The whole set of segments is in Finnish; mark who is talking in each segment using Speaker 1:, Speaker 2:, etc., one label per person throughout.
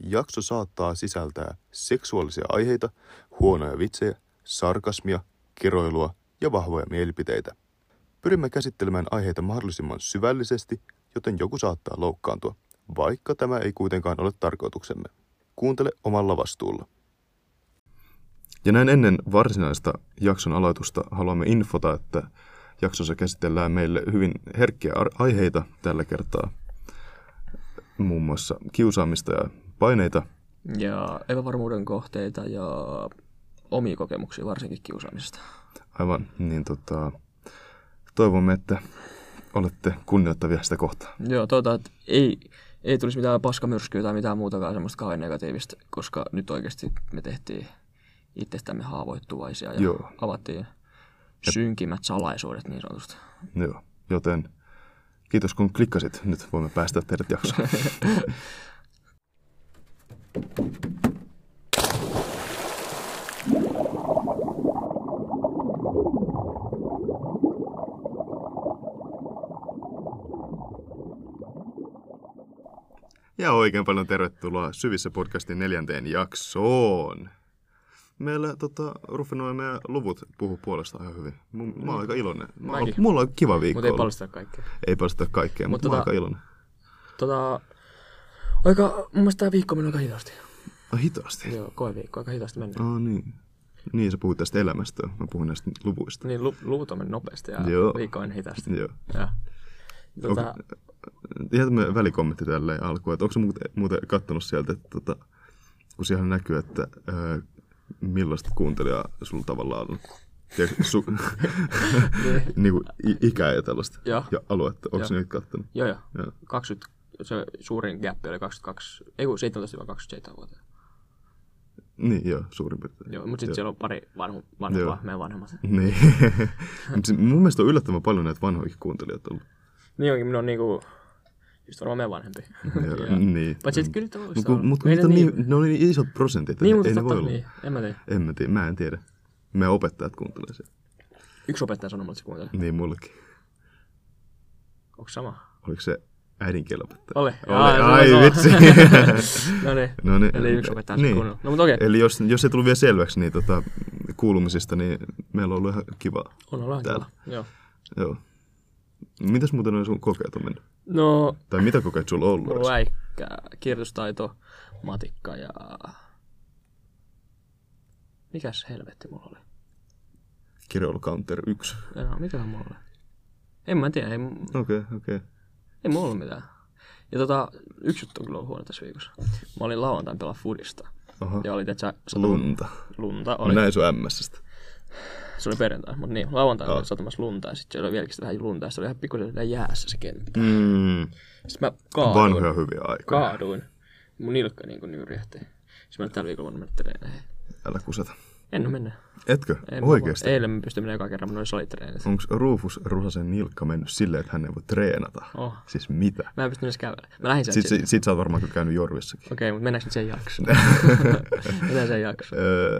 Speaker 1: Jakso saattaa sisältää seksuaalisia aiheita, huonoja vitsejä, sarkasmia, kiroilua ja vahvoja mielipiteitä. Pyrimme käsittelemään aiheita mahdollisimman syvällisesti, joten joku saattaa loukkaantua, vaikka tämä ei kuitenkaan ole tarkoituksemme. Kuuntele omalla vastuulla. Ja näin ennen varsinaista jakson aloitusta haluamme infota, että jaksossa käsitellään meille hyvin herkkiä ar- aiheita tällä kertaa. Muun muassa kiusaamista ja paineita.
Speaker 2: ja epävarmuuden kohteita ja omia kokemuksia varsinkin kiusaamisesta.
Speaker 1: Aivan, niin tota, toivomme, että olette kunnioittavia sitä kohtaa.
Speaker 2: Joo, toivotaan, että ei, ei tulisi mitään paskamyrskyä tai mitään muutakaan semmoista kauhean negatiivista, koska nyt oikeasti me tehtiin itsestämme haavoittuvaisia ja
Speaker 1: Joo.
Speaker 2: Joo. avattiin synkimmät salaisuudet niin sanotusti.
Speaker 1: Joo, joten kiitos kun klikkasit. Nyt voimme päästä teidät jaksoon. Ja oikein paljon tervetuloa Syvissä podcastin neljänteen jaksoon. Meillä tota, Ruffi, nuo meidän luvut puhuu puolesta ihan hyvin. Mun, mä oon aika iloinen. Mä oon,
Speaker 2: Mäkin.
Speaker 1: mulla on kiva viikko
Speaker 2: Mutta ei
Speaker 1: ollut.
Speaker 2: paljasteta kaikkea.
Speaker 1: Ei paljasteta kaikkea, mutta,
Speaker 2: Mutta
Speaker 1: mä oon
Speaker 2: tota-
Speaker 1: aika iloinen.
Speaker 2: Tota, aika, mun mielestä tämä viikko meni aika hitaasti.
Speaker 1: Ai hitaasti.
Speaker 2: Joo, koe viikko, aika hitaasti meni.
Speaker 1: Ah niin. Niin, sä puhuit tästä elämästä. Mä puhun näistä luvuista.
Speaker 2: Niin, lu, luvut on mennyt nopeasti ja
Speaker 1: Joo.
Speaker 2: viikko on hitaasti.
Speaker 1: Joo.
Speaker 2: Ja. Tota,
Speaker 1: Jätämme välikommentti tälleen alkuun, että onko muuten, muuten kattonut sieltä, että tota, kun siellä näkyy, että ää, millaista kuuntelijaa sulla tavallaan on. Tiedätkö, Su,
Speaker 2: niin,
Speaker 1: niin kuin ikää ja tällaista.
Speaker 2: Joo.
Speaker 1: Ja aluetta. Onko
Speaker 2: Joo.
Speaker 1: se nyt kattonut?
Speaker 2: joo, joo.
Speaker 1: Joo.
Speaker 2: 20, se suurin gappi oli 22, ei kun 17-27 vuotta.
Speaker 1: Niin, joo, suurin piirtein.
Speaker 2: Joo, mutta sitten siellä on pari vanhu,
Speaker 1: Joo.
Speaker 2: vanhempaa, meidän vanhemmat.
Speaker 1: Niin. Mut se- Mun mielestä on yllättävän paljon näitä vanhoikin kuuntelijoita ollut.
Speaker 2: Niin onkin, minun on niinku, just varmaan meidän vanhempi.
Speaker 1: Joo, niin.
Speaker 2: Mutta sitten kyllä toista
Speaker 1: Mutta mut, kun niitä on niin, ne on niin isot prosentit, että
Speaker 2: niin, mutta
Speaker 1: ei ne
Speaker 2: totta,
Speaker 1: voi olla.
Speaker 2: niin, en mä tiedä.
Speaker 1: En mä tiedä, mä en tiedä. Me opettajat kuuntelee sen.
Speaker 2: Yksi opettaja sanoi mulle, että se kuuntelee.
Speaker 1: Niin mullekin.
Speaker 2: Onko sama?
Speaker 1: Oliko se äidinkielen opettaja?
Speaker 2: Ole.
Speaker 1: Ole.
Speaker 2: Aa, se on
Speaker 1: Ai
Speaker 2: sama.
Speaker 1: vitsi.
Speaker 2: no niin.
Speaker 1: No niin.
Speaker 2: Eli yksi opettaja niin.
Speaker 1: niin.
Speaker 2: kuunnella. No mutta okei,
Speaker 1: Eli jos, jos ei tullut vielä selväksi niin tota, kuulumisista, niin meillä on ollut ihan kivaa.
Speaker 2: on ollaan
Speaker 1: täällä.
Speaker 2: kyllä. Joo.
Speaker 1: Joo. Mitäs muuten on sun kokeet on mennyt?
Speaker 2: No,
Speaker 1: Tai mitä kokeet sulla on ollut?
Speaker 2: mulla on väikkää, kirjoitustaito, matikka ja... Mikäs helvetti mulla oli?
Speaker 1: Kirjoilu Counter 1.
Speaker 2: Enää, mitähän mulla oli? En mä tiedä, ei, m-
Speaker 1: Okei, okay, okei. Okay.
Speaker 2: Ei mulla ollut mitään. Ja tota, yksi juttu on kyllä ollut huono tässä viikossa. Mä olin lauantain pelaa fudista.
Speaker 1: Aha.
Speaker 2: Ja oli tätä
Speaker 1: Lunta.
Speaker 2: lunta.
Speaker 1: Mä
Speaker 2: Oli,
Speaker 1: näin sun MSstä.
Speaker 2: se oli perjantai, mutta niin, lauantai oli satamassa lunta ja sitten siellä oli vieläkin sitä vähän lunta ja se oli ihan pikkusen siellä jäässä se kenttä.
Speaker 1: Mm.
Speaker 2: Sitten mä kaaduin,
Speaker 1: Vanhoja hyviä aikoja.
Speaker 2: kaaduin. Mun nilkka niin kuin nyrjähti. Sitten mä nyt tällä viikolla voin mennä treeneihin.
Speaker 1: Älä kuseta.
Speaker 2: En oo mennä.
Speaker 1: Etkö?
Speaker 2: En mä
Speaker 1: Oikeesti?
Speaker 2: voi. Eilen mä pystyin menemään eka kerran, mun oli salitreenit.
Speaker 1: Onko Rufus Rusasen nilkka mennyt silleen, että hän ei voi treenata?
Speaker 2: Oh.
Speaker 1: Siis mitä?
Speaker 2: Mä en pystynyt edes kävellä. Mä lähdin sieltä.
Speaker 1: Sit,
Speaker 2: Sitten...
Speaker 1: sit, sit sä oot varmaan kyllä käynyt Jorvissakin.
Speaker 2: Okei, mutta mennäänkö nyt sen jaksoon? Mennään sen jaksoon.
Speaker 1: Öö,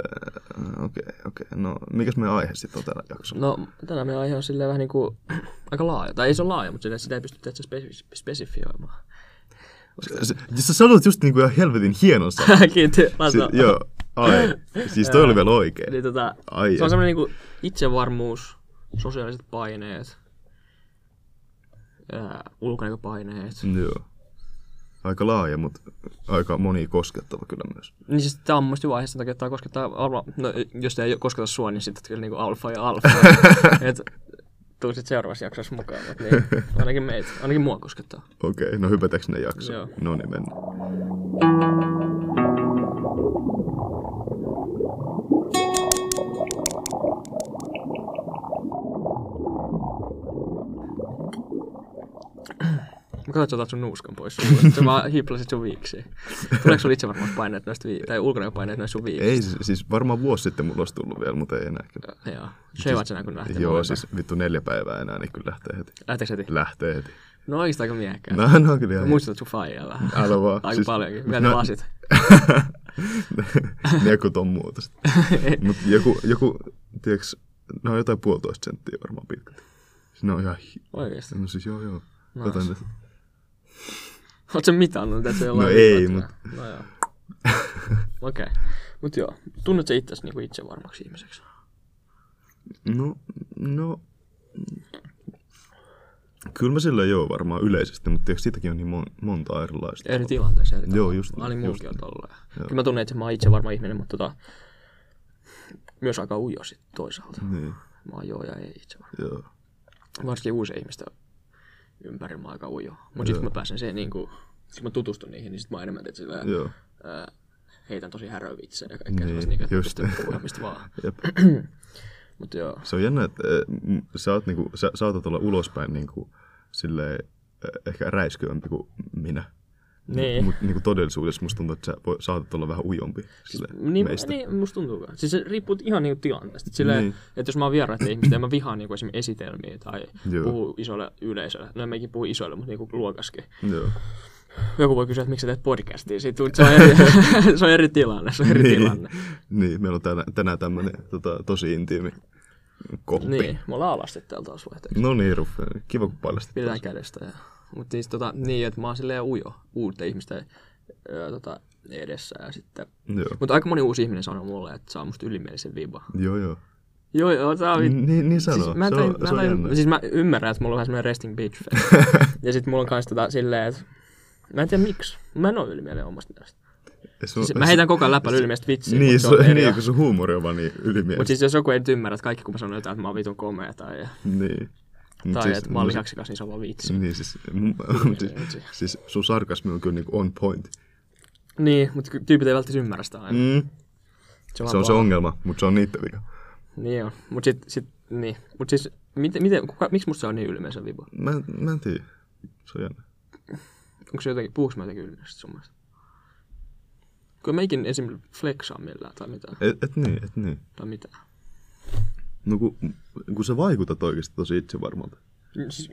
Speaker 1: okei, okei. No, mikäs meidän aihe sitten on tällä jaksolla?
Speaker 2: No, tänään meidän aihe on silleen vähän niinku, aika laaja. Tai ei se ole laaja, mutta silleen, sitä ei pysty tehdä spesif- spesifioimaan.
Speaker 1: Sä, sä sanoit just niinku ihan helvetin hienon sanan.
Speaker 2: Kiitti,
Speaker 1: Si-
Speaker 2: lasta.
Speaker 1: joo, ai. Siis toi oli vielä oikein.
Speaker 2: Niin, tota,
Speaker 1: Ai
Speaker 2: se on
Speaker 1: et.
Speaker 2: semmoinen niinku itsevarmuus, sosiaaliset paineet, ää, ulkonäköpaineet. Mm.
Speaker 1: Joo. Aika laaja, mutta aika moni koskettava kyllä myös.
Speaker 2: Niin siis tää on mun mielestä hyvä aihe sen takia, että tää koskettaa alfa, no jos tää ei kosketa sua, niin sitten kyllä niinku alfa ja alfa. Et tuu sit seuraavassa jaksossa mukaan, mut niin, ainakin meitä, ainakin mua koskettaa.
Speaker 1: Okei, no hypätäänkö ne jaksoon?
Speaker 2: Joo.
Speaker 1: No niin, mennään.
Speaker 2: Mä katsoin, että otat sun nuuskan pois sun puolesta. Sä vaan hiplasit sun viiksi. Tuleeko sulla itse varmaan paineet noista vii- tai ulkonäköpaineet noista sun viiksi?
Speaker 1: Ei, siis- siis varmaan vuosi sitten mulla olisi tullut vielä, mutta ei enää kyllä.
Speaker 2: Joo. Sheivat sä nää, kun lähtee.
Speaker 1: Joo,
Speaker 2: mulle.
Speaker 1: siis vittu neljä päivää enää, niin kyllä lähtee heti.
Speaker 2: Lähteekö heti?
Speaker 1: Lähtee heti.
Speaker 2: No oikeastaan aika miehekkää.
Speaker 1: No, no kyllä ihan
Speaker 2: Muistutat sun faijaa vähän.
Speaker 1: Älä vaan.
Speaker 2: Aika
Speaker 1: Siis-
Speaker 2: paljonkin. Vielä ne
Speaker 1: No-
Speaker 2: lasit.
Speaker 1: joku ton muutos. Mut joku, joku tiiäks, ne on jotain puolitoista senttiä varmaan pitkät. Siis Ne on ihan, hi-
Speaker 2: Oikeesti.
Speaker 1: no siis joo joo. Katon,
Speaker 2: Oot sä mitannut, että se jollain
Speaker 1: No ei,
Speaker 2: mittaa?
Speaker 1: mut-
Speaker 2: No joo. Okei. Okay. Mutta joo, tunnet sä itsesi niinku itsevarmaksi ihmiseksi?
Speaker 1: No, no... Kyllä mä sillä joo varmaan yleisesti, mutta tiiäks, sitäkin on niin mon- monta erilaista.
Speaker 2: Eri tilanteissa eri
Speaker 1: Joo,
Speaker 2: tavalla.
Speaker 1: just
Speaker 2: Mä
Speaker 1: niin,
Speaker 2: olin
Speaker 1: just
Speaker 2: muukin on tolleen. Kyllä mä tunnen, että mä oon itse varma ihminen, mutta tota, myös aika ujo sit toisaalta.
Speaker 1: Niin,
Speaker 2: Mä oon joo ja ei itse varma.
Speaker 1: joo.
Speaker 2: Varsinkin uusia ihmistä ympäri mä oon aika ujo. Mutta sitten kun mä pääsen siihen niinku, sit kun mä tutustun niihin, niin sit mä enemmän teet sillä
Speaker 1: Joo.
Speaker 2: ää, heitän tosi härövitsejä ja kaikkea
Speaker 1: Niin,
Speaker 2: sellaista, niinku, että
Speaker 1: just.
Speaker 2: pystyy puhumaan mistä vaan.
Speaker 1: Jep.
Speaker 2: Mutta joo,
Speaker 1: Se on jännä, että eh, m- sä, oot, niinku, sä saatat olla ulospäin niinku, silleen, eh, ehkä räiskyvämpi kuin minä.
Speaker 2: Niin.
Speaker 1: Mutta niinku todellisuudessa musta tuntuu, että sä voi, saatat olla vähän ujompi silleen,
Speaker 2: Niin,
Speaker 1: meistä.
Speaker 2: niin musta tuntuu. Siis se riippuu ihan niinku tilanteesta. Et Silleen,
Speaker 1: Niin.
Speaker 2: niin. että jos mä oon vieraiden ihmisten ja mä vihaan niinku esimerkiksi esitelmiä tai
Speaker 1: Joo.
Speaker 2: Joo. puhuu isolle yleisölle. No mekin puhuu isoille, mutta niinku luokaskin.
Speaker 1: Joo.
Speaker 2: Joku voi kysyä, että miksi sä teet podcastia. Siitä, tuntuu, että se, on eri, se on eri tilanne. Se on eri niin. tilanne.
Speaker 1: niin, meillä on tänään, tänään tämmöinen tota, tosi intiimi koppi.
Speaker 2: Niin, me ollaan alasti täällä taas vaihteeksi.
Speaker 1: No niin, Ruffe, kiva kun paljastit.
Speaker 2: Pidetään kädestä. Ja... Mutta siis tota, niin, että mä oon silleen ujo uutta ihmistä ö, tota, edessä. Ja sitten...
Speaker 1: Joo,
Speaker 2: Mutta aika moni uusi ihminen sanoo mulle, että saa musta ylimielisen viba.
Speaker 1: joo, joo.
Speaker 2: Joo, joo, tää on vit-
Speaker 1: Niin, niin sanoo,
Speaker 2: Siis mä,
Speaker 1: se
Speaker 2: tajun,
Speaker 1: on,
Speaker 2: mä,
Speaker 1: se on jännä.
Speaker 2: tajun, siis mä ymmärrän, että mulla on vähän semmoinen resting bitch face. ja sit mulla on kans tota silleen, että mä en tiedä miksi. Mä en oo ylimielinen omasta mielestä.
Speaker 1: Sun,
Speaker 2: Siis mä heitän koko ajan läppällä ylimielistä vitsiä,
Speaker 1: niin,
Speaker 2: mut
Speaker 1: se,
Speaker 2: se on eri
Speaker 1: niin,
Speaker 2: asia.
Speaker 1: kun sun huumori on vaan niin
Speaker 2: Mut
Speaker 1: ylimielistä.
Speaker 2: siis jos joku ei nyt ymmärrä, että kaikki kun mä sanon jotain, että mä oon vitun komea tai,
Speaker 1: Niin. Mut
Speaker 2: tai
Speaker 1: siis-
Speaker 2: että mä oon
Speaker 1: no se-
Speaker 2: lihaksikas, niin se on vaan vitsi.
Speaker 1: Niin siis, mun, siis, siis sun sarkasmi on kyllä niinku on point.
Speaker 2: Niin, mutta tyypit ei välttämättä ymmärrä sitä aina.
Speaker 1: Mm.
Speaker 2: on
Speaker 1: Se on
Speaker 2: vaan
Speaker 1: se
Speaker 2: paha.
Speaker 1: ongelma, mutta se on niitten vika.
Speaker 2: Niin on. Mut sit, sit niin. Mut siis, miten, miten, kuka, miksi musta se on niin ylimielisen vibo?
Speaker 1: Mä, en- mä en tiedä. Se on jännä.
Speaker 2: Onko se jotenkin, puhuks mä jotenkin ylimielisesti sun mielestä? Kyllä mä ikin esim. flexaa millään tai mitään.
Speaker 1: Et, et niin, et niin.
Speaker 2: Tai mitään.
Speaker 1: No kun, kun sä vaikutat oikeasti tosi itsevarmalta.
Speaker 2: Siis,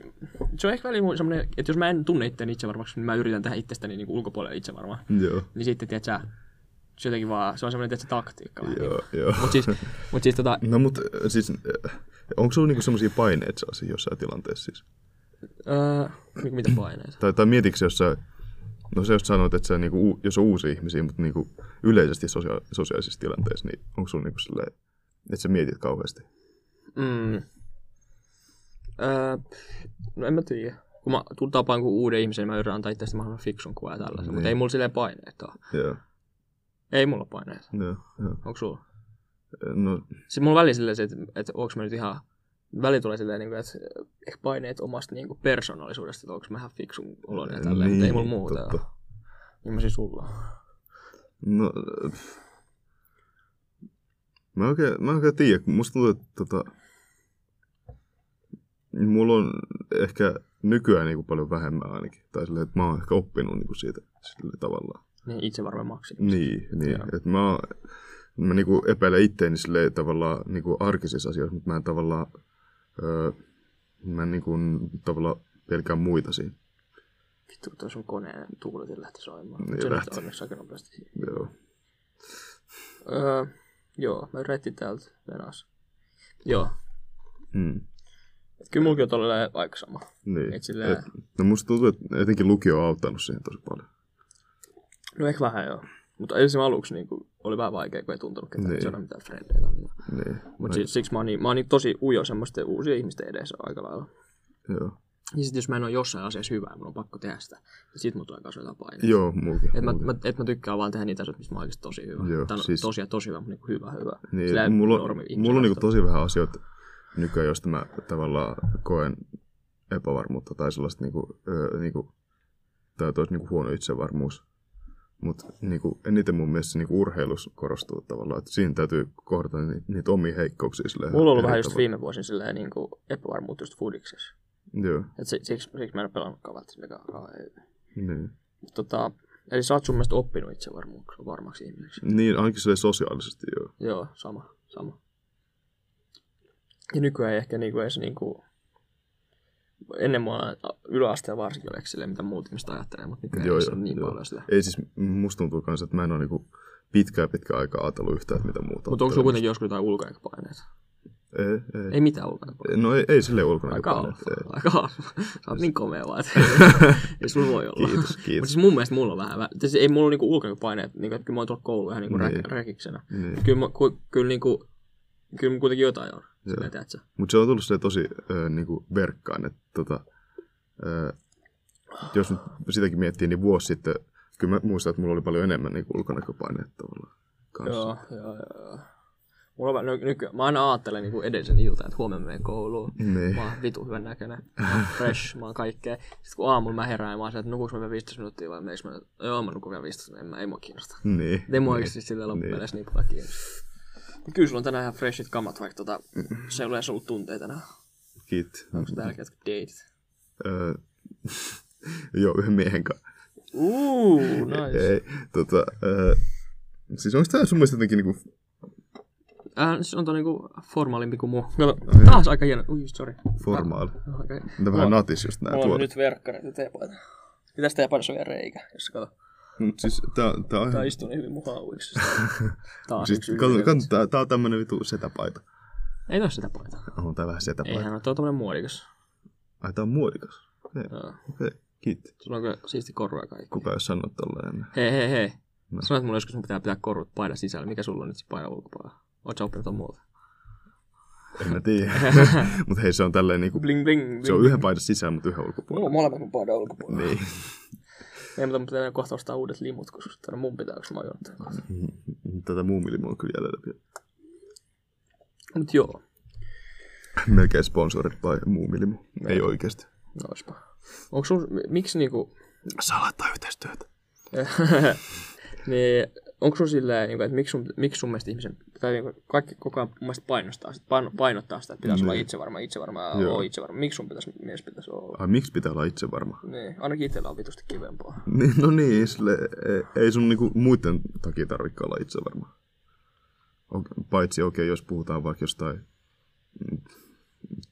Speaker 2: se on ehkä välillä mun semmoinen, että jos mä en tunne itseäni itsevarmaksi, niin mä yritän tehdä itsestäni niin ulkopuolelle itsevarmaa.
Speaker 1: Joo.
Speaker 2: Niin sitten, tiedät sä, se jotenkin vaan, se on semmoinen, tiedät sä, taktiikka. vähän.
Speaker 1: Joo, joo.
Speaker 2: Mut siis, mut siis tota,
Speaker 1: No mut äh, siis, äh, onko sulla niinku semmosia paineita sellaisia jossain tilanteessa siis?
Speaker 2: öö, mit- mitä paineita?
Speaker 1: Tai, tai mietitkö jos sä, no sä just sanoit, että sä niinku, u- jos on uusi ihmisiä, mutta niinku yleisesti sosia- sosiaalisissa tilanteissa, niin onko sulla niinku silleen, että sä mietit kauheasti?
Speaker 2: Mm. Öö, no en mä tiedä. Kun mä tuun tapaan kuin uuden ihmisen, niin mä yritän antaa itsestäni mahdollisimman fiksun kuva ja tällaisen,
Speaker 1: Niin.
Speaker 2: mutta ei mulla silleen paineita ole.
Speaker 1: Joo,
Speaker 2: Ei mulla paineita.
Speaker 1: joo, joo.
Speaker 2: Onko sulla?
Speaker 1: No,
Speaker 2: Siis mulla välillä silleen, se, että, että onko mä nyt ihan Väli tulee silleen, niin kuin, että ehkä paineet omasta niin kuin persoonallisuudesta, että onko mä ihan fiksun oloinen ja tälleen, mutta ei mulla muuta.
Speaker 1: Niin, totta.
Speaker 2: Totta. Niin mä siis sulla.
Speaker 1: No, äh, mä oikein, mä oikein tiedä, kun musta tuntuu, että tota, mulla on ehkä nykyään niin kuin paljon vähemmän ainakin. Tai silleen, että mä oon ehkä oppinut niin kuin siitä sillä tavalla.
Speaker 2: Niin itse varmaan maksin.
Speaker 1: Niin, niin.
Speaker 2: Joo.
Speaker 1: Että mä, oon- mä niin kuin epäilen itteeni silleen tavallaan niin kuin arkisissa asioissa, mutta mä en tavallaan, öö, mä en niin kuin, tavallaan pelkää muita siinä.
Speaker 2: Vittu, kun toi sun koneen tuuletin lähti soimaan.
Speaker 1: Niin
Speaker 2: Niin, se lähti.
Speaker 1: lähti.
Speaker 2: onneksi aika nopeasti. siihen.
Speaker 1: Joo.
Speaker 2: Öö, joo, mä yritin täältä Venas. Joo.
Speaker 1: Mm.
Speaker 2: Et kyllä mulki on tolleen aika sama.
Speaker 1: Niin.
Speaker 2: Et silleen-
Speaker 1: no musta tuntuu, että etenkin lukio on auttanut siihen tosi paljon.
Speaker 2: No ehkä vähän joo. Mutta ensin aluksi niin kuin, oli vähän vaikea, kun ei tuntunut ketään,
Speaker 1: Niin.
Speaker 2: niin. se on mitään frendejä tai mitään.
Speaker 1: Niin.
Speaker 2: Mutta si- siksi mä oon, niin, mä oon niin tosi ujo semmoisten uusien ihmisten edessä aika lailla.
Speaker 1: Joo,
Speaker 2: Ja sitten Niin jos mä en ole jossain asiassa hyvä ja mun on pakko tehdä sitä, niin sit mut tulee kanssa jotain paineita.
Speaker 1: joo mulki.
Speaker 2: Et mä,
Speaker 1: mulki.
Speaker 2: mä, et mä tykkään vaan tehdä niitä asioita, missä mä oon oikeesti tosi hyvä.
Speaker 1: Joo,
Speaker 2: Tän,
Speaker 1: siis-
Speaker 2: siis... Tosi ja tosi hyvä, mutta niinku hyvä, hyvä. Sillä ei
Speaker 1: niin, mulla,
Speaker 2: normi- ihmisiä
Speaker 1: mulla on niinku
Speaker 2: vastaan.
Speaker 1: tosi vähän asioita nykyään, joista mä tavallaan koen epävarmuutta tai sellaista niinku, ö, niinku, tai tois niinku huono itsevarmuus. Mutta niinku, eniten mun mielestä se niinku urheilus korostuu tavallaan, että siinä täytyy kohdata ni, niitä omia heikkouksia. silleen
Speaker 2: Mulla on ollut
Speaker 1: eri
Speaker 2: vähän just
Speaker 1: tavalla.
Speaker 2: viime vuosina silleen niin kuin epävarmuutta just fudiksessa.
Speaker 1: Joo,
Speaker 2: Et si- siksi, siksi mä en ole pelannutkaan välttämättä kauhean hyvin.
Speaker 1: niin.
Speaker 2: Tota, eli sä oot sun mielestä oppinut itsevarmuuksi varmaksi ihmiseksi.
Speaker 1: Niin, ainakin silleen sosiaalisesti joo.
Speaker 2: Joo, sama, sama. Ja nykyään ei ehkä niinku edes niinku... Ennen mua yläasteella varsinkin oli ehkä silleen, mitä muut ihmiset ajattelee, mutta nykyään
Speaker 1: Joo,
Speaker 2: joo, ei joo,
Speaker 1: joo,
Speaker 2: niin
Speaker 1: joo.
Speaker 2: joo. paljon sitä.
Speaker 1: Ei siis, musta tuntuu kanssa, että mä en ole niinku pitkää pitkää aikaa ajatellut yhtään, että mitä muuta.
Speaker 2: Mutta onko sulla kuitenkin joskus jotain ulkoaikapaineita?
Speaker 1: Ei, ei.
Speaker 2: Ei mitään ulkonäköä.
Speaker 1: No ei, ei sille ulkona.
Speaker 2: Aika
Speaker 1: jopa,
Speaker 2: alfa.
Speaker 1: että ei.
Speaker 2: Aika alfa. Sä oot niin komea vaan, että ei sulla voi olla.
Speaker 1: Kiitos,
Speaker 2: Mutta
Speaker 1: kiitos.
Speaker 2: siis mun mielestä mulla on vähän, vä- siis ei mulla niinku ulkonäköpaineet, niinku, että kyllä mä oon tullut kouluun ihan niinku
Speaker 1: Niin.
Speaker 2: niin. räkiksenä.
Speaker 1: Niin.
Speaker 2: Kyllä, mä, ku, kyllä, niinku, kyllä mä kuitenkin jotain on. Silleen, tiedätkö?
Speaker 1: Mutta se on tullut se tosi ö, niinku verkkaan, että tota, ö, jos nyt sitäkin miettii, niin vuosi sitten, kyllä mä muistan, että mulla oli paljon enemmän niinku ulkonäköpaineita tavallaan kanssa.
Speaker 2: Joo, joo, joo. Mulla on, vähän- no, nyky, mä aina ajattelen niin edellisen iltaan, että huomenna menen kouluun.
Speaker 1: Niin.
Speaker 2: Mä oon vitu hyvän näköinen, mä oon fresh, mä oon kaikkea. Sitten kun aamulla mä herään, mä oon se, että nukuuko mä vielä 15 minuuttia vai meikö mä... Joo, mä nukun vielä 15 minuuttia, en mä, ei mua kiinnosta.
Speaker 1: Niin.
Speaker 2: Ei mua
Speaker 1: niin.
Speaker 2: oikeasti sillä loppupeleissä niin paljon kiinnosta. Mut Niin Kyllä sulla on tänään ihan freshit kamat, vaikka tota, se ei ole edes ollut tunteita tänään.
Speaker 1: Kiit.
Speaker 2: Onko se tärkeät dateit?
Speaker 1: Ö, joo, yhden miehen kanssa.
Speaker 2: Uuu, nice.
Speaker 1: Ei, tota, ö, siis onko tämä sun mielestä jotenkin niinku,
Speaker 2: Äh, siis on toi niinku formaalimpi kuin muu. Kato, taas aika hieno. Ui, sorry.
Speaker 1: Niin. formaali?
Speaker 2: Okay.
Speaker 1: Tämä vähän natis just nää
Speaker 2: Mulla on
Speaker 1: tuolla.
Speaker 2: nyt verkkarit ja teepaita. Ja tästä teepaidassa on vielä reikä, jos sä kato.
Speaker 1: Mut siis tää, tää on
Speaker 2: Tää
Speaker 1: ihan...
Speaker 2: istuu niin hyvin mun hauiksi. Taas
Speaker 1: Siis,
Speaker 2: yksi
Speaker 1: kato,
Speaker 2: ylpeys.
Speaker 1: kato, tää, tää on tämmönen vitu setäpaita.
Speaker 2: Ei tää oo sitä paitaa.
Speaker 1: On tää vähän setäpaita.
Speaker 2: Eihän oo, toi on tommonen muodikas.
Speaker 1: Ai tää on muodikas. Okei,
Speaker 2: Joo.
Speaker 1: okei, kiitti.
Speaker 2: Sulla on kyllä siisti koru ja kaikki.
Speaker 1: Kuka jos sanoo tolleen?
Speaker 2: Hei, hei, hei.
Speaker 1: No.
Speaker 2: Sanoit mulle joskus, mun pitää pitää korut paidan sisällä. Mikä sulla on nyt sit paidan ulkopuolella? Oot sä oppinut ton muuta?
Speaker 1: En mä tiedä. mut hei, se on tälleen niinku...
Speaker 2: Bling, bling, bling.
Speaker 1: Se on yhden paidan sisään, mut yhden ulkopuolella.
Speaker 2: Mulla on molemmat mun paidan ulkopuolella.
Speaker 1: Niin.
Speaker 2: Ei, mutta mun pitää kohta ostaa uudet limut, kun susta mun pitää, koska mä oon juonut tän kohta.
Speaker 1: Mm, Tätä muumilimoa on kyllä jäljellä vielä.
Speaker 2: Mut joo.
Speaker 1: Melkein sponsorit vai muumilimo. Ei oikeesti.
Speaker 2: No oispa. Onko sun, miksi niinku,
Speaker 1: Saa laittaa yhteistyötä.
Speaker 2: niin, onko sun silleen, niin kuin, että miksi sun, miksi sun mielestä ihmisen, tai niin kuin, kaikki koko ajan mun mielestä painostaa, sitä, paino, painottaa sitä, että pitäisi
Speaker 1: Niin.
Speaker 2: olla itse varma, itse varma,
Speaker 1: Joo.
Speaker 2: oo itse varma. Miksi sun pitäisi, mies pitäisi olla?
Speaker 1: Ai, miksi pitää olla itse varma?
Speaker 2: Niin, ainakin itsellä on vitusti kivempaa.
Speaker 1: Niin, no niin, sille, ei, ei sun niinku muiden takia tarvitse olla itse varma. O- Paitsi okei, okay, jos puhutaan vaikka jostain mm,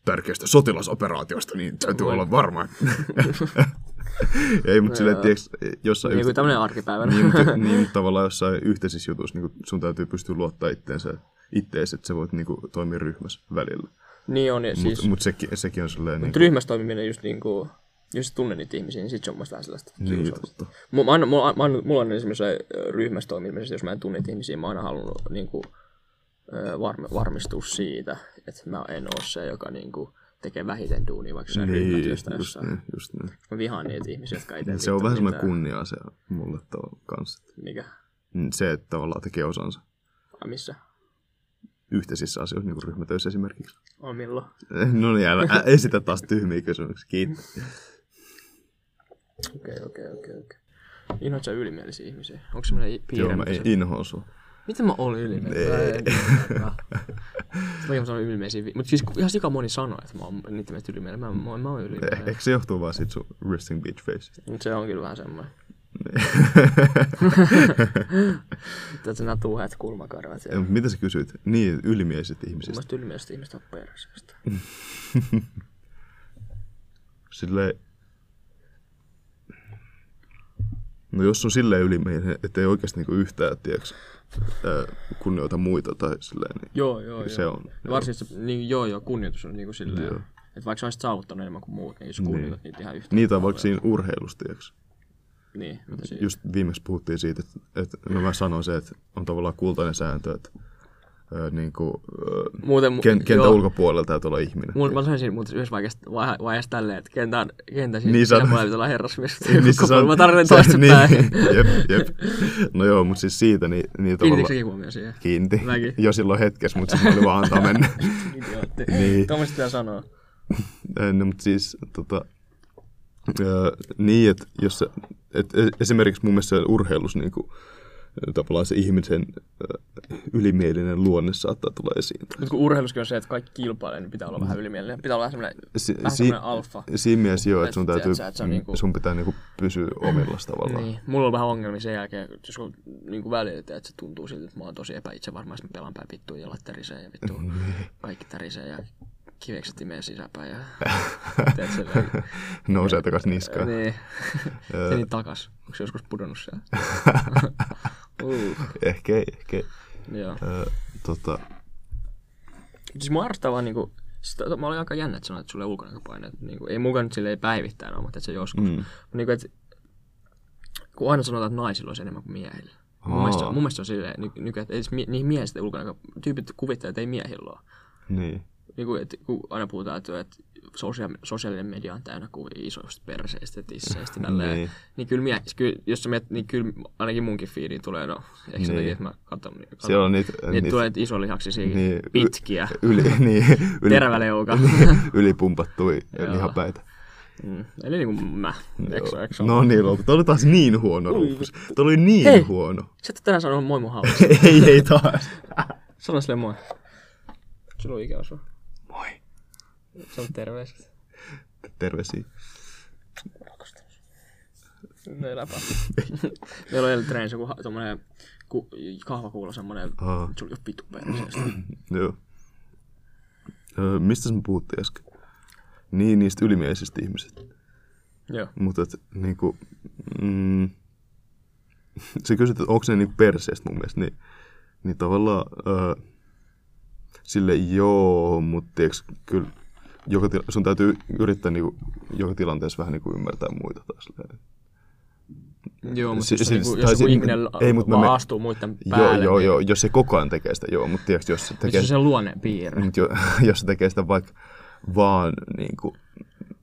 Speaker 1: tärkeästä sotilasoperaatiosta, niin täytyy
Speaker 2: Voi.
Speaker 1: olla varma. ei, mutta silleen, tiiäks, jossain,
Speaker 2: Niin kuin
Speaker 1: yhte-
Speaker 2: tämmönen arkipäivänä.
Speaker 1: niin, mutta, niin, mutta tavallaan jossain yhteisissä jutuissa niin sun täytyy pystyä luottaa itteensä, ittees, että sä voit niin kuin, toimia ryhmässä välillä.
Speaker 2: niin on, ja siis,
Speaker 1: Mutta mut sekin, sekin on silleen... Niin,
Speaker 2: mutta ryhmässä toimiminen just niin kuin, jos sä tunne niitä ihmisiä, niin sit se on mun mielestä vähän sellaista.
Speaker 1: niin, totta.
Speaker 2: Mulla, mä aina, mulla, aina- mä aina- mulla on esimerkiksi ö, ryhmässä toimimisessa, jos mä en tunne niitä ihmisiä, mä oon aina halunnut niin kuin, varm, varmistua siitä, että mä en oo se, joka niin kuin, tekee vähiten duunia vaikka se
Speaker 1: Niin,
Speaker 2: ryhmätyöstä
Speaker 1: just
Speaker 2: jossain.
Speaker 1: niin, just niin.
Speaker 2: Mä vihaan niitä ihmisiä, jotka ei tee
Speaker 1: Se on
Speaker 2: vittu
Speaker 1: vähän semmoinen
Speaker 2: mitään.
Speaker 1: kunnia-asia mulle tavallaan kanssa.
Speaker 2: Mikä?
Speaker 1: Mm, Se, että tavallaan tekee osansa
Speaker 2: Ai missä?
Speaker 1: yhteisissä asioissa, niin kuin ryhmätöissä esimerkiksi.
Speaker 2: On Ah, milloin?
Speaker 1: Eh, No niin, älä ä, esitä taas tyhmiä kysymyksiä. Kiitos.
Speaker 2: Okei, okay, okei, okay, okei, okay, okei. Okay. Inhoat sä ylimielisiä ihmisiä? Onko semmoinen i- piirre?
Speaker 1: Joo, mä
Speaker 2: mikä sä-
Speaker 1: inhoon sua.
Speaker 2: Miten mä olin ylimielinen?
Speaker 1: Ei.
Speaker 2: Ei. Mä en sanoa ylimielisiä. Mutta siis ihan sika moni sanoo, että mä oon niiden mielestä ylimielinen. Mä, mä, mä oon
Speaker 1: Eh,
Speaker 2: ylimielinen.
Speaker 1: Eikö se johtuu vaan siitä sun resting bitch faceista?
Speaker 2: Mut se on kyllä vähän semmoinen.
Speaker 1: Niin.
Speaker 2: Tätä nämä tuuheat kulmakarvat.
Speaker 1: Eh,
Speaker 2: Ja...
Speaker 1: mut Mitä sä kysyit? Niin, ylimieliset
Speaker 2: Mun
Speaker 1: ihmisistä.
Speaker 2: mielestä ylimielisesti ihmiset on perseestä.
Speaker 1: Silleen... No jos on silleen ylimielinen, ettei oikeasti niinku yhtään, tiiäks, ää, kunnioita muita tai silleen, niin
Speaker 2: Joo, joo,
Speaker 1: se on.
Speaker 2: Ja varsinkin se, niin, joo, joo, kunnioitus on niinku silleen,
Speaker 1: Joo.
Speaker 2: että vaikka sä olisit saavuttanut enemmän kuin muut, niin jos kunnioitat niitä ihan yhtä.
Speaker 1: Niitä on vaikka siinä urheilussa, tiiäks.
Speaker 2: Niin, mitä siinä?
Speaker 1: just viimeksi puhuttiin siitä, että, että no mä sanoin se, että on tavallaan kultainen sääntö, että ö, niin kuin, ö,
Speaker 2: Muuten, mu-
Speaker 1: ken, kentän
Speaker 2: joo.
Speaker 1: ulkopuolella täytyy olla ihminen.
Speaker 2: Mulla, mä sanoin siinä muuten yhdessä vaiheessa, vaihe- vaiheessa tälleen, että kentän, kentän
Speaker 1: Niin
Speaker 2: siinä
Speaker 1: sanoit.
Speaker 2: sisäpuolella pitää olla herrasmies.
Speaker 1: Niin se san-
Speaker 2: Mä tarvitsen
Speaker 1: se-
Speaker 2: toista
Speaker 1: niin,
Speaker 2: päin.
Speaker 1: jep, jep. No joo, mutta siis siitä, niin, niin
Speaker 2: Kiinnitikö
Speaker 1: tavallaan
Speaker 2: sekin huomioon siihen?
Speaker 1: kiinti.
Speaker 2: Mäkin.
Speaker 1: Jo silloin hetkessä, mutta sitten oli vaan antaa mennä.
Speaker 2: Idiootti.
Speaker 1: Niin.
Speaker 2: Tuommoista pitää sanoa.
Speaker 1: Ö, no, mutta siis tota, ö, niin, että jos se, et e- esimerkiksi mun mielestä urheilussa niin kuin, tavallaan se ihmisen ö, ylimielinen luonne saattaa tulla esiin.
Speaker 2: Mutta kun urheiluskin on se, että kaikki kilpailee, niin pitää olla vähän ylimielinen. Pitää olla vähän semmoinen,
Speaker 1: Si-
Speaker 2: vähän
Speaker 1: si-
Speaker 2: semmoinen alfa.
Speaker 1: Siinä mielessä joo, että
Speaker 2: Et
Speaker 1: sun,
Speaker 2: tiedät
Speaker 1: täytyy,
Speaker 2: sä, et se on
Speaker 1: mm,
Speaker 2: niinku-
Speaker 1: sun pitää niinku pysyä omillas tavallaan.
Speaker 2: Niin, mulla on vähän ongelmia sen jälkeen, jos on niin kuin välillä, että se tuntuu siltä, että mä oon tosi epäitsevarma, jos mä pelaan päin vittuun, jalat tärisee ja vittu, kaikki tärisee ja kivekset imee sisäpäin ja teet sen
Speaker 1: Nousee takas niskaan.
Speaker 2: Niin, se niin takas. Onko se joskus pudonnut siellä? uh,
Speaker 1: Ehkä ei, ehkä ei.
Speaker 2: joo.
Speaker 1: Ö, tota,
Speaker 2: Siis mua arvostaa vaan niinku, sitä, mä olin aika jännä, että sanoit, että sulle ulkonäköpaine. että Niinku, ei mukaan nyt silleen päivittäin ole, mutta että se joskus. Mm. Niinku, et, kun aina sanotaan, että naisilla olisi enemmän kuin miehillä. Mun
Speaker 1: Aa.
Speaker 2: mielestä, se on- mun mielestä se on silleen, ny, nykyään, että ei edes mie- niihin miehistä ulkonäkö, tyypit kuvittelee, että ei miehillä ole.
Speaker 1: Niin.
Speaker 2: Niin kuin, että, kun aina puhutaan, että, että sosia- sosiaalinen media on täynnä kuvia isoista perseistä, tisseistä, tälleen.
Speaker 1: Niin.
Speaker 2: niin. niin kyllä, mie, kyllä, jos sä mietit, niin kyllä ainakin munkin fiidiin tulee, no, ehkä niin.
Speaker 1: Niin.
Speaker 2: sen takia, että mä katson. Niin, katson.
Speaker 1: Siellä on niitä...
Speaker 2: niin, tulee niitä isolihaksisia,
Speaker 1: Niin, y-
Speaker 2: niin. pitkiä,
Speaker 1: Yli, niin, yli, Niin.
Speaker 2: teräväleuka.
Speaker 1: ylipumpattui
Speaker 2: Joo.
Speaker 1: lihapäitä.
Speaker 2: Mm. Eli niin kuin mä. Eikö, eikö
Speaker 1: No niin, Roope, toi oli taas niin huono, Rufus. Toi oli niin
Speaker 2: Hei.
Speaker 1: huono.
Speaker 2: Sä et tänään sanonut moi mun hauska.
Speaker 1: ei, ei taas.
Speaker 2: Sano sille moi. Sulla on ikävä sua.
Speaker 1: Moi.
Speaker 2: Sano terveiset.
Speaker 1: Terveisiä.
Speaker 2: Rakastan No ei läpää. Meillä oli eilen treenissä joku ha- tommonen ku, kahvakuulo semmonen.
Speaker 1: Aa.
Speaker 2: Se oli jo pitu perseestä.
Speaker 1: Joo. Öö, mistä me puhuttiin äsken? Niin, niistä ylimielisistä ihmisistä.
Speaker 2: Joo.
Speaker 1: Mutta et, niinku, mm, sä kysyt, että onko ne niinku perseestä mun mielestä, niin, niin tavallaan öö, sille joo, mutta tiiäks, kyllä joka til- sun täytyy yrittää niinku, joka tilanteessa vähän niinku ymmärtää muita taas.
Speaker 2: Joo, mutta
Speaker 1: Si- siis-
Speaker 2: siis, siis, jos
Speaker 1: tai
Speaker 2: joku
Speaker 1: si-
Speaker 2: ihminen
Speaker 1: ei,
Speaker 2: ei,
Speaker 1: mut
Speaker 2: mutta
Speaker 1: mä
Speaker 2: vaan
Speaker 1: me-
Speaker 2: astuu muiden
Speaker 1: Joo,
Speaker 2: päälle,
Speaker 1: joo,
Speaker 2: niin,
Speaker 1: joo, jos se koko ajan tekee sitä, joo, mutta tiiäks, jos se
Speaker 2: niin se
Speaker 1: tekee
Speaker 2: on se luonnepiirre.
Speaker 1: Mut jo, jos se tekee sitä vaikka vaan niin kuin,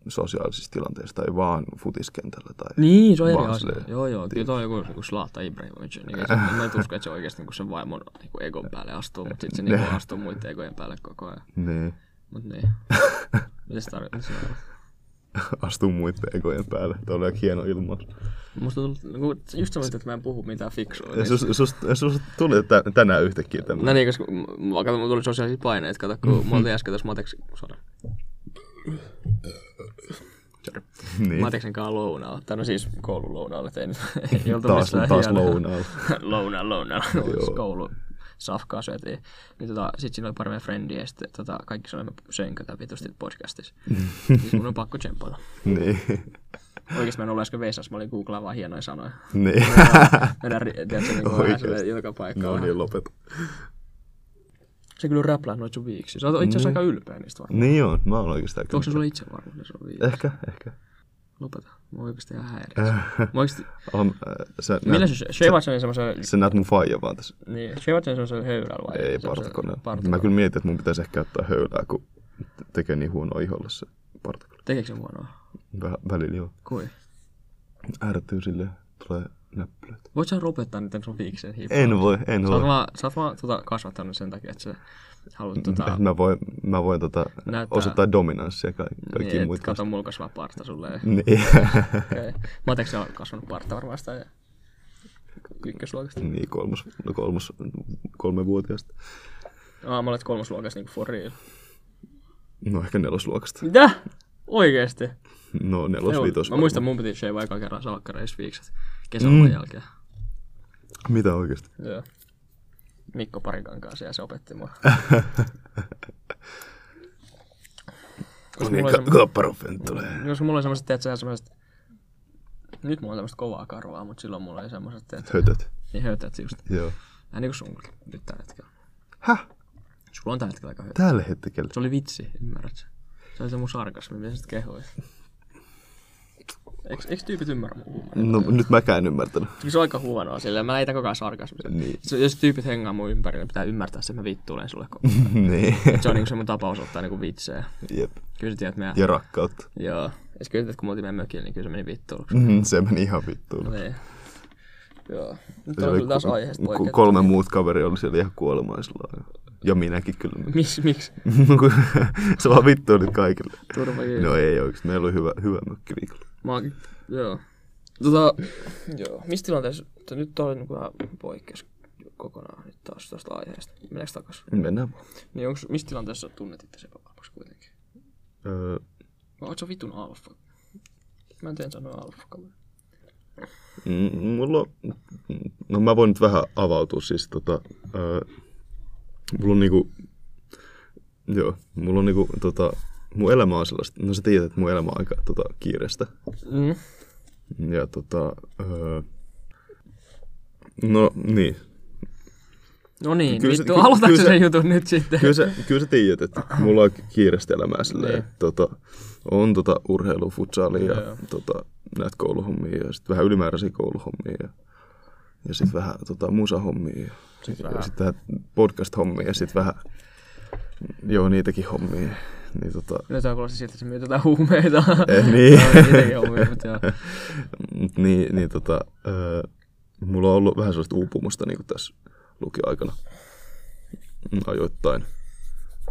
Speaker 1: sosiaalisissa tilanteissa tai vaan futiskentällä tai...
Speaker 2: Niin, se on eri
Speaker 1: Vaan
Speaker 2: asia.
Speaker 1: silleen.
Speaker 2: Joo, joo. Kyllä toi on joku, joku Slaatta Ibrahimovic. Niin ei se, mä en usko, että se oikeasti niin sen vaimon niin egon päälle astuu, mutta sitten se niin astuu muiden egojen päälle koko ajan.
Speaker 1: Niin.
Speaker 2: Mut niin. Mitä se tarkoittaa?
Speaker 1: Astuu muiden egojen päälle. Tämä oli aika hieno ilmaus.
Speaker 2: Musta tuntuu, niinku, just semmoista, että mä en puhu mitään fiksua.
Speaker 1: Ja
Speaker 2: Niin.
Speaker 1: sus, sus, sus tuli tä, tänään yhtäkkiä tämä.
Speaker 2: No niin, koska m- mä katson, mulla tuli sosiaalisia paineita, kato, kun
Speaker 1: Mm-hmm.
Speaker 2: mä olin äsken tuossa Mateksi, sorry. Sorry.
Speaker 1: Niin.
Speaker 2: Mateksen kanssa lounaalla, tai no siis koulun lounaalle tein, ei oltu
Speaker 1: Taas,
Speaker 2: missään
Speaker 1: taas
Speaker 2: hienoa.
Speaker 1: lounaalla.
Speaker 2: lounaan, lounaan.
Speaker 1: Joo.
Speaker 2: Koulu safkaa syötiin. Niin tota, sit siinä oli pari meidän frendiä ja sitten tota, kaikki sanoimme sönkötä vitusti podcastissa.
Speaker 1: Mm.
Speaker 2: siis mun on pakko tsempata.
Speaker 1: Niin.
Speaker 2: Oikeesti mä en ollut äsken vessassa, mä olin googlaan vaan hienoja sanoja.
Speaker 1: niin.
Speaker 2: Mennään, ri- tiedätkö, niin kuin vähän
Speaker 1: Oikeesti.
Speaker 2: silleen joka paikkaan.
Speaker 1: no niin, lopeta.
Speaker 2: Se kyllä räplää noit sun viiksi. Sä oot itse
Speaker 1: Mm.
Speaker 2: asiassa aika ylpeä niistä varmaan.
Speaker 1: Niin on, mä oon oikeastaan
Speaker 2: Onko se sulle itse varmaan, että se on viiksi?
Speaker 1: Ehkä, ehkä.
Speaker 2: Lopeta. Mä oon oikeesti ihan häiriössä. Mä oikeesti...
Speaker 1: Um, äh, sä,
Speaker 2: Millä
Speaker 1: näet,
Speaker 2: se... Shevatsonin semmoisen...
Speaker 1: sä näet mun faijan vaan tässä.
Speaker 2: Niin, Shevatsonin semmoisen höyrällä vai?
Speaker 1: Ei
Speaker 2: semmosen
Speaker 1: partakoneen. Mä
Speaker 2: partakoneen.
Speaker 1: kyllä mietin, että mun pitäisi ehkä ottaa höylää, kun tekee niin huonoa iholla se partakone.
Speaker 2: Tekeekö se huonoa?
Speaker 1: Vähän välillä joo.
Speaker 2: Kui?
Speaker 1: ärtyy sille, tulee näppylöitä.
Speaker 2: Voit sä lopettaa niiden sun fiikseen hiippaamisen?
Speaker 1: En voi, en
Speaker 2: Sä oot
Speaker 1: voi.
Speaker 2: vaan, sä oot vaan tota, kasvattanut sen takia, että sä haluat tota,
Speaker 1: Et Mä voin, mä voin tota,
Speaker 2: Näyttää-
Speaker 1: osoittaa dominanssia ka- kaikkiin
Speaker 2: niin,
Speaker 1: niin,
Speaker 2: et
Speaker 1: muihin.
Speaker 2: kato mulla kasvaa parta sulle. Ja,
Speaker 1: Niin.
Speaker 2: okay. Mä teekö sä oot kasvanut parta varmaan sitä ja ykkösluokasta?
Speaker 1: niin, kolmos, no kolmos, kolmevuotiaasta.
Speaker 2: Aa, mä olet kolmosluokasta niinku for real.
Speaker 1: No ehkä nelosluokasta.
Speaker 2: Mitä? Oikeesti?
Speaker 1: No
Speaker 2: Joo,
Speaker 1: nelosviitos.
Speaker 2: Mä muistan, mun piti shave aikaa kerran salkkareissa viikset kesäloman mm. jälkeen.
Speaker 1: varmaan. Mitä oikeesti?
Speaker 2: Joo. Mikko Parikan kanssa ja se opetti mua.
Speaker 1: No
Speaker 2: Jos
Speaker 1: niin,
Speaker 2: mulla
Speaker 1: ka-
Speaker 2: oli
Speaker 1: kaapparuffen tulee.
Speaker 2: Jos mulla oli semmoset, tiedätkö, semmoset... Nyt mulla on tämmöstä kovaa karvaa, mutta silloin mulla oli semmoset, tiedätkö,
Speaker 1: Hötöt.
Speaker 2: niin höytäät just.
Speaker 1: Joo.
Speaker 2: Vähän niinku sunkin nyt tällä hetkellä.
Speaker 1: Häh?
Speaker 2: Sulla on tällä hetkellä aika höytää.
Speaker 1: Tällä hetkellä.
Speaker 2: Se oli vitsi, ymmärrät sä? Se oli se mun sarkasmi, mitä sä sit kehoit. Eiks, eiks tyypit ymmärrä mun huumoria?
Speaker 1: No nyt mäkään en ymmärtänyt.
Speaker 2: Se on aika huonoa silleen, mä leitän koko ajan sarkasmia.
Speaker 1: Niin.
Speaker 2: Se- Jos tyypit hengaa mun ympärillä, pitää ymmärtää se, että mä vittuilen sulle koko ajan.
Speaker 1: niin.
Speaker 2: Se on niinku se mun tapaus ottaa niinku vitsejä.
Speaker 1: Jep.
Speaker 2: Kyllä sä tiedät meidän...
Speaker 1: Ja rakkautta.
Speaker 2: Joo. Ja sit kyllä sä tiedät, kun me oltiin meidän mökillä, niin kyllä se meni vittuiluksi.
Speaker 1: Mm, se meni ihan vittuun.
Speaker 2: Niin. Joo. Nyt
Speaker 1: Mm. Se
Speaker 2: on
Speaker 1: oli
Speaker 2: kyllä taas
Speaker 1: ku-
Speaker 2: aiheesta
Speaker 1: ku-
Speaker 2: poikettu.
Speaker 1: Kolme muut kaveri oli siellä ihan kuolemaisilla. Ja minäkin kyllä.
Speaker 2: Miksi? Miksi?
Speaker 1: se vaan vittu nyt kaikille.
Speaker 2: Turva
Speaker 1: No ei oikeesti, meillä oli hyvä, hyvä mökki viikolla.
Speaker 2: Mä oon, joo. Tota, joo. Missä tilanteessa, että nyt tää oli niinku vähän poikkeus kokonaan nyt taas tästä aiheesta. Mennäänkö takas?
Speaker 1: Mennään vaan.
Speaker 2: Niin onks, missä tilanteessa sä tunnet itse epävarmaksi kuitenkin?
Speaker 1: Öö,
Speaker 2: Vai oot sä vitun alfa? Mä en teen sanoa alfa kaveri.
Speaker 1: mm, mulla on, no mä voin nyt vähän avautua siis tota, öö, mulla on niinku, joo, mulla on niinku tota, mun elämä on sellaista, no sä tiedät, että mun elämä on aika tota, kiireistä.
Speaker 2: Mm.
Speaker 1: Ja tota, öö, no niin,
Speaker 2: No
Speaker 1: Kyllä
Speaker 2: niin, kyllä
Speaker 1: se-
Speaker 2: vittu,
Speaker 1: ky-
Speaker 2: aloitatko
Speaker 1: kyllä
Speaker 2: se,
Speaker 1: se-
Speaker 2: sen jutun nyt sitten?
Speaker 1: Kyllä sä, kyllä sä tiedät, että mulla on kiireistä elämää silleen,
Speaker 2: Niin.
Speaker 1: että tota, on tota urheilu, futsaalia ja
Speaker 2: Joo.
Speaker 1: tota, näitä kouluhommia ja sitten vähän ylimääräisiä kouluhommia ja, ja sitten vähän tota, musahommia ja sitten
Speaker 2: vähän.
Speaker 1: ja sit vähän podcast-hommia ja sitten vähän, joo niitäkin hommia. Niin tota,
Speaker 2: Nyt on kuulosti siltä, että se myy tätä huumeita.
Speaker 1: Eh, niin.
Speaker 2: Joo, niitäkin on myy, mutta joo.
Speaker 1: Mut niin, niin tota, öö, mulla on ollut vähän sellaista uupumusta niin kuin tässä lukioaikana Mm, ajoittain.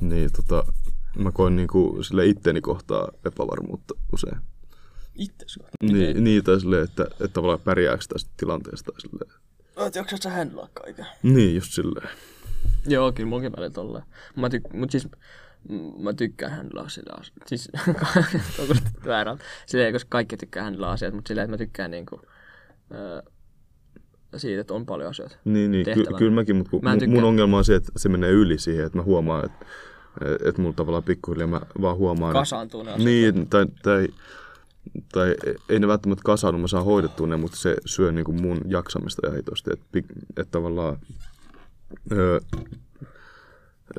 Speaker 1: Niin tota, mä koen niin kuin, sille itteeni kohtaa epävarmuutta usein.
Speaker 2: Itses kohta.
Speaker 1: Niin, niin tai silleen, että, että tavallaan pärjääkö tästä tilanteesta. tai Silleen.
Speaker 2: Oot, jaksat sä händlaa kaiken?
Speaker 1: Niin, just silleen.
Speaker 2: Joo, kyllä munkin välillä tolleen. Mä tyk- mut siis m- mä tykkään händlaa sitä asiaa. Siis onko se väärältä? Silleen, koska kaikki tykkää händlaa asiat, mutta silleen, että mä tykkään niinku, öö, siitä, että on paljon asioita.
Speaker 1: Niin, niin ky-
Speaker 2: tehtävänä.
Speaker 1: kyllä mäkin, mutta
Speaker 2: Mä en
Speaker 1: mun, mun
Speaker 2: tykkää.
Speaker 1: ongelma on se, että se menee yli siihen, että mä huomaan, että, että mulla tavallaan pikkuhiljaa mä vaan huomaan, että-
Speaker 2: Kasaantuu ne asiat.
Speaker 1: Niin, tai, tai, tai ei ne välttämättä kasaannu, mä saan hoidettua ne, mutta se syö niin kuin mun jaksamista ja hitosti. Että et tavallaan öö,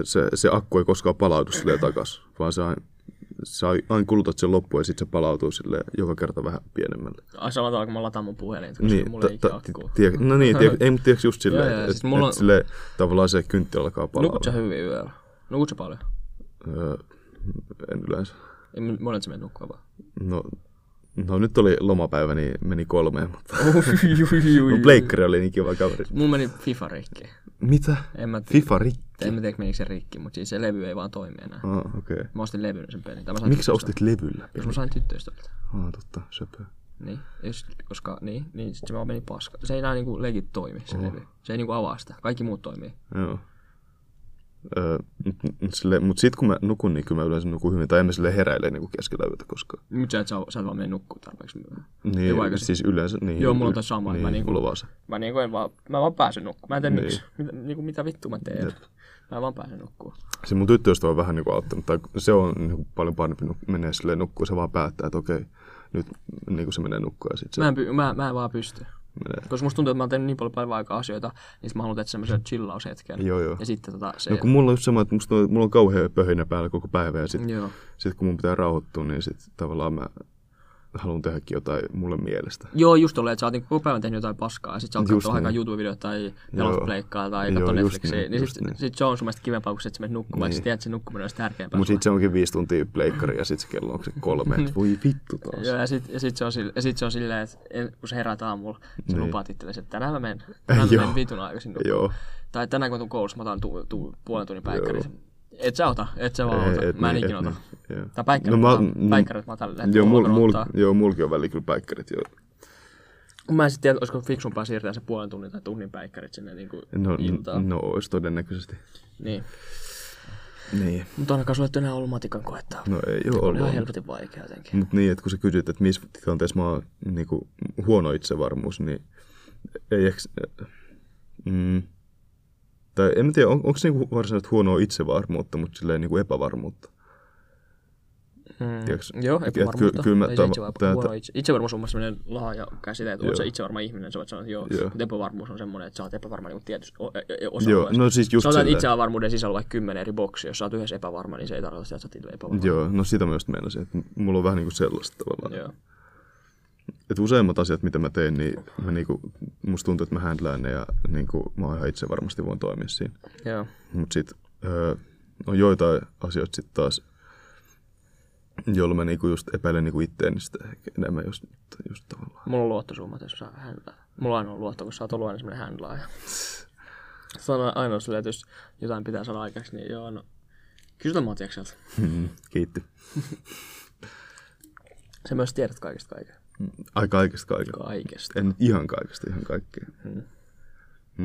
Speaker 1: se, se akku ei koskaan palaudu silleen takas, vaan sä, ain- sä ain- aina kulutat sen loppuun ja sitten se palautuu sille joka kerta vähän pienemmälle.
Speaker 2: Ai samalla tavalla, kun mä lataan mun puhelinta, koska
Speaker 1: Niin,
Speaker 2: mulla ei
Speaker 1: ta-
Speaker 2: ikinä
Speaker 1: ta-
Speaker 2: akkuu.
Speaker 1: tie, no niin, tie, ei, mutta tiedätkö just
Speaker 2: Joo, joo,
Speaker 1: silleen,
Speaker 2: siis
Speaker 1: että
Speaker 2: mulla
Speaker 1: et,
Speaker 2: on- No,
Speaker 1: et sille, tavallaan se kyntti alkaa palaa.
Speaker 2: Nukut sä hyvin yöllä? Nukut sä paljon?
Speaker 1: Öö, en yleensä.
Speaker 2: Ei, m- monet sä menet nukkua vaan.
Speaker 1: No, no nyt oli lomapäivä, niin meni kolmeen, mutta
Speaker 2: Mun
Speaker 1: Mun pleikkari oli niin kiva kaveri.
Speaker 2: No Mun meni FIFA rikki.
Speaker 1: Mitä?
Speaker 2: En mä tiedä.
Speaker 1: FIFA rikki?
Speaker 2: En mä tiedä, menikö se rikki, mutta siis se levy ei vaan toimi enää.
Speaker 1: Ah, okei. Okay.
Speaker 2: Mä ostin levyn sen pelin. tai mä sain
Speaker 1: Miksi sä
Speaker 2: tyttöystävältä.
Speaker 1: ostit levyllä?
Speaker 2: Jos mä sain tyttöystävältä.
Speaker 1: Ah, totta, söpö.
Speaker 2: Niin, jos, koska niin, niin sit se vaan meni paska. Se ei enää niinku legit toimi,
Speaker 1: Mm.
Speaker 2: se levy. Se ei niinku avaa sitä. Kaikki muut toimii.
Speaker 1: Joo. Öö, mutta sit kun mä nukun, niin kyllä mä yleensä nukun hyvin. Tai en mä sille heräile niin keskellä yötä koskaan.
Speaker 2: Mutta sä et, saa, sä et vaan mene nukkuun tarpeeksi myöhään.
Speaker 1: Niin,
Speaker 2: Joo, aika-
Speaker 1: siis yleensä. Niin,
Speaker 2: Joo, mulla on toi sama, että
Speaker 1: Niin,
Speaker 2: mä
Speaker 1: mä
Speaker 2: niinku-
Speaker 1: Mulla on vaan se.
Speaker 2: Mä niinku en vaan, mä vaan pääsen nukkumaan. Mä en tiedä
Speaker 1: Niin.
Speaker 2: miksi. Mitä, niinku, mitä vittu mä teen. Mä vaan pääsen nukkumaan.
Speaker 1: Se mun tyttöystävä on vähän niinku auttanut. Tai se on niinku paljon parempi nuk- menee silleen nukkuun. Se vaan päättää, että okei, nyt niinku se menee nukkuun ja sit se
Speaker 2: Mä en, py, mä, mä en vaan pysty.
Speaker 1: menee.
Speaker 2: Koska musta tuntuu, että mä oon tehnyt niin paljon päivän aikaa asioita, niin sit mä haluan tehdä semmoisen chillaushetken.
Speaker 1: Joo, joo.
Speaker 2: Ja sitten tota se...
Speaker 1: No kun mulla on just sama, että musta, on- mulla on kauhean pöhinä päällä koko päivä ja sit
Speaker 2: Joo.
Speaker 1: sitten kun mun pitää rauhoittua, niin sitten tavallaan mä haluan tehdäkin jotain mulle mielestä.
Speaker 2: Joo, just tolleen, että sä oot niinku koko päivän tehnyt jotain paskaa, ja sit sä oot
Speaker 1: Just
Speaker 2: katsoa
Speaker 1: niin.
Speaker 2: aikaa YouTube-videoita tai
Speaker 1: Joo.
Speaker 2: pelata pleikkaa tai
Speaker 1: Joo,
Speaker 2: katsoa
Speaker 1: just
Speaker 2: Netflixiä,
Speaker 1: niin,
Speaker 2: niin,
Speaker 1: just
Speaker 2: sit,
Speaker 1: niin.
Speaker 2: sit se on sun mielestä kivempaa, kun sä et sä menet nukkumaan, niin. sit tiedät, että se nukkuminen on sitä tärkeämpää.
Speaker 1: Mutta
Speaker 2: sulle.
Speaker 1: sitten se onkin viisi tuntia pleikkari ja sitten se kello on se kolme, että voi vittu taas.
Speaker 2: Joo, ja sit, ja sit se on, sille, ja sit se on silleen, että en- kun sä herät aamulla, sä
Speaker 1: Niin.
Speaker 2: niin. lupaat itsellesi, että tänään mä menen, tänään mä
Speaker 1: Joo.
Speaker 2: menen vitun aikaisin nukkumaan.
Speaker 1: Joo,
Speaker 2: Tai tänään kun mä tuun koulussa, mä otan tu, tu, puolen tunnin päikkärin.
Speaker 1: Joo.
Speaker 2: Et sä ota, et sä vaan ota. mä en
Speaker 1: niin,
Speaker 2: ikinä ota.
Speaker 1: niin, joo.
Speaker 2: Tai päikkärit,
Speaker 1: No
Speaker 2: no,
Speaker 1: mä-
Speaker 2: mä, päikkärit mä oon tällä
Speaker 1: Joo,
Speaker 2: hetkellä
Speaker 1: mul,
Speaker 2: alkanut
Speaker 1: mul,
Speaker 2: ottaa.
Speaker 1: joo, mulki on välillä kyllä päikkärit. Joo.
Speaker 2: Mä en sit tiedä, olisiko fiksumpaa siirtää se puolen tunnin tai tunnin päikkärit sinne niinku
Speaker 1: No,
Speaker 2: iltaan.
Speaker 1: no ois todennäköisesti.
Speaker 2: Niin.
Speaker 1: Niin.
Speaker 2: Mutta ainakaan sulle ei enää ollut matikan koetta.
Speaker 1: No ei ole
Speaker 2: oli ihan
Speaker 1: ollut.
Speaker 2: helvetin vaikea jotenkin.
Speaker 1: Mutta niin, että kun sä kysyt, että missä tilanteessa mä oon niinku, huono itsevarmuus, niin ei ehkä... Mm, tai en mä tiedä, on, onko se niinku varsinaisesti huonoa itsevarmuutta, mutta silleen niinku epävarmuutta.
Speaker 2: Mm.
Speaker 1: tiiäks,
Speaker 2: Joo,
Speaker 1: et- et
Speaker 2: epävarmuutta.
Speaker 1: ky- kyllä mä
Speaker 2: Ei se
Speaker 1: tav-
Speaker 2: itsevarmu-
Speaker 1: tää-
Speaker 2: huono itse- Itsevarmuus on mun sellainen laaja käsite, että oot
Speaker 1: Joo.
Speaker 2: sä itsevarma ihminen, sä voit sanoa, että joo.
Speaker 1: Joo.
Speaker 2: Mutta epävarmuus on semmoinen, että sä oot epävarma niin tietystä osa
Speaker 1: Joo, no siis just
Speaker 2: Sanotaan, että
Speaker 1: silleen.
Speaker 2: itsevarmuuden sisällä on vaikka kymmenen eri boksia. Jos sä oot yhdessä epävarma, niin se ei tarkoita sitä, että sä oot itse epävarma.
Speaker 1: Joo, no sitä mä just meinasin, että mulla on vähän niinku sellaista tavallaan.
Speaker 2: Joo.
Speaker 1: Että useimmat asiat, mitä mä teen, niin mä niinku, musta tuntuu, että mä händlään ne ja niinku, mä oon ihan itse varmasti voin toimia siinä.
Speaker 2: Joo.
Speaker 1: Mutta sit öö, on joitain asioita sit taas, joilla mä niinku just epäilen niinku itteeni sitä ehkä enemmän just, just tavallaan.
Speaker 2: Mulla on luottosummat, jos saa händlää. Mulla on aina ollut luotto, kun sä oot ollut aina semmoinen händlaaja. Sano aina silleen, että jos jotain pitää saada aikaiseksi, niin joo, no. Kysytään Matiakselta. Mm-hmm.
Speaker 1: Mm, kiitti.
Speaker 2: Sä myös tiedät kaikesta kaiken.
Speaker 1: Ai kaikesta kaikesta.
Speaker 2: Kaikesta.
Speaker 1: En nyt ihan kaikesta, ihan kaikkea.
Speaker 2: Mm-hmm.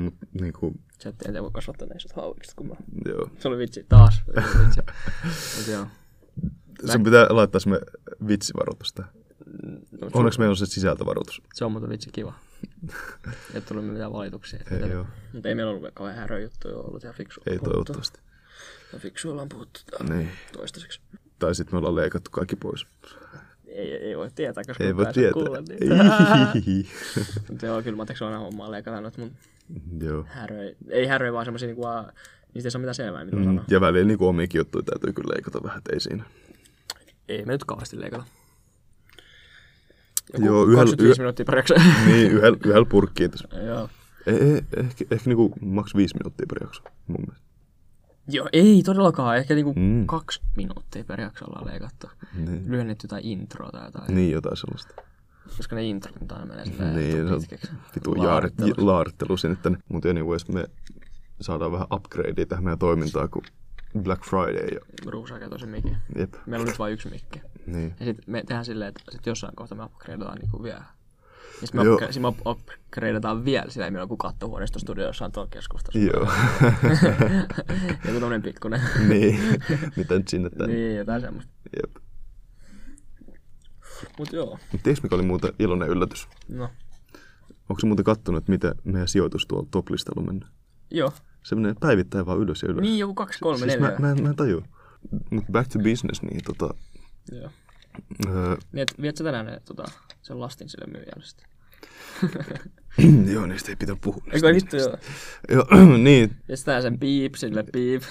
Speaker 1: Mut niinku,
Speaker 2: Sä et tiedä, voi kasvattaa näistä sut hauikset, kun mä...
Speaker 1: joo.
Speaker 2: Se oli vitsi, taas. Se oli vitsi. Mut joo.
Speaker 1: Sun pitää laittaa me vitsivaroitus tähän.
Speaker 2: No, mut
Speaker 1: Onneksi meillä on se sisältövaroitus.
Speaker 2: se on muuten vitsi kiva. Ei ole tullut mitään valituksia.
Speaker 1: Ei, joo.
Speaker 2: Mutta ei meillä ollut kauhean häröjuttuja, on ollut ihan fiksu.
Speaker 1: Ei toivottavasti.
Speaker 2: Ja fiksu ollaan puhuttu tää
Speaker 1: Niin.
Speaker 2: toistaiseksi.
Speaker 1: Tai sitten me ollaan leikattu kaikki pois.
Speaker 2: Ei, ei voi tietää, koska
Speaker 1: Ei
Speaker 2: mä
Speaker 1: voi
Speaker 2: pääsen niin-
Speaker 1: tietää.
Speaker 2: kuulemaan niitä.
Speaker 1: Ei.
Speaker 2: Mutta joo, kyllä mä teekö aina hommaa leikataan noita mun
Speaker 1: Joo.
Speaker 2: häröi, ei häröi vaan semmoisia niinku, vaan- niistä ei saa mitään selvää, mitä mm.
Speaker 1: Mm.
Speaker 2: sanoa.
Speaker 1: Ja välillä niin omiakin juttuja täytyy kyllä leikata vähän, et ei siinä.
Speaker 2: Ei me nyt kauheasti leikata.
Speaker 1: Joo,
Speaker 2: Joo,
Speaker 1: yhdellä-
Speaker 2: 25
Speaker 1: yhdellä-
Speaker 2: minuuttia per jakso.
Speaker 1: Niin, yhdellä, yhdellä purkkiin tässä.
Speaker 2: Joo.
Speaker 1: Eh, eh, ehkä, ehkä niinku maks viisi minuuttia per jakso, mun mielestä.
Speaker 2: Joo, ei todellakaan. Ehkä niinku
Speaker 1: Mm.
Speaker 2: mm. kaksi minuuttia per jakso ollaan leikattu.
Speaker 1: Niin,
Speaker 2: Lyhennetty jotain introa tai jotain.
Speaker 1: niin jotain sellaista.
Speaker 2: Koska ne introt nyt aina menee silleen
Speaker 1: Niin, se on
Speaker 2: pitkäksi.
Speaker 1: vitu
Speaker 2: Laarittelu.
Speaker 1: jaarit- laarittelu sinne tänne. Mutta anyways, me saadaan vähän upgradea tähän meidän toimintaan, kun Black Friday ja
Speaker 2: Ruusaa käytö se mikki.
Speaker 1: jep.
Speaker 2: Meillä on nyt vain yksi mikki.
Speaker 1: Niin.
Speaker 2: Ja sitten me tehdään silleen, että sit jossain kohtaa me upgradeataan niinku vielä. Ja sitten me,
Speaker 1: Joo.
Speaker 2: upgra- sit me up- upgradeataan vielä sillä, ei meillä ole kuin kattohuoneistostudiossa jossain tuolla keskustassa.
Speaker 1: Joo.
Speaker 2: Joku tommonen pikkunen.
Speaker 1: niin. Mitä nyt sinne tänne?
Speaker 2: niin, jotain semmoista.
Speaker 1: Jep.
Speaker 2: Mut joo,
Speaker 1: Mutta tiedätkö mikä oli muuten iloinen yllätys?
Speaker 2: no.
Speaker 1: Onko se muuten kattonut, että miten meidän sijoitus tuolla top-listalla mennyt?
Speaker 2: Joo.
Speaker 1: Se menee päivittäin vaan ylös ja ylös.
Speaker 2: Niin, joku kaksi, kolme,
Speaker 1: siis
Speaker 2: neljä.
Speaker 1: mä, mä, en- mä en tajua. Mut back to business, niin tota...
Speaker 2: Joo.
Speaker 1: Öö,
Speaker 2: Niin, et, viet sä tänään ne, tota, sen lastin sille myyjälle sitten?
Speaker 1: joo, niistä ei pitää puhua. niistä
Speaker 2: Eikö vittu joo?
Speaker 1: Joo, niin.
Speaker 2: Ja sitten sen piip sille piip.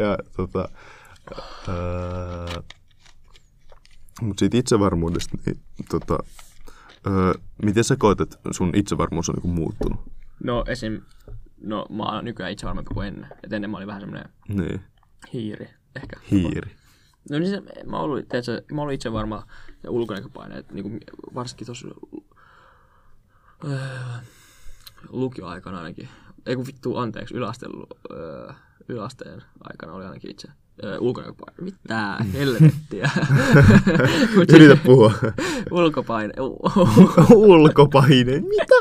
Speaker 1: ja tota... Öö, mut siitä itsevarmuudesta, niin tota... Öö, miten sä koet, että sun itsevarmuus on niinku muuttunut?
Speaker 2: No esim. No mä oon nykyään itse varmempi kuin ennen. Et ennen mä olin vähän semmonen
Speaker 1: Niin.
Speaker 2: hiiri. Ehkä.
Speaker 1: Hiiri.
Speaker 2: No niin se, mä oon ollut, tiedätkö, mä oon ollut itse varma ja ulkonäköpaineet, niin kuin varsinkin tuossa öö, lukioaikana ainakin. Ei kun vittu, anteeksi, yläasteen, lu- öö, yläasteen aikana oli ainakin itse öö, ulkonäköpaine. Mitä helvettiä. Mut siis
Speaker 1: Yritä puhua.
Speaker 2: ulkopaine, u-
Speaker 1: Ulkopaine. Mitä?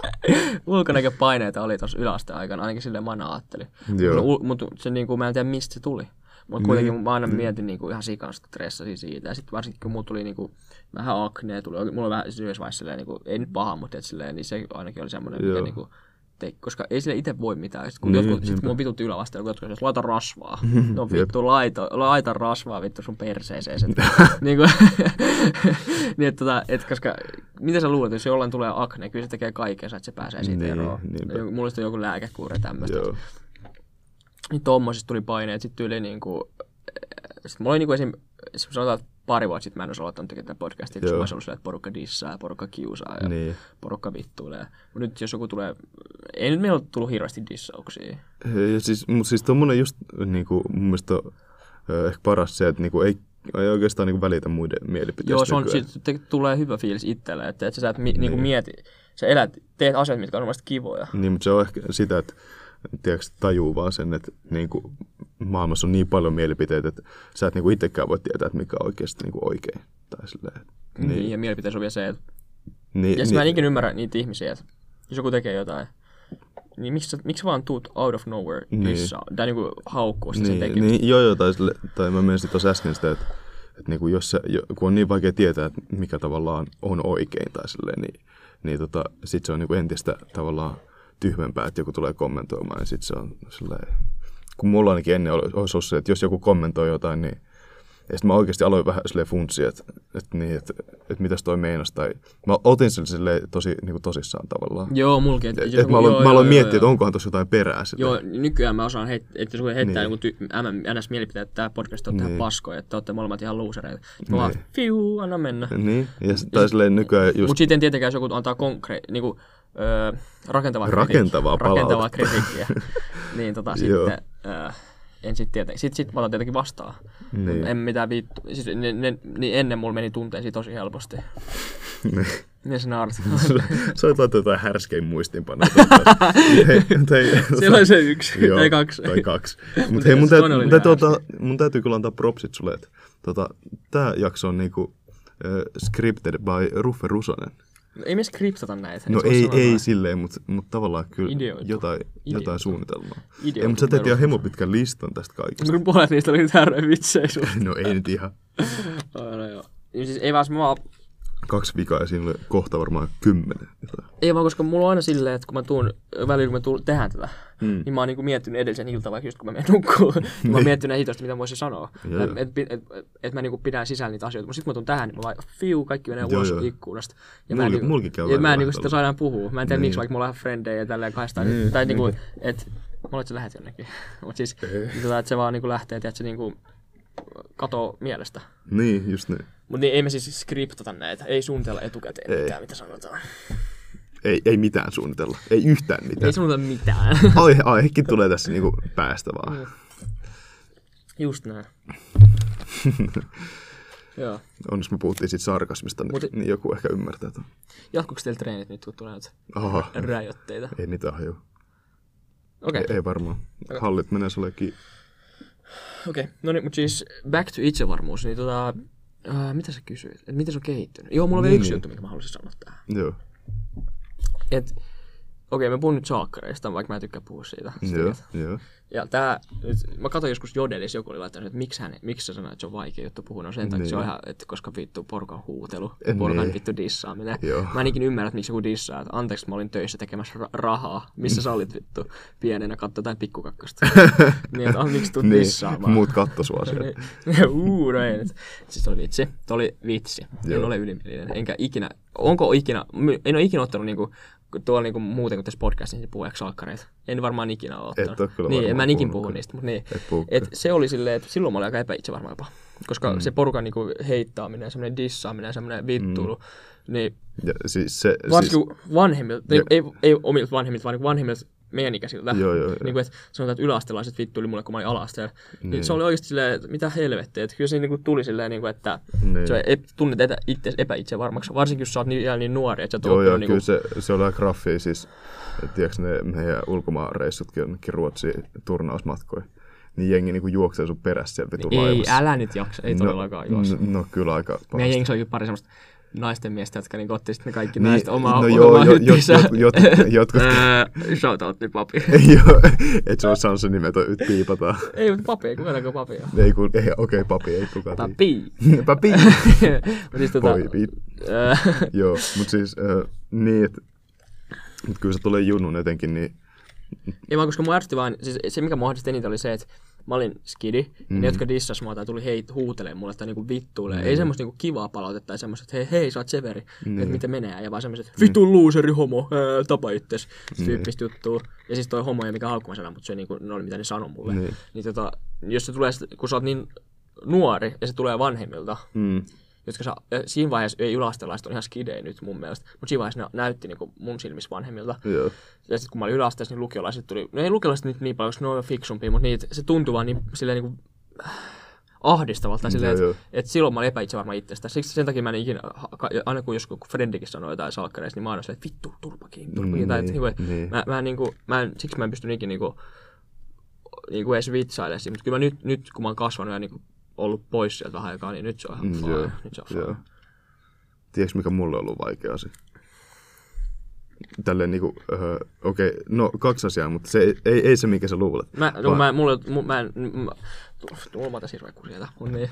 Speaker 2: ulkonäköpaineita oli tuossa yläasteen aikana, ainakin silleen mä aina ajattelin.
Speaker 1: Joo. Niin.
Speaker 2: Mutta se niinku, mä en tiedä mistä se tuli. Mutta kuitenkin mä
Speaker 1: Mm.
Speaker 2: aina mietin niinku, ihan sikan stressasin siitä. Ja sitten varsinkin kun mulla tuli niinku, vähän aknea, tuli, oikein- mulla oli vähän syössä vaiheessa silleen, niinku, ei nyt paha, mutta et silleen, niin se ainakin oli semmoinen, mikä
Speaker 1: Joo.
Speaker 2: niinku, te, koska ei sille itse voi mitään. Sitten kun,
Speaker 1: Niin,
Speaker 2: niin, jotkut, sit,
Speaker 1: niinpä.
Speaker 2: kun on vitut ylävastaajat, kun jotkut sanoo, että laita rasvaa. No vittu, laita, laita rasvaa vittu sun perseeseen. Sen, niin kuin, niin, että, tota, et, koska, mitä sä luulet, jos jollain tulee akne, kyllä se tekee kaikensa, että se pääsee siitä
Speaker 1: Niin,
Speaker 2: niin, eroon.
Speaker 1: niinpä.
Speaker 2: Joku- Mulla sitten on joku lääkekuuri tämmöistä.
Speaker 1: Joo.
Speaker 2: Niin tommosista tuli paineet, sitten tyyli niinku, sit mulla oli niinku esim, esim sanotaan, että pari vuotta sitten mä en olisi aloittanut tekemään tätä podcastia, koska
Speaker 1: Joo.
Speaker 2: mä olisin ollut sillä, että porukka dissaa ja porukka kiusaa ja
Speaker 1: Niin.
Speaker 2: porukka vittuilee. Mut nyt jos joku tulee, ei nyt meillä ole tullut hirveästi dissauksia.
Speaker 1: Ja siis, mutta siis tommonen just niinku, mun mielestä ö, ehkä paras se, että niinku, ei, ei oikeastaan niinku, välitä muiden mielipiteistä.
Speaker 2: Joo, se on,
Speaker 1: nykyään.
Speaker 2: siitä te, tulee hyvä fiilis itselle, että, että sä et mi, niinku mieti, sä elät, teet asioita, mitkä on mun mielestä kivoja.
Speaker 1: Niin, mutta se on ehkä sitä, että tiedätkö, tajuu vaan sen, että niinku, maailmassa on niin paljon mielipiteitä, että sä et niinku, itsekään voi tietää, että mikä on oikeasti niinku, oikein. Tai silleen.
Speaker 2: Niin. niin ja mielipiteessä on vielä se, että
Speaker 1: Niin,
Speaker 2: Ja sit mä en
Speaker 1: niin,
Speaker 2: ikinä ymmärrä niitä ihmisiä, että jos joku tekee jotain, niin miksi, sä- miksi vaan tuut out of nowhere
Speaker 1: Niin.
Speaker 2: missä, tai niinku haukkuu sitä niin, sen
Speaker 1: niin,
Speaker 2: tekemistä.
Speaker 1: niin, joo, joo, tai, sille, tai mä menin tuossa äsken sitä, että, että niinku, jos se, jo- kun on niin vaikea tietää, että mikä tavallaan on oikein tai silleen, niin, niin tota, sit se on niinku entistä tavallaan tyhmempää, että joku tulee kommentoimaan, niin sit se on silleen, kun mulla ainakin ennen oli, olisi ollut se, että jos joku kommentoi jotain, niin ja sitten mä oikeasti aloin vähän silleen funtsia, että, että, niin, että, että mitäs toi meinas, tai mä otin sen silleen tosi niin kuin tosissaan tavallaan.
Speaker 2: Niin. Joo, mulki. Et,
Speaker 1: Et, et mä aloin, mä aloin miettiä, että onkohan tuossa jotain perää. Sille.
Speaker 2: Joo, nykyään mä osaan heittää, että jos joku heittää niin. joku ty- MM, NS-mielipiteen, että tämä podcast on niin. tähän paskoja, että te olette molemmat ihan luusereita. Mä vaan, fiu, anna mennä.
Speaker 1: Niin, ja, s- tai silleen nykyään just
Speaker 2: Mutta sitten en tietenkään, jos joku antaa konkre- niinku, öö,
Speaker 1: Rakentavaa
Speaker 2: rakentavaa, kritiikkiä, rakentavaa
Speaker 1: palautetta.
Speaker 2: kritiikkiä, niin tota,
Speaker 1: Joo.
Speaker 2: sitten öö, en sitten tietenkin. Sitten sit mä otan tietenkin vastaan.
Speaker 1: Niin.
Speaker 2: En mitään vittu. Siis ne, ne, niin ennen mulla meni tunteisiin tosi helposti. Niin sinä Art.
Speaker 1: Sä oot laittanut jotain härskein muistiinpanoja. tuosta. Hei, tai-
Speaker 2: Siellä oli se yksi
Speaker 1: Joo,
Speaker 2: tai kaksi.
Speaker 1: Tai kaksi. Mut hei, mun,
Speaker 2: se
Speaker 1: täyt,
Speaker 2: toinen oli
Speaker 1: mun, täytyy
Speaker 2: vähän
Speaker 1: antaa, mun täytyy kyllä antaa propsit sulle, että tota, tää jakso on niinku äh, scripted by Ruffe Rusonen.
Speaker 2: Ei me skriptata näitä.
Speaker 1: No
Speaker 2: se voi
Speaker 1: ei,
Speaker 2: sanoa
Speaker 1: ei
Speaker 2: vaan.
Speaker 1: silleen, mutta mut tavallaan kyllä
Speaker 2: Ideoitu.
Speaker 1: jotain, jotain
Speaker 2: Ideoitu.
Speaker 1: suunnitelmaa.
Speaker 2: Ideoitu
Speaker 1: Ei, mutta sä teit
Speaker 2: perus-
Speaker 1: ihan hemo pitkän listan tästä kaikesta.
Speaker 2: Mun puolet niistä oli nyt härröi vitsejä sulle.
Speaker 1: No ei nyt ihan.
Speaker 2: Ai, No joo. Niin Siis ei vaan, mä vaan
Speaker 1: kaksi vikaa ja siinä oli kohta varmaan kymmenen. jotain.
Speaker 2: Ei vaan, koska mulla on aina silleen, että kun mä tuun, välillä kun mä tuun tehdään tätä,
Speaker 1: Mm.
Speaker 2: niin mä oon niinku miettinyt edellisen iltaa, vaikka just kun mä menen nukkuun, niin. mä oon miettinyt hitaasti, mitä mä voisin sanoa.
Speaker 1: Joo, joo.
Speaker 2: Että et, et, et, et mä niinku pidän sisällä niitä asioita. Mutta sitten kun mä tuun tähän, niin mä vaan, fiu, kaikki menee
Speaker 1: Joo,
Speaker 2: ulos
Speaker 1: joo.
Speaker 2: ikkunasta. Ja
Speaker 1: Mulki-
Speaker 2: mä en, niinku-
Speaker 1: mulki käy
Speaker 2: ja
Speaker 1: välillä
Speaker 2: mä en niinku
Speaker 1: vähän
Speaker 2: sitä saadaan puhua. Mä en tiedä
Speaker 1: Niin.
Speaker 2: miksi, vaikka mulla on frendejä ja tälleen kahdestaan.
Speaker 1: Niin,
Speaker 2: Tai niinku, et, mulla et sä lähet jonnekin. Mutta siis, tota, että se vaan niinku lähtee, että se niinku katoo mielestä.
Speaker 1: Niin, just niin.
Speaker 2: Mutta niin, ei me siis skriptata näitä, ei suunnitella etukäteen
Speaker 1: Ei.
Speaker 2: mitään, mitä sanotaan.
Speaker 1: Ei, ei mitään suunnitella. Ei yhtään mitään.
Speaker 2: Ei suunnitella mitään.
Speaker 1: Aihe, aihekin tulee tässä niinku päästä vaan.
Speaker 2: Mm. Just näin. Joo.
Speaker 1: Onneksi me puhuttiin siitä sarkasmista, niin,
Speaker 2: Mut-
Speaker 1: niin joku ehkä ymmärtää tämän.
Speaker 2: Jatkuuko teillä treenit nyt, kun tulee näitä
Speaker 1: Aha,
Speaker 2: rajoitteita?
Speaker 1: ei mitään hajua.
Speaker 2: Okei,
Speaker 1: Ei, ei varmaan. Hallit menee sollekin.
Speaker 2: okei. No niin, mutta siis back to itsevarmuus, niin tota... Äh, mitä sä kysyit? Et miten se on kehittynyt? Joo, mulla on vielä
Speaker 1: Niin,
Speaker 2: yksi
Speaker 1: niin.
Speaker 2: juttu, mikä mä haluaisin sanoa tähän.
Speaker 1: Joo.
Speaker 2: Et, okei, mä puhun nyt saakkareista, vaikka mä en tykkää puhua siitä. Sä
Speaker 1: Joo,
Speaker 2: tiedät.
Speaker 1: joo.
Speaker 2: Ja tää, nyt, mä katsoin joskus Jodelis, joku oli laittanut, että miksi, hän, miksi sä sanoit, että se on vaikea juttu puhua. No sen takia
Speaker 1: Niin.
Speaker 2: se on ihan, että koska vittu porukan huutelu, porukan
Speaker 1: Niin.
Speaker 2: vittu dissaaminen.
Speaker 1: Joo.
Speaker 2: Mä en ikinä ymmärrä, että miksi joku dissaa, että anteeksi, mä olin töissä tekemässä ra- rahaa. Missä sä olit vittu pienenä, katso jotain pikkukakkosta. niin, että ah, miksi tuut
Speaker 1: Niin,
Speaker 2: dissaamaan.
Speaker 1: muut katto sua siellä.
Speaker 2: Niin, Uu, no ei nyt. Siis se oli vitsi. Tuo oli vitsi. En
Speaker 1: Joo.
Speaker 2: ole ylimielinen. Enkä ikinä, onko ikinä, my- en ole ikinä ottanut niinku, tuolla niinku muuten kuin tässä podcastissa niin puhujaksi salkkareita. En varmaan ikinä ole
Speaker 1: Et
Speaker 2: ottanut.
Speaker 1: oo kyllä
Speaker 2: niin, en
Speaker 1: varmaan
Speaker 2: mä en ikin
Speaker 1: puhunut
Speaker 2: puhu
Speaker 1: kyllä.
Speaker 2: niistä, mutta niin.
Speaker 1: Et puhu Mm.
Speaker 2: Et se oli silleen, että silloin mä olin aika epäitsevarma jopa. Koska se porukan niinku heittaaminen, semmoinen dissaaminen, semmoinen vittuilu,
Speaker 1: Mm.
Speaker 2: niin
Speaker 1: Ja siis se,
Speaker 2: varsinkin
Speaker 1: siis,
Speaker 2: siis... vanhemmilta, ei, ei, ei omilta vanhemmilta, vaan niinku vanhemmilta meidän ikäisiltä.
Speaker 1: Joo, joo, joo.
Speaker 2: Niin kuin, että sanotaan, että yläastelaiset vittuili mulle, kun mä olin alasteella. Niin. se oli oikeasti silleen, että mitä helvettiä. Että kyllä se niinku tuli silleen, niinku, että
Speaker 1: Niin.
Speaker 2: niin. sä ep, tunnet etä, itse epäitsevarmaksi. Varsinkin, jos sä oot niin, vielä niin nuori, että sä et
Speaker 1: joo,
Speaker 2: oo
Speaker 1: joo,
Speaker 2: niinku-
Speaker 1: kyllä se, se oli aika raffia. Siis, tiedätkö ne meidän ulkomaanreissutkin jonnekin Ruotsiin turnausmatkoja, niin jengi niinku juoksee sun perässä siellä vitu
Speaker 2: Ei,
Speaker 1: laivassa.
Speaker 2: Niin, älä nyt jaksa. Ei todellakaan juossa.
Speaker 1: no, no, kyllä aika
Speaker 2: Meidän
Speaker 1: pahasti.
Speaker 2: jengissä olikin pari semmoista naisten miestä, jotka niin otti sitten ne kaikki niin, naiset omaa
Speaker 1: no
Speaker 2: no
Speaker 1: joo,
Speaker 2: omaa
Speaker 1: jo,
Speaker 2: jo,
Speaker 1: jot, jot, jot, jotkut,
Speaker 2: Shout out niin papi.
Speaker 1: joo, et se olisi saanut sen nimen, että piipataan.
Speaker 2: ei, mutta papi, kuka takaa papi on?
Speaker 1: Ei kun, ei, okei, okay, papi, ei kukaan tiedä. Papi.
Speaker 2: Papi. Mut siis tota,
Speaker 1: Voi vittu.
Speaker 2: äh,
Speaker 1: Joo, mutta siis äh, niin, että mut kyllä se tulee junun etenkin, niin
Speaker 2: ei vaan, koska mua ärsytti vaan, siis se mikä mua ahdisti eniten oli se, että mä olin skidi, mm. ne jotka dissas mua tai tuli hei huutelee mulle tai niinku vittuulee. Mm. Ei semmoista niinku kivaa palautetta tai semmoista, että hei hei sä oot severi, mm. että miten menee. Ja vaan semmoiset, vittu luuseri homo, ää, tapa itses, mm. tyyppistä juttua. Ja siis toi homo ei mikään haukkumasana, mutta se niinku, ne oli mitä ne sanoi mulle.
Speaker 1: Niin.
Speaker 2: Niin. niin tota, jos se tulee, sit- kun sä oot niin nuori ja se tulee vanhemmilta,
Speaker 1: mm,
Speaker 2: jotka saa, ja siinä vaiheessa, ei yläastelaiset on ihan skidejä nyt mun mielestä, mutta siinä vaiheessa ne näytti niin kuin mun silmissä vanhemmilta.
Speaker 1: joo.
Speaker 2: Ja sitten kun mä olin yläasteessa, niin lukiolaiset tuli, no ei lukiolaiset nyt niin paljon, koska ne on fiksumpia, mutta niitä, se tuntui vaan niin, silleen niin kuin, ahdistavalta tai silleen,
Speaker 1: Mm, Joo,
Speaker 2: että et silloin mä olin epäitsevarma itsestä. Siksi sen takia mä en ikinä, ha- ka- aina kun joskus kun Freddikin sanoi jotain salkkareista, niin mä aina silleen, että vittu, turpakiin, turpakiin. tai,
Speaker 1: Niin,
Speaker 2: että, niinku, et,
Speaker 1: niin.
Speaker 2: mä, mä, en, niin kuin, mä en, siksi mä en pysty ikinä niin kuin, niin kuin edes vitsailemaan siitä, mutta kyllä mä nyt, nyt kun mä oon kasvanut ja niin kuin, ollut pois sieltä vähän aikaa, niin nyt se on ihan fine.
Speaker 1: Mm, Joo,
Speaker 2: nyt se on fine.
Speaker 1: joo. Tiedätkö, mikä mulle on ollut vaikea asia? Tälleen niinku, öö, okei, okay, no kaksi asiaa, mutta se ei, ei, ei se, minkä sä luulet.
Speaker 2: Mä, no, mä, mulle, mu, mä en, mä, mulla on tässä hirveä kurjeita, mut niin.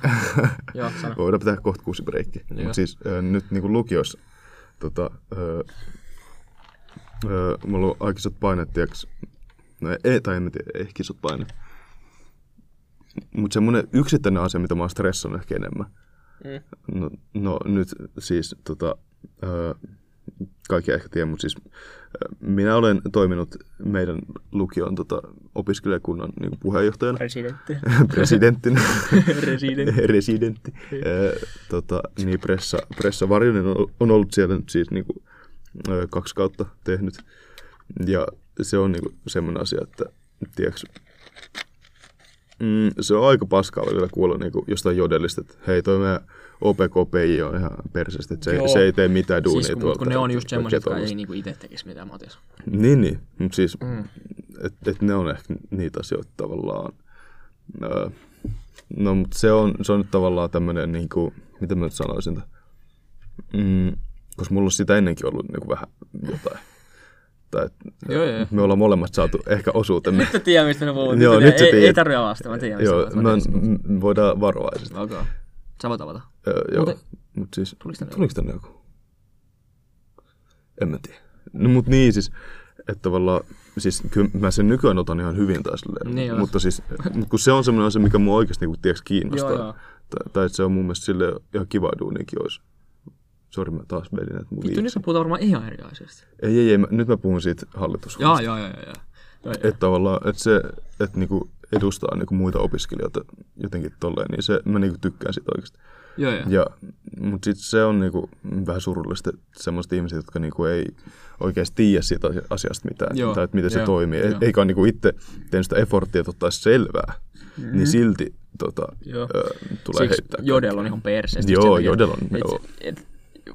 Speaker 2: Joo, sano.
Speaker 1: Voidaan pitää kohta kuusi breikki. Mutta
Speaker 2: Joo.
Speaker 1: siis äh, nyt niin kuin lukiossa, tota, äh, äh, mulla on aikisot painet, tiiäks, no ei, tai en mä tiedä, ehkä isot painet. Mutta semmoinen yksittäinen asia, mitä mä oon stressannut ehkä enemmän. Mm. No, no, nyt siis tota, äh, kaikki ehkä tiedä, mutta siis äh, minä olen toiminut meidän lukion tota, opiskelijakunnan niin puheenjohtajana,
Speaker 2: Presidentti.
Speaker 1: presidenttinä
Speaker 2: Presidentti.
Speaker 1: residentti. Ö, tota, niin Pressa, Pressa Varjonen on- on ollut siellä nyt siis niinku, ö, kaksi kautta tehnyt. Ja se on niinku semmoinen asia, että tiiäks, mm, se on aika paskaa välillä kuulla niinku jostain jodellista, että hei toi meidän OPKPI on ihan perseestä, että se,
Speaker 2: Joo.
Speaker 1: se, ei tee mitään duunia
Speaker 2: Siis kun, mut
Speaker 1: tuolta.
Speaker 2: kun ne on just
Speaker 1: Kaikkea
Speaker 2: semmoiset, jotka
Speaker 1: tollaista.
Speaker 2: ei niinku itse tekisi mitään Matias.
Speaker 1: Niin, niin. Mutta siis, mm.
Speaker 2: Mm.
Speaker 1: että et ne on ehkä niitä asioita tavallaan. Öö, no, mutta se on, se on nyt tavallaan tämmöinen, niinku, mitä mä nyt sanoisin, tää? mm, koska mulla on sitä ennenkin ollut niinku vähän jotain. Tai, et,
Speaker 2: Joo, joo.
Speaker 1: me ollaan molemmat saatu ehkä osuutemme.
Speaker 2: Nyt sä tiedät, mistä ne puhut.
Speaker 1: Joo, nyt sä
Speaker 2: ei, ei
Speaker 1: tiedät.
Speaker 2: tarvitse avastaa, mä tiedän, mistä
Speaker 1: Joo, no-
Speaker 2: puhut.
Speaker 1: mä, m- voidaan varovaisesti.
Speaker 2: Okei. Sä voit avata.
Speaker 1: Öö, joo,
Speaker 2: Muuten-
Speaker 1: mutta siis,
Speaker 2: Tuliks tänne
Speaker 1: tuliko tänne joku? En mä tiedä. No mut niin siis, että tavallaan, siis kyllä mä sen nykyään otan ihan hyvin taas,
Speaker 2: Niin
Speaker 1: niin
Speaker 2: joo.
Speaker 1: mutta siis, mut kun se on semmoinen asia, mikä mua oikeasti niinku, tiiäks, kiinnostaa.
Speaker 2: Joo, joo.
Speaker 1: Tai, tai että se on mun mielestä sille ihan kiva duunikin olisi. Sori, mä taas vedin näitä mun
Speaker 2: Vittu,
Speaker 1: viiksejä.
Speaker 2: nyt me puhutaan varmaan ihan eri asiasta.
Speaker 1: Ei, ei, ei, mä, nyt mä puhun siitä hallitus.
Speaker 2: Joo, joo, joo, joo. joo. joo, joo.
Speaker 1: Että tavallaan, että se, että niinku edustaa niinku muita opiskelijoita jotenkin tolleen, niin se, mä niinku tykkään siitä oikeasti.
Speaker 2: joo, joo.
Speaker 1: Ja, mutta sitten se on niinku vähän surullista, että semmoiset ihmiset, jotka niinku ei oikeasti tiedä siitä asi- asiasta mitään,
Speaker 2: Joo,
Speaker 1: tai että miten se
Speaker 2: joo,
Speaker 1: toimii, E-
Speaker 2: joo.
Speaker 1: eikä ole niinku itse tehnyt sitä efforttia, että ottaisi selvää, mm-hmm. niin silti tota, ö,
Speaker 2: Joo.
Speaker 1: tulee
Speaker 2: Siksi
Speaker 1: heittää.
Speaker 2: Jodel on ihan perseestä.
Speaker 1: Joo,
Speaker 2: Sen takia,
Speaker 1: Jodel on,
Speaker 2: et-
Speaker 1: joo.
Speaker 2: et-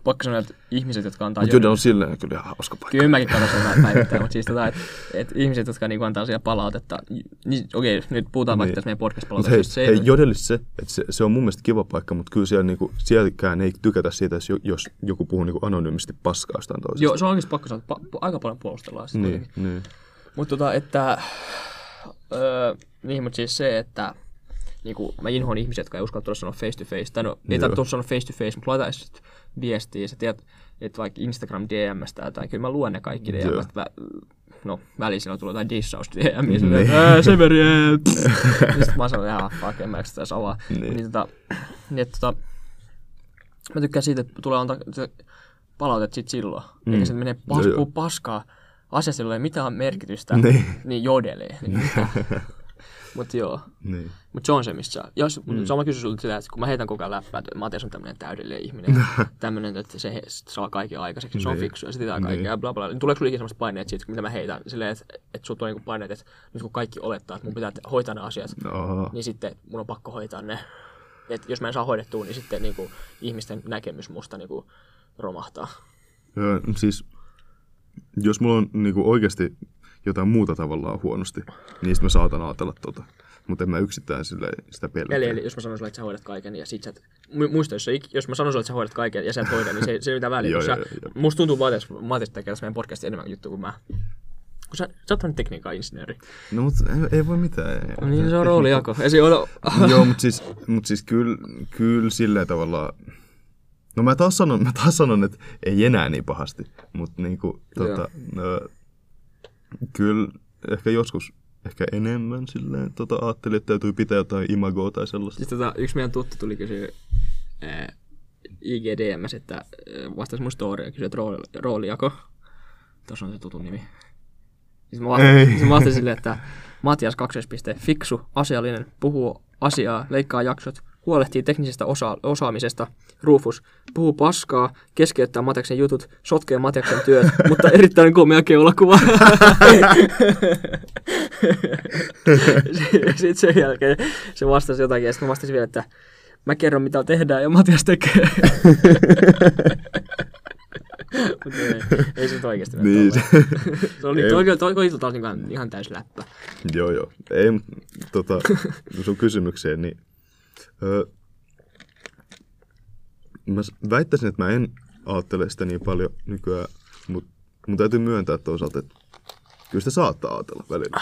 Speaker 2: Pakko sanoa, että ihmiset, jotka antaa
Speaker 1: Mutta Jodel on silleen kyllä ihan hauska paikka.
Speaker 2: Kyllä mäkin katson sitä päivittäin, mutta siis tota, että et ihmiset, jotka niinku antaa siellä palautetta, niin okei, nyt puhutaan vaikka
Speaker 1: Niin.
Speaker 2: tästä meidän
Speaker 1: Mut
Speaker 2: podcast-palautetta.
Speaker 1: hei,
Speaker 2: jos
Speaker 1: hei, hei Jodelissa se, että se, se, on mun mielestä kiva paikka, mutta kyllä siellä, niinku, sielläkään ei tykätä siitä, jos, jo- jos joku puhuu niinku anonyymisti paskaa jostain toisesta.
Speaker 2: Joo, se on oikeasti pakko sanoa, että pa- pa- aika paljon puolustellaan sitä.
Speaker 1: siis- Niin, niin.
Speaker 2: Mutta tota, että... Öö, niin, mutta siis se, että... Niinku, mä inhoan ihmisiä, jotka ei uskalla tulla sanoa face to face. Tai no, ei
Speaker 1: Joo.
Speaker 2: tarvitse sanoa face to face, mutta laita edes sit viestiä. Sä tiedät, että vaikka Instagram DMstä tai kyllä mä luen ne kaikki DM.
Speaker 1: Joo.
Speaker 2: Mä, no, väliin silloin tulee jotain dissaus DM. Niin. Ää, Severi, ää, pff." Sitten mä sanon, että fuck, en mä sitä edes avaa.
Speaker 1: Niin.
Speaker 2: Niin. Niin, tota, niin, että, tota, mä tykkään siitä, että tulee antaa se palautet sit silloin. Mm. Eikä se mene pas,
Speaker 1: Joo, joo.
Speaker 2: no, paskaa. Asiassa ei ole mitään merkitystä,
Speaker 1: Niin.
Speaker 2: niin, niin jodelee. Niin Mutta joo.
Speaker 1: niin.
Speaker 2: Mutta se on se, missä... Jos, mm. Sama kysyn sulta sitä, että kun mä heitän koko ajan läppää, että Matias on tämmöinen täydellinen ihminen, tämmöinen, että se he- sit saa kaiken aikaiseksi, se on
Speaker 1: Niin.
Speaker 2: fiksu ja se tietää kaikkea, ja bla bla. Niin tuleeko sulla ikinä semmoista paineet siitä, mitä mä heitän? Silleen, että et sulla tulee niinku paineet, että nyt kun kaikki olettaa, että mun pitää te- hoitaa ne asiat,
Speaker 1: Oho.
Speaker 2: niin sitten mun on pakko hoitaa ne. Et jos mä en saa hoidettua, niin sitten niinku, ihmisten näkemys musta niinku, romahtaa.
Speaker 1: Öö, siis, jos mulla on niinku oikeasti jotain muuta tavallaan huonosti, niin sit mä saatan ajatella tota. Mutta en mä yksittäin sille sitä pelkää.
Speaker 2: Eli, eli jos mä sanon sulle, että sä hoidat kaiken ja sit sä et, mu- muista, jos, sä, ik- jos mä sanon sulle, että sä hoidat kaiken ja sä et hoida, niin se, se ei mitään väliä.
Speaker 1: Joo,
Speaker 2: kun sä,
Speaker 1: joo, joo.
Speaker 2: musta tuntuu Matias, Matias tekee tässä meidän podcastissa enemmän juttu kuin mä. Kun sä, sä oot tekniikan insinööri.
Speaker 1: No mut ei, ei voi mitään. Ei,
Speaker 2: Niin se on roolijako. Ei se ole...
Speaker 1: Joo, mutta siis, mut siis kyllä, kyllä silleen tavallaan... No mä taas sanon, mä taas sanon että ei enää niin pahasti, mutta niinku, tota, ö, kyllä ehkä joskus ehkä enemmän silleen, tota, ajattelin, että täytyy pitää jotain imagoa tai sellaista.
Speaker 2: Siis tota, yksi meidän tuttu tuli kysyä ää, IGDMS, että ää, vastasi mun story ja kysyi, että rooli, roolijako. Tuossa on se tutun nimi. Siis mä
Speaker 1: Ei.
Speaker 2: vastasin, siis mä vastasin silleen, että Matias 2. piste, fiksu, asiallinen, puhuu asiaa, leikkaa jaksot, huolehtii teknisestä osa- osaamisesta, Rufus, puhuu paskaa, keskeyttää Mateksen jutut, sotkee Mateksen työt, mutta erittäin komea keulakuva. sitten sen jälkeen se vastasi jotakin, ja sitten mä vastasin vielä, että mä kerron mitä tehdään, ja Matias tekee. Mutta ei, ei se nyt oikeasti mene
Speaker 1: Niin,
Speaker 2: tolleen.
Speaker 1: se-
Speaker 2: Se oli
Speaker 1: Ei.
Speaker 2: toi, toi, toi, toi taas niinku ihan, ihan täys läppä.
Speaker 1: Joo, joo. Ei, mut, tota, sun kysymykseen, niin öö, mä s- väittäisin, että mä en ajattele sitä niin paljon nykyään, mutta mun täytyy myöntää toisaalta, että kyllä sitä saattaa ajatella välillä.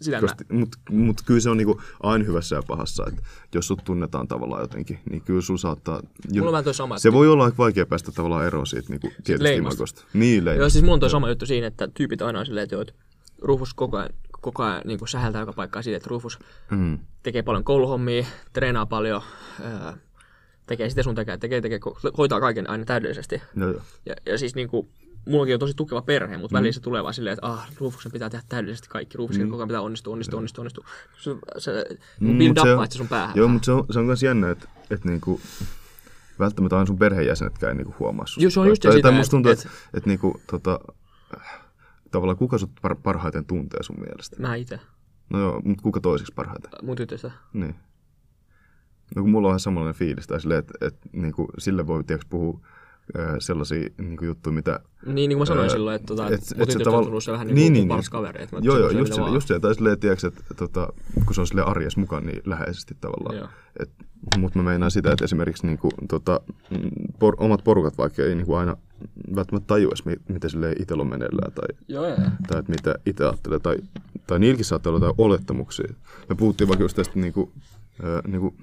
Speaker 2: Sitä mä,
Speaker 1: Mutta mut kyllä se on niinku aina hyvässä ja pahassa, että jos sut tunnetaan tavallaan jotenkin, niin kyllä sun saattaa... Jo,
Speaker 2: mulla on vähän toi sama.
Speaker 1: se voi olla aika vaikea päästä tavallaan eroon siitä niinku tietystä
Speaker 2: leimasta.
Speaker 1: imagosta. Niin,
Speaker 2: Joo,
Speaker 1: leimasta.
Speaker 2: siis mulla on toi sama juttu siinä, että tyypit aina on silleen, että, joo, että Rufus koko ajan, koko ajan niin sähältää joka paikkaa siitä, että Rufus
Speaker 1: Mm.
Speaker 2: tekee paljon kouluhommia, treenaa paljon, öö, tekee sitä sun tekee, tekee, tekee, ko- hoitaa kaiken aina täydellisesti.
Speaker 1: No Joo, joo.
Speaker 2: Ja, ja siis niin kuin, mullakin on tosi tukeva perhe, mutta mm. välillä se tulee vaan silleen, että ah, Rufuksen pitää tehdä täydellisesti kaikki,
Speaker 1: Mm.
Speaker 2: Rufuksen koko ajan pitää onnistua, onnistua, onnistua, onnistua. Se, se mm,
Speaker 1: mut
Speaker 2: build
Speaker 1: se
Speaker 2: up
Speaker 1: on-
Speaker 2: se sun päähän.
Speaker 1: Joo, mutta se on, se on myös jännä, että, että niinku, välttämättä aina sun perheenjäsenetkään ei niinku huomaa susta.
Speaker 2: Joo, se on just
Speaker 1: tai,
Speaker 2: sitä,
Speaker 1: tai musta tuntuu,
Speaker 2: et-
Speaker 1: että, että, että niinku, tota, tavallaan kuka sut par- parhaiten tuntee sun mielestä?
Speaker 2: Mä itse,
Speaker 1: No joo, mutta kuka toiseksi parhaiten?
Speaker 2: mun tytöstä.
Speaker 1: Niin. No kun mulla on ihan samanlainen fiilis, tai silleen, että, että niinku, sille voi tiiäks, puhua ö, sellaisia niinku, juttuja, mitä
Speaker 2: Niin, niin kuin mä sanoin
Speaker 1: Öö,
Speaker 2: öö, silloin, että tota,
Speaker 1: et-
Speaker 2: et,
Speaker 1: et
Speaker 2: mun
Speaker 1: se
Speaker 2: tytöstä
Speaker 1: tavall-
Speaker 2: on tullut se vähän
Speaker 1: Niin,
Speaker 2: niin,
Speaker 1: niin,
Speaker 2: niin, niin,
Speaker 1: niin.
Speaker 2: paras kaveri. Että mä
Speaker 1: Joo, joo,
Speaker 2: sanoin
Speaker 1: just
Speaker 2: sille
Speaker 1: se,
Speaker 2: vaan.
Speaker 1: just se, tai silleen, tiiäks, että tota, kun se on sille arjessa mukaan, niin läheisesti
Speaker 2: Joo.
Speaker 1: tavallaan. Mutta mä meinaan sitä, että esimerkiksi niinku, tota, mm, por, omat porukat vaikka ei niinku aina välttämättä tajua, edes, mi- miten sille itsellä on meneillään tai,
Speaker 2: Joo, joo.
Speaker 1: tai että mitä itse ajattelee, tai, tai niilläkin saattaa olla jotain olettamuksia. Me puhuttiin vaikka just tästä niinku, ö, niinku,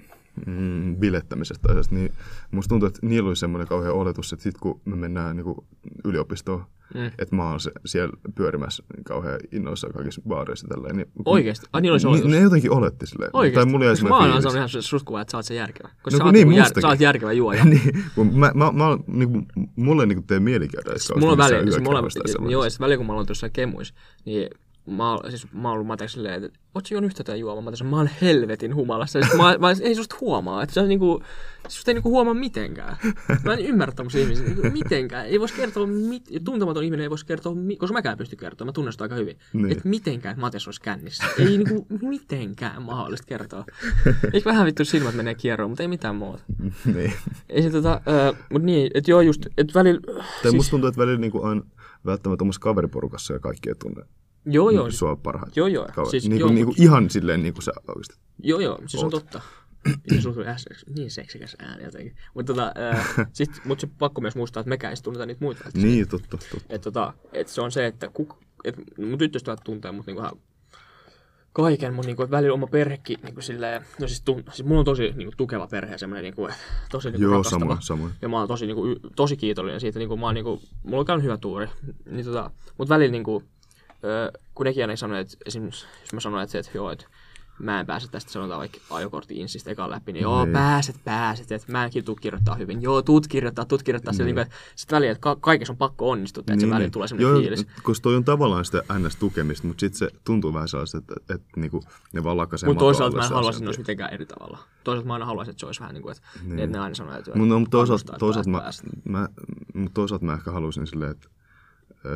Speaker 1: mm, bilettämisestä asiasta, niin musta tuntuu, että niillä oli semmoinen kauhean oletus, että sit kun me mennään niin kuin yliopistoon,
Speaker 2: Mm.
Speaker 1: että mä oon se, siellä pyörimässä kauhean innoissaan kaikissa baareissa tälleen. Niin,
Speaker 2: Oikeesti? Ai, niillä oli se
Speaker 1: Ni-
Speaker 2: oletus?
Speaker 1: Ne jotenkin oletti silleen.
Speaker 2: Oikeesti?
Speaker 1: Tai mulla jäi
Speaker 2: Koska mä
Speaker 1: semmoinen
Speaker 2: oon
Speaker 1: fiilis.
Speaker 2: saanut ihan suskuva, että sä oot se järkevä.
Speaker 1: No
Speaker 2: Koska sä,
Speaker 1: kun
Speaker 2: oot,
Speaker 1: niin
Speaker 2: niin jär,
Speaker 1: mustakin.
Speaker 2: sä oot järkevä juoja.
Speaker 1: niin, kun mä, mä, mä, oon niinku, mulle niinku tee mieli käydä edes
Speaker 2: Mulla on
Speaker 1: missään
Speaker 2: väliä, siis mulla,
Speaker 1: yökerhoissa tai sellaisessa.
Speaker 2: joo, ja sit välillä kun mä olin tuossa kemuis, niin mä, oon- siis mä oon ollut Mateksi silleen, että oot sä juonut yhtä tai juomaa? Mä taisin, mä oon helvetin humalassa. Ja sit mä, mä, ei susta huomaa, että sä niinku, susta ei niinku huomaa mitenkään. Mä en ymmärrä tommosia ihmisiä, niinku mitenkään. Ei vois kertoa, mit, tuntematon ihminen ei vois kertoa, mi- koska mäkään en pysty kertoa, mä tunnen sitä aika hyvin.
Speaker 1: Niin.
Speaker 2: Niin. Että mitenkään, että Matias olisi kännissä. Ei niinku mitenkään mahdollista kertoa. Ehkä vähän vittu silmät menee kierroon, mutta ei mitään muuta.
Speaker 1: niin.
Speaker 2: Ei se tota, äh, mut niin, että joo just, että välillä... siis-
Speaker 1: Tai musta tuntuu, että välillä niinku aina välttämättä omassa kaveriporukassa ja kaikki ei tunne niinku
Speaker 2: Joo joo,
Speaker 1: sua parhaiten.
Speaker 2: Joo, joo.
Speaker 1: Kaverit.
Speaker 2: Siis
Speaker 1: niinku,
Speaker 2: joo.
Speaker 1: niinku, ihan silleen niin kuin sä oikeesti.
Speaker 2: Joo, joo, siis on totta. Ja sulla tuli äsken niin seksikäs ääni jotenkin. Mutta tota, ää, sit, mut se pakko myös muistaa, että mekään ei sit tunneta niitä muita. Että
Speaker 1: Niin, totta, totta.
Speaker 2: et, tota, et se on se, että kuk, et mun tyttöystävät tuntee mut niinku ihan kaiken, mutta niinku, et välillä oma perhekin niinku silleen, no siis, tun, siis mulla on tosi niinku, tukeva perhe ja semmoinen niinku, et tosi niinku,
Speaker 1: Joo,
Speaker 2: rakastava.
Speaker 1: sama, sama.
Speaker 2: Ja mä oon tosi, niinku, y- tosi kiitollinen siitä, niinku, mä oon, niinku, mulla on käynyt hyvä tuuri. Niin, tota, mutta välillä niinku, ö, kun nekin aina sanoo, että esimerkiksi jos mä sanon, että, että joo, että mä en pääse tästä sanotaan vaikka ajokortti insistä ekaan läpi, niin joo,
Speaker 1: Niin.
Speaker 2: pääset, pääset, että mä enkin tuu kirjoittaa hyvin, joo, tuut kirjoittaa, tuut kirjoittaa, niin. niin sitten välillä, että ka- kaikessa on pakko onnistua, että niin, se välillä tulee semmoinen
Speaker 1: Joo,
Speaker 2: fiilis.
Speaker 1: Koska toi on tavallaan sitä ns. tukemista, mutta sitten se tuntuu vähän sellaista, että, että, että niinku, ne vaan lakasee
Speaker 2: Mutta
Speaker 1: maton alle
Speaker 2: toisaalta mä en
Speaker 1: sen
Speaker 2: haluaisin, että
Speaker 1: asian.
Speaker 2: ne olisi mitenkään eri tavalla. Toisaalta mä aina haluaisin, että se olisi vähän niin kuin, että, niin. että ne aina sanoo, että
Speaker 1: Mut, no, mut
Speaker 2: kannustaa,
Speaker 1: toisaalta,
Speaker 2: että
Speaker 1: toisaalta, mä,
Speaker 2: pääset, pääset.
Speaker 1: mä, mut toisaalta mä ehkä haluaisin silleen, että,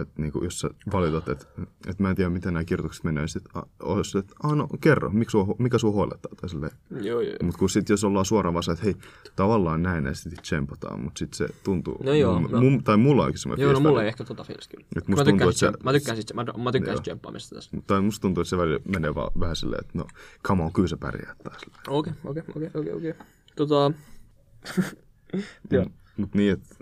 Speaker 1: että niinku, jos sä valitat, että, että mä en tiedä, miten nämä kirjoitukset menee, sit a- ois silleen, että ah, no, kerro, miksi sua, hu- mikä sua huolettaa, tai silleen.
Speaker 2: Joo, joo.
Speaker 1: Mutta kun sit jos ollaan suoraan vaan se, että hei, tavallaan näin, ja sitten tsempataan, mutta sitten se tuntuu,
Speaker 2: No joo,
Speaker 1: mun,
Speaker 2: no.
Speaker 1: mun, tai mulla onkin semmoinen
Speaker 2: Joo, no
Speaker 1: fiilis
Speaker 2: mulla
Speaker 1: välillä.
Speaker 2: ei ehkä tota fiilistä kyllä.
Speaker 1: Nyt
Speaker 2: Mä
Speaker 1: musta
Speaker 2: tykkään,
Speaker 1: tuntuu,
Speaker 2: tuntuu,
Speaker 1: että sä- Mm.
Speaker 2: mä tykkään, sit, mä, mä tykkään sit tsemppaamista tässä.
Speaker 1: Tai musta tuntuu, että se välillä menee vaan vähän silleen, että no, come on, kyllä sä pärjäät taas.
Speaker 2: Okei, okei, okei, okei, okei. Tota, Joo.
Speaker 1: Mut, mut niin, että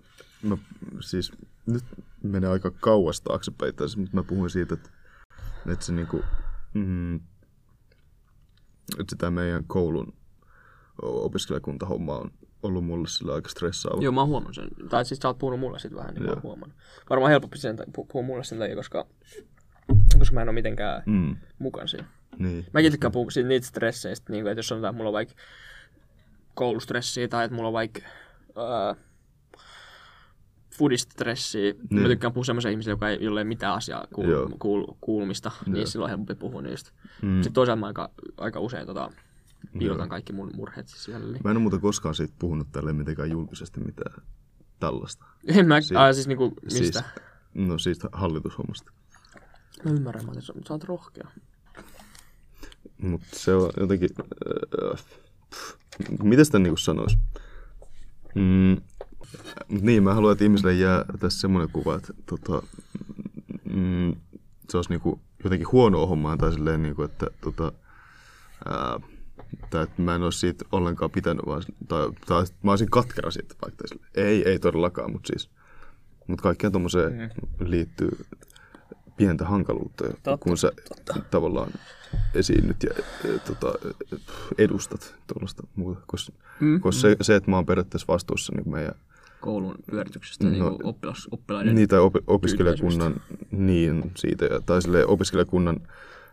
Speaker 1: mä siis nyt menee aika kauas taaksepäin tässä, mutta mä puhuin siitä, että, että se niinku, mm, että sitä meidän koulun o- opiskelijakuntahomma on ollut mulle sillä aika stressaava.
Speaker 2: joo, mä oon huomannut sen. Tai siis sä oot puhunut mulle sit vähän, niin mä oon huomannut. Varmaan helpompi sen tai- pu- puhua mulle sen takia, koska, koska mä en oo mitenkään
Speaker 1: Mm,
Speaker 2: mukaan siinä.
Speaker 1: niin.
Speaker 2: Mäkin tykkään puhua siitä niitä stresseistä, niin kuin, että jos sanotaan, että mulla on vaikka koulustressiä tai että mulla on vaikka ää, foodistressiä. Niin.
Speaker 1: Niin.
Speaker 2: Mä tykkään puhua semmoisen ihmisen, joka ei, jolle ei mitään asiaa
Speaker 1: Joo.
Speaker 2: kuul, kuul, kuulumista, niin silloin on helpompi puhua niistä.
Speaker 1: Mm.
Speaker 2: Mm. Sitten toisaalta mä aika, aika usein tota, piilotan kaikki mun murheet siis niin sisälle.
Speaker 1: Mä en ole muuten koskaan siitä puhunut tälle mitenkään julkisesti mitään tällaista.
Speaker 2: En mä, siis, ah, siis niinku, mistä? Siis.
Speaker 1: Siis, no siitä hallitushommasta.
Speaker 2: Mä ymmärrän, mä tässä, sä oot rohkea.
Speaker 1: Mutta se on jotenkin... Öö, miten sitä niinku sanoisi? Mm, mut niin, mä haluan, että ihmisille jää tässä semmoinen kuva, että tota, mm, se olisi niinku jotenkin huonoa hommaa tai silleen, niinku, että tota, ää, tai että mä en ole siitä ollenkaan pitänyt, vaan, tai, tai mä olisin katkera siitä vaikka. tai silleen. Ei, ei todellakaan, mutta siis. Mutta kaikkeen tuommoiseen liittyy pientä hankaluutta, totta, kun sä totta. tavallaan esiinnyt ja e, tota, e, edustat tuollaista muuta. Koska mm, kos se, se, että mä oon periaatteessa vastuussa niin meidän
Speaker 2: Koulun pyörityksestä, no, niinku oppilas, oppilaiden. Niin.
Speaker 1: niitä opi- opiskelijakunnan, niin siitä, ja- tai silleen opiskelijakunnan,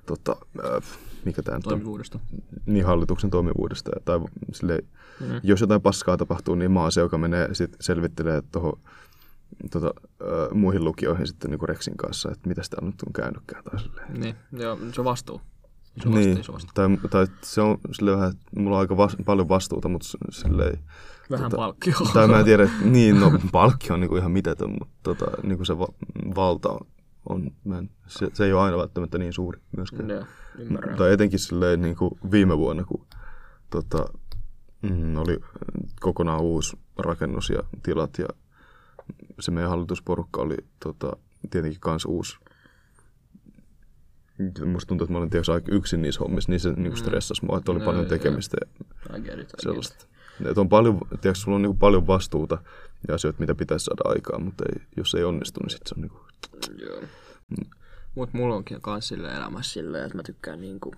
Speaker 1: tota, äh, mikä tämä nyt on,
Speaker 2: Toimivuudesta.
Speaker 1: niin hallituksen toimivuudesta. ja- Tai sille, mm. Jos jotain paskaa tapahtuu, niin mä oon se, joka menee sit selvittelee tuohon tota, äh, muihin lukijoihin sitten niin Rexin kanssa, että mitä täällä nyt on käynytkään. Tai silleen.
Speaker 2: Niin, joo, se on vastuu. Se on vastuu, se on vastuu.
Speaker 1: tai, Niin. tai, se on sille vähän, että mulla on aika vas- paljon vastuuta, mutta silleen,
Speaker 2: Vähän
Speaker 1: Tota,
Speaker 2: palkkio.
Speaker 1: tai mä en tiedä, että- niin, no palkki on niinku ihan mitätön, mutta tota, niinku se va- valta on, on mä en, se, se ei ole aina välttämättä niin suuri myöskään.
Speaker 2: Joo, ymmärrän.
Speaker 1: Tai etenkin silleen niin kuin viime vuonna, kun tota, mm, oli kokonaan uusi rakennus ja tilat ja se meidän hallitusporukka oli tota, tietenkin kans uusi. Musta tuntuu, että mä olin tiiäks, aika yksin niissä hommissa, niin se niin stressasi mua, että oli
Speaker 2: No,
Speaker 1: paljon
Speaker 2: joo.
Speaker 1: tekemistä ja
Speaker 2: I get it, I get it.
Speaker 1: Mm. sellaista. Et on paljon, tiiäks, sulla on niin paljon vastuuta ja asioita, mitä pitäisi saada aikaan, mutta ei, jos ei onnistu, niin sit se on niin kuin,
Speaker 2: Joo.
Speaker 1: Mm.
Speaker 2: Mut mulla onkin kans sille elämässä silleen, että mä tykkään niinku...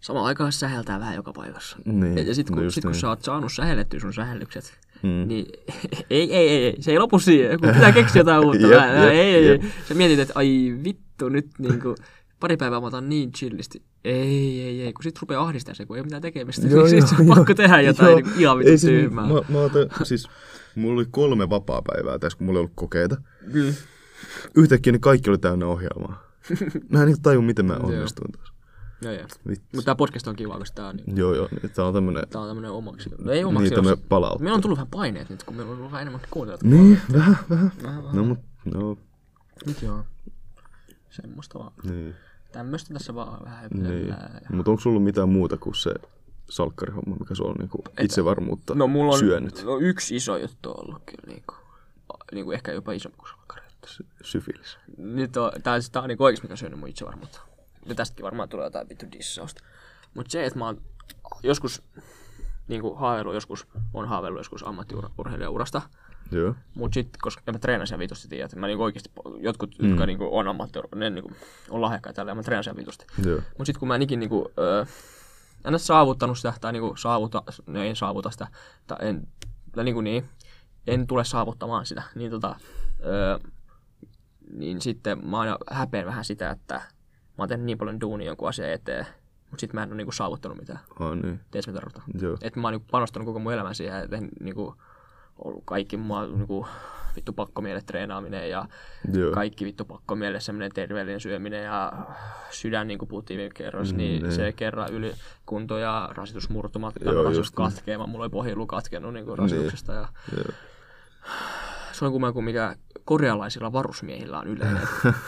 Speaker 2: Samaan aikaan säheltää vähän joka paikassa.
Speaker 1: Niin,
Speaker 2: ja sitten
Speaker 1: no
Speaker 2: kun,
Speaker 1: just
Speaker 2: sit, kun
Speaker 1: niin.
Speaker 2: sä oot saanut sähellettyä sun sähellykset,
Speaker 1: Mm.
Speaker 2: niin ei, ei, ei, ei, se ei lopu siihen, kun pitää keksiä jotain uutta.
Speaker 1: Jep,
Speaker 2: Jep, jep,
Speaker 1: jep,
Speaker 2: ei, ei,
Speaker 1: jep.
Speaker 2: ei. Sä mietit, että ai vittu, nyt niinku, pari päivää mä otan niin chillisti. Ei, ei, ei, kun sit rupeaa ahdistamaan se, kun ei ole mitään tekemistä. Joo, niin joo, sit joo, pakko tehdä jotain joo, niin ihan vittu
Speaker 1: Ei
Speaker 2: siis, tyhmää.
Speaker 1: Mä, mä otan, siis, mulla oli kolme vapaa päivää tässä, kun mulla ei ollut kokeita.
Speaker 2: Kyllä.
Speaker 1: Yhtäkkiä ne kaikki oli täynnä ohjelmaa. Mä en niin tajun, miten mä onnistuin tässä.
Speaker 2: Joo, joo.
Speaker 1: Vittu.
Speaker 2: Mutta tää podcast on kiva, koska tää on, niin,
Speaker 1: Joo, joo. nyt Tää on tämmönen...
Speaker 2: tää on tämmönen omaksi. No ei omaksi,
Speaker 1: Niin,
Speaker 2: niin,
Speaker 1: tämmönen
Speaker 2: me...
Speaker 1: palaute.
Speaker 2: Meillä on tullut vähän paineet nyt, kun meillä on ollut vähän enemmän kuuntelijoita.
Speaker 1: Niin, vähän, vähän. No, mut, no,
Speaker 2: Nyt joo. Semmosta vaan.
Speaker 1: niin.
Speaker 2: Tämmöstä tässä vaan vähän
Speaker 1: Niin.
Speaker 2: höpötellään ja-
Speaker 1: Mutta onko sulla ollut mitään muuta kuin se salkkarihomma, mikä sulla on niinku itsevarmuutta
Speaker 2: No mulla on
Speaker 1: syönyt?
Speaker 2: No, yksi iso juttu on ollut kyllä niinku, niinku ehkä jopa isompi kuin salkari.
Speaker 1: Sy- Syfilis.
Speaker 2: Nyt on, tää, tää on niinku oikeesti mikä on syönyt mun itsevarmuutta. Ja tästäkin varmaan tulee jotain vittu dissausta. Mut se, että mä oon joskus niinku haaveillut, joskus on haaveillut joskus ammattiurheilijaurasta.
Speaker 1: Joo.
Speaker 2: Mut sit, koska ja mä treenan sen vitusti, tiedät, että mä niinku oikeesti, jotkut, mm. jotka niinku on ammattiur, ne niinku on lahjakkaita tällä, ja mä treenan sen vitusti.
Speaker 1: Joo.
Speaker 2: Mutta sitten kun mä en ikin niinku, öö, en ole saavuttanut sitä, tai niinku saavuta, no en saavuta sitä, tai en, tai niinku niin, en tule saavuttamaan sitä, niin tota, öö, niin sitten mä aina häpeän vähän sitä, että mä oon tehnyt niin paljon duunia jonkun asian eteen, mutta sitten mä en ole niinku saavuttanut mitään.
Speaker 1: Ah, niin.
Speaker 2: Tiedätkö mitä tarkoitan?
Speaker 1: Joo.
Speaker 2: Että mä oon niinku panostanut koko mun elämän siihen, että niinku, ollut kaikki mua niinku, vittu pakkomielet treenaaminen ja
Speaker 1: Joo.
Speaker 2: kaikki vittu pakko mielessä semmoinen terveellinen syöminen ja sydän, niin kuin puhuttiin viime kerrassa, niin,
Speaker 1: niin.
Speaker 2: niin, se kerran yli kunto ja rasitusmurtumat,
Speaker 1: Joo,
Speaker 2: Joo, rasitus
Speaker 1: just niin.
Speaker 2: katkeama, mulla oli pohjilu katkenut niin kuin rasituksesta ja
Speaker 1: Joo.
Speaker 2: se on kumman kuin mikä korealaisilla varusmiehillä on yleinen.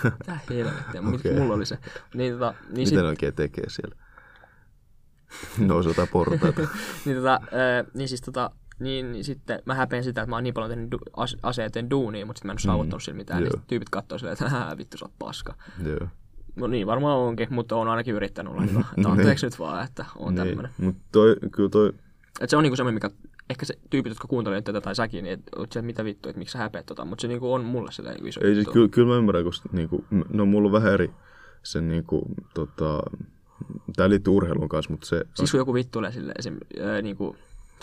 Speaker 2: Mitä helvettiä, okay.
Speaker 1: Okei.
Speaker 2: mulla oli se. Niin, tota, niin, sit,
Speaker 1: Miten ne oikein tekee siellä? Nousi jotain portaita.
Speaker 2: niin, tota, ö, niin, siis, tota, niin, niin sitten mä häpeän sitä, että mä oon niin paljon tehnyt du- as- aseeteen duunia, mutta sitten mä en ole saavuttanut sillä mitään. Niin
Speaker 1: Mm, Joo.
Speaker 2: sit tyypit katsoo silleen, että "Hää, vittu sä oot paska.
Speaker 1: Joo.
Speaker 2: No niin, varmaan onkin, mutta on ainakin yrittänyt olla hyvä.
Speaker 1: Niin.
Speaker 2: Että anteeksi nyt vaan, että on niin. tämmöinen.
Speaker 1: Mut toi, kyllä toi,
Speaker 2: Että se on niinku semmoinen, mikä ehkä se tyypit, jotka kuuntelee tätä tai säkin, niin että se, mitä vittu, että miksi sä häpeät tota. Mutta se niinku on mulle sitä niinku iso
Speaker 1: ei siis
Speaker 2: juttu.
Speaker 1: kyllä, kyllä mä ymmärrän, koska niinku, m- no mulla on vähän eri se niinku, tota, tää liittyy urheiluun kanssa, mutta se,
Speaker 2: Siis kun joku vittu tulee silleen esim, ää, niinku,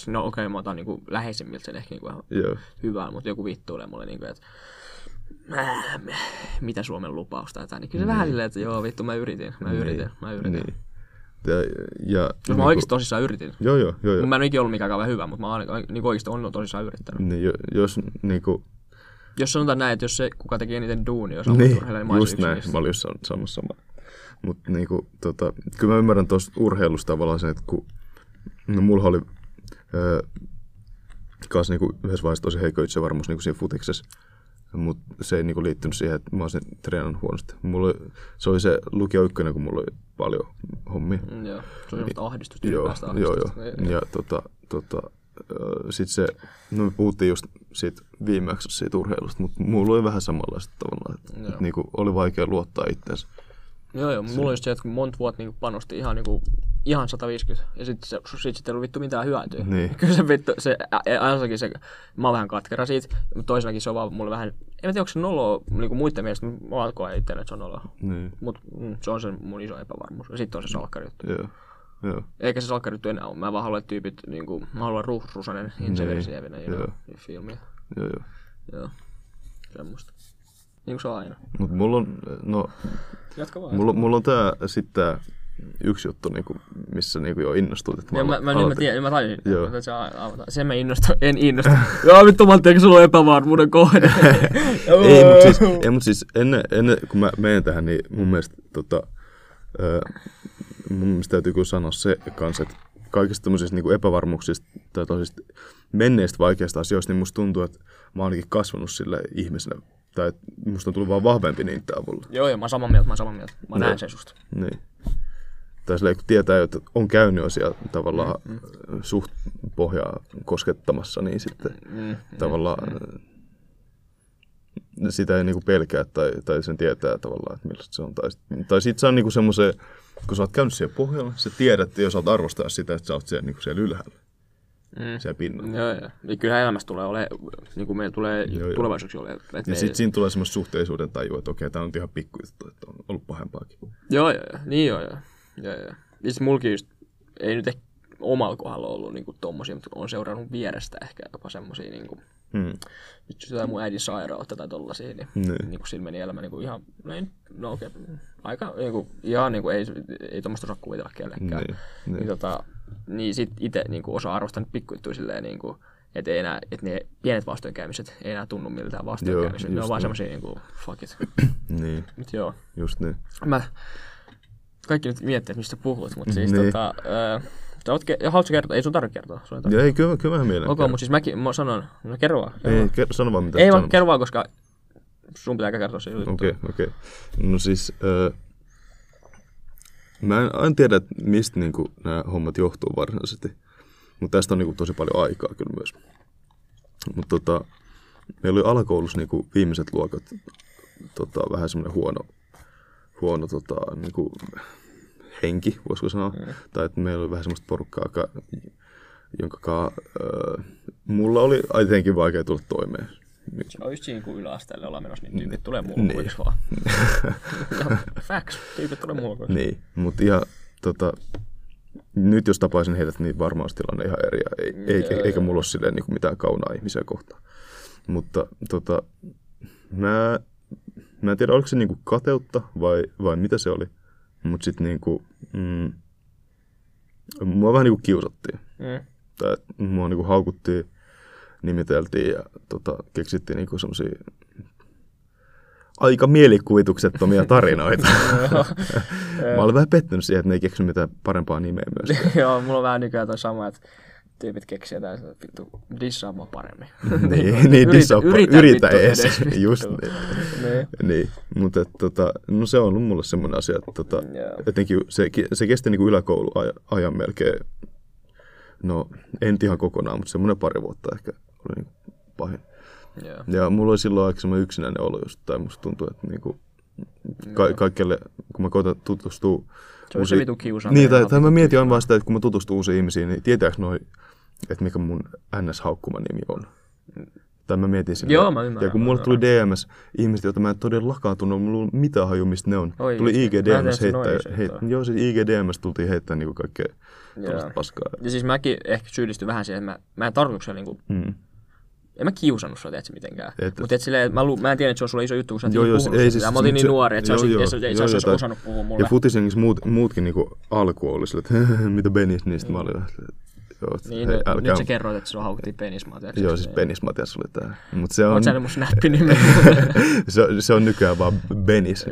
Speaker 2: no okei, okay, mä otan niinku läheisemmiltä sen ehkä niinku ihan
Speaker 1: joo,
Speaker 2: hyvää, mutta joku vittu tulee mulle niinku, että "Mä- mä- mitä Suomen lupausta tai jotain. Niin kyllä se vähän silleen, että joo vittu mä yritin, mä yritin, mä yritin.
Speaker 1: niin. Ja, ja, niinku-
Speaker 2: Jos mä oikeesti tosissaan yritin.
Speaker 1: Joo, joo, joo, joo.
Speaker 2: Mä en ole ikinä ollut mikään kauhean hyvä, mutta mä oon aina- niinku oikeesti on tosissaan yrittänyt.
Speaker 1: Niin, jo, jos niinku,
Speaker 2: Jos sanotaan näin, että jos se, kuka teki eniten duunia, jos on
Speaker 1: niin,
Speaker 2: urheilija, niin mä olisin
Speaker 1: just
Speaker 2: yksi
Speaker 1: näin,
Speaker 2: niistä.
Speaker 1: mä olin just san- samassa sama. Mutta niinku, tota, kyllä mä ymmärrän tuosta urheilusta tavallaan sen, että kun, no mulla oli öö, kans niinku yhdessä vaiheessa tosi heikko itsevarmuus niinku siinä futiksessa, mutta se ei niinku liittynyt siihen, että mä olisin treenannut huonosti. Mulla, oli- se oli se lukio ykkönen, kun mulla oli paljon hommia.
Speaker 2: Mm, Joo, se on semmoista ahdistusta.
Speaker 1: Niin. Joo,
Speaker 2: ylipäänsä
Speaker 1: joo,
Speaker 2: ahdistusta. Niin.
Speaker 1: joo. Ja tota, tota, sitten se, no me puhuttiin just siitä viimeksi siitä urheilusta, mutta mulla oli vähän samanlaista tavallaan, että, että niinku oli vaikea luottaa itseensä.
Speaker 2: Joo, joo, mulla on just se, että kun monta vuotta niinku panosti ihan, niinku, ihan 150, ja sitten sit, sit, sit ei ollut vittu mitään hyötyä.
Speaker 1: Niin.
Speaker 2: Kyllä se vittu, se, ainakin se, mä oon vähän katkera siitä, mutta toisenakin se on vaan mulle vähän, en mä tiedä, onko se noloa niinku muiden mielestä, mutta mä vaan koen itse, että se on noloa.
Speaker 1: Niin,
Speaker 2: Mutta mm, se on se mun iso epävarmuus. Ja sitten on se salkkari juttu.
Speaker 1: joo, joo,
Speaker 2: Eikä se salkkari juttu enää ole. Mä vaan haluan, että tyypit, niinku, mä haluan Ruh Rusanen, Inseveri Sievinen,
Speaker 1: Niin. joo.
Speaker 2: you know, filmiä.
Speaker 1: joo, joo.
Speaker 2: Joo, semmoista. Niin kuin se on aina.
Speaker 1: Mutta mulla on, no,
Speaker 2: Jatka vaan.
Speaker 1: mulla, mulla on tää, sit tää yksi juttu, niinku, missä niinku jo innostuit, että
Speaker 2: Ja mä, mä, nyt mä,
Speaker 1: aloitin.
Speaker 2: tiedän, niin mä tajusin,
Speaker 1: Joo.
Speaker 2: että se a- avataan. Sen mä innostun, en innostu. Joo, vittu Matti, eikö sulla ole epävarmuuden kohde?
Speaker 1: ei, mutta siis, ei, mut siis ennen, ennen kuin mä menen tähän, niin mun mielestä, tota, ö, mun mielestä täytyy kyllä sanoa se kanssa, että kaikista tämmöisistä niin epävarmuuksista tai tosista menneistä vaikeista asioista, niin musta tuntuu, että mä oon ainakin kasvanut sille ihmisenä, tai että musta on tullut vaan vahvempi niitä avulla.
Speaker 2: Joo, joo, mä oon samaa mieltä, mä oon samaa mieltä. Mä näen sen susta.
Speaker 1: Niin. Tai silleen, kun tietää, jo, että on käynyt asia tavallaan mm-hmm. suht pohjaa koskettamassa, niin sitten mm-hmm. tavallaan mm-hmm. sitä ei niinku pelkää tai, tai sen tietää tavallaan, että millaista se on. Tai, sit- tai sitten se on niinku semmoisen, kun sä oot käynyt siellä pohjalla, sä tiedät ja saat arvostaa sitä, että sä oot siellä, niinku siellä ylhäällä, mm. siellä pinnalla.
Speaker 2: Joo, joo. Niin kyllähän elämässä tulee ole, niin kuin meillä tulee
Speaker 1: joo.
Speaker 2: tulevaisuudeksi ole. Et
Speaker 1: Ja
Speaker 2: me-
Speaker 1: sitten siinä tulee semmoista suhteellisuuden tajua, että okei, tämä on nyt ihan pikku juttu, että on ollut pahempaakin.
Speaker 2: Joo, joo, joo. Niin joo, joo. Joo, joo. Itse mulki just, ei nyt ehkä omalla kohdalla ollut niinku tommosia, mutta on seurannut vierestä ehkä jopa semmosia niinku,
Speaker 1: Hmm.
Speaker 2: nyt jotain mun äidin sairautta tai tollasia, niin,
Speaker 1: Niin.
Speaker 2: niin. niin sillä meni elämä niin kuin ihan, no, ei, no okei, aika niin kuin, ihan niin kuin, ei, ei tuommoista osaa kuvitella kellekään.
Speaker 1: Niin,
Speaker 2: Niin,
Speaker 1: niin.
Speaker 2: niin. niin tota, niin sit itse niin kuin osaa arvostaa nyt pikkujuttuja silleen, niin kuin, että ei enää, että ne pienet vastoinkäymiset ei enää tunnu miltään vastoinkäymiset.
Speaker 1: Joo,
Speaker 2: ne
Speaker 1: just
Speaker 2: on vaan
Speaker 1: niin.
Speaker 2: semmosia niin kuin, fuck it.
Speaker 1: Niin,
Speaker 2: Mut joo.
Speaker 1: just niin.
Speaker 2: Mä, kaikki nyt miettii, että mistä puhut, mutta siis
Speaker 1: Niin.
Speaker 2: niin. tota, äh, haluatko sä kertoa? Ei sun tarvitse kertoa. Sun ei tarvitse.
Speaker 1: Ja ei, kyllä, kyllä mä mielen.
Speaker 2: Okei, mutta siis mäkin mä sanon, no kerro vaan. kerro
Speaker 1: Ei,
Speaker 2: vaan.
Speaker 1: kerro, sano vaan mitä
Speaker 2: Ei
Speaker 1: sä
Speaker 2: vaan,
Speaker 1: sanot.
Speaker 2: kerro vaan, koska sun pitää kertoa se juttu.
Speaker 1: Okei, okei. No siis, öö, mä en, en tiedä, että mistä niinku nämä hommat johtuu varsinaisesti, mutta tästä on niinku tosi paljon aikaa kyllä myös. Mutta tota, meillä oli alakoulussa niinku viimeiset luokat tota, vähän semmoinen huono, huono tota, niinku, henki, voisiko sanoa. Mm. Tai että meillä oli vähän semmoista porukkaa, joka, jonka kaa, öö, mulla oli jotenkin vaikea tulla toimeen.
Speaker 2: Se on just siinä, kun yläasteelle ollaan menossa, niin tyypit tulee mulla niin. kuitenkin vaan. no, facts, tyypit tulee mulla kuitenkin.
Speaker 1: Niin, mutta ihan tota, nyt jos tapaisin heidät, niin varmaan se tilanne ihan eri. ja Ei, eikä, eikä mulla ole silleen niin mitään kaunaa ihmisiä kohtaan. Mutta tota, mä, mä en tiedä, oliko se niin kateutta vai, vai mitä se oli. Mutta sitten niin mm, mua vähän niin kiusattiin.
Speaker 2: Mm.
Speaker 1: Tai et mua niin haukuttiin, nimiteltiin ja tota, keksittiin niin semmoisia aika mielikuvituksettomia tarinoita. Mä olen vähän pettynyt siihen, että ne ei keksinyt mitään parempaa nimeä myös.
Speaker 2: Joo, mulla on vähän nykyään toi sama, että tyypit keksii jotain, että vittu, dissaa mua paremmin.
Speaker 1: niin, niin yritä, yritä, yritä
Speaker 2: vittu
Speaker 1: edes.
Speaker 2: vittu.
Speaker 1: Just niin.
Speaker 2: Niin.
Speaker 1: niin. Mutta et tota, no se on ollut mulle semmoinen asia, että tota,
Speaker 2: Joo.
Speaker 1: etenkin se, se kesti niin yläkouluajan melkein, no en nyt ihan kokonaan, mutta semmoinen pari vuotta ehkä oli niin pahin.
Speaker 2: Joo.
Speaker 1: Ja mulla oli silloin aika semmoinen yksinäinen olo just, tai musta tuntuu, että niinku, ka- kaikkelle, kun mä koitan tutustua
Speaker 2: Se on se vitun kiusaaminen.
Speaker 1: Niin, tai, tai mä mietin aina vaan sitä, että kun mä tutustun uusiin ihmisiin, niin tietääks noi, että mikä mun NS-haukkuma nimi on. Tai mä mietin sitä.
Speaker 2: Joo, mä ymmärrän,
Speaker 1: Ja kun
Speaker 2: mä
Speaker 1: mulle tuli DMS ihmiset, joita mä en todellakaan tunne, mulla ei ollut mitään haju, mistä ne on.
Speaker 2: Oikeesti?
Speaker 1: tuli IG
Speaker 2: Mä en tiedä,
Speaker 1: DMS
Speaker 2: että noin
Speaker 1: heittää.
Speaker 2: isoja
Speaker 1: Heit,
Speaker 2: toi.
Speaker 1: joo, siis IG DMS tultiin heittää niinku kaikkea tällaista
Speaker 2: Joo.
Speaker 1: paskaa.
Speaker 2: Ja siis mäkin ehkä syyllistyn vähän siihen, että mä, mä en tarkoituksella niinku
Speaker 1: Mm.
Speaker 2: en mä kiusannut sua, tiedätkö, mitenkään.
Speaker 1: Et-
Speaker 2: Mutta et silleen, mä, lu- mä en tiedä, että se on sulle iso juttu, kun sä et
Speaker 1: Joo,
Speaker 2: joo,
Speaker 1: joo,
Speaker 2: puhunut
Speaker 1: ei
Speaker 2: ei,
Speaker 1: siis-
Speaker 2: siis, Mä olin niin
Speaker 1: se-
Speaker 2: nuori, että sä
Speaker 1: joo,
Speaker 2: olisit,
Speaker 1: joo,
Speaker 2: ei sä- ei
Speaker 1: joo,
Speaker 2: sä
Speaker 1: joo,
Speaker 2: olisit
Speaker 1: tai-
Speaker 2: osannut puhua mulle.
Speaker 1: Ja futisjengissä muut, muutkin niinku alku oli sille, että mitä penis, niin sit mä olin vähän silleen, että joo,
Speaker 2: Niin,
Speaker 1: hei,
Speaker 2: no,
Speaker 1: älkää.
Speaker 2: nyt sä kerroit, että sua haukuttiin penismaa, tiedätkö?
Speaker 1: Joo, siis penis Matias oli tää. Mut se on,
Speaker 2: Oot sä nyt mun snappinimen?
Speaker 1: se, se on nykyään vaan Benis.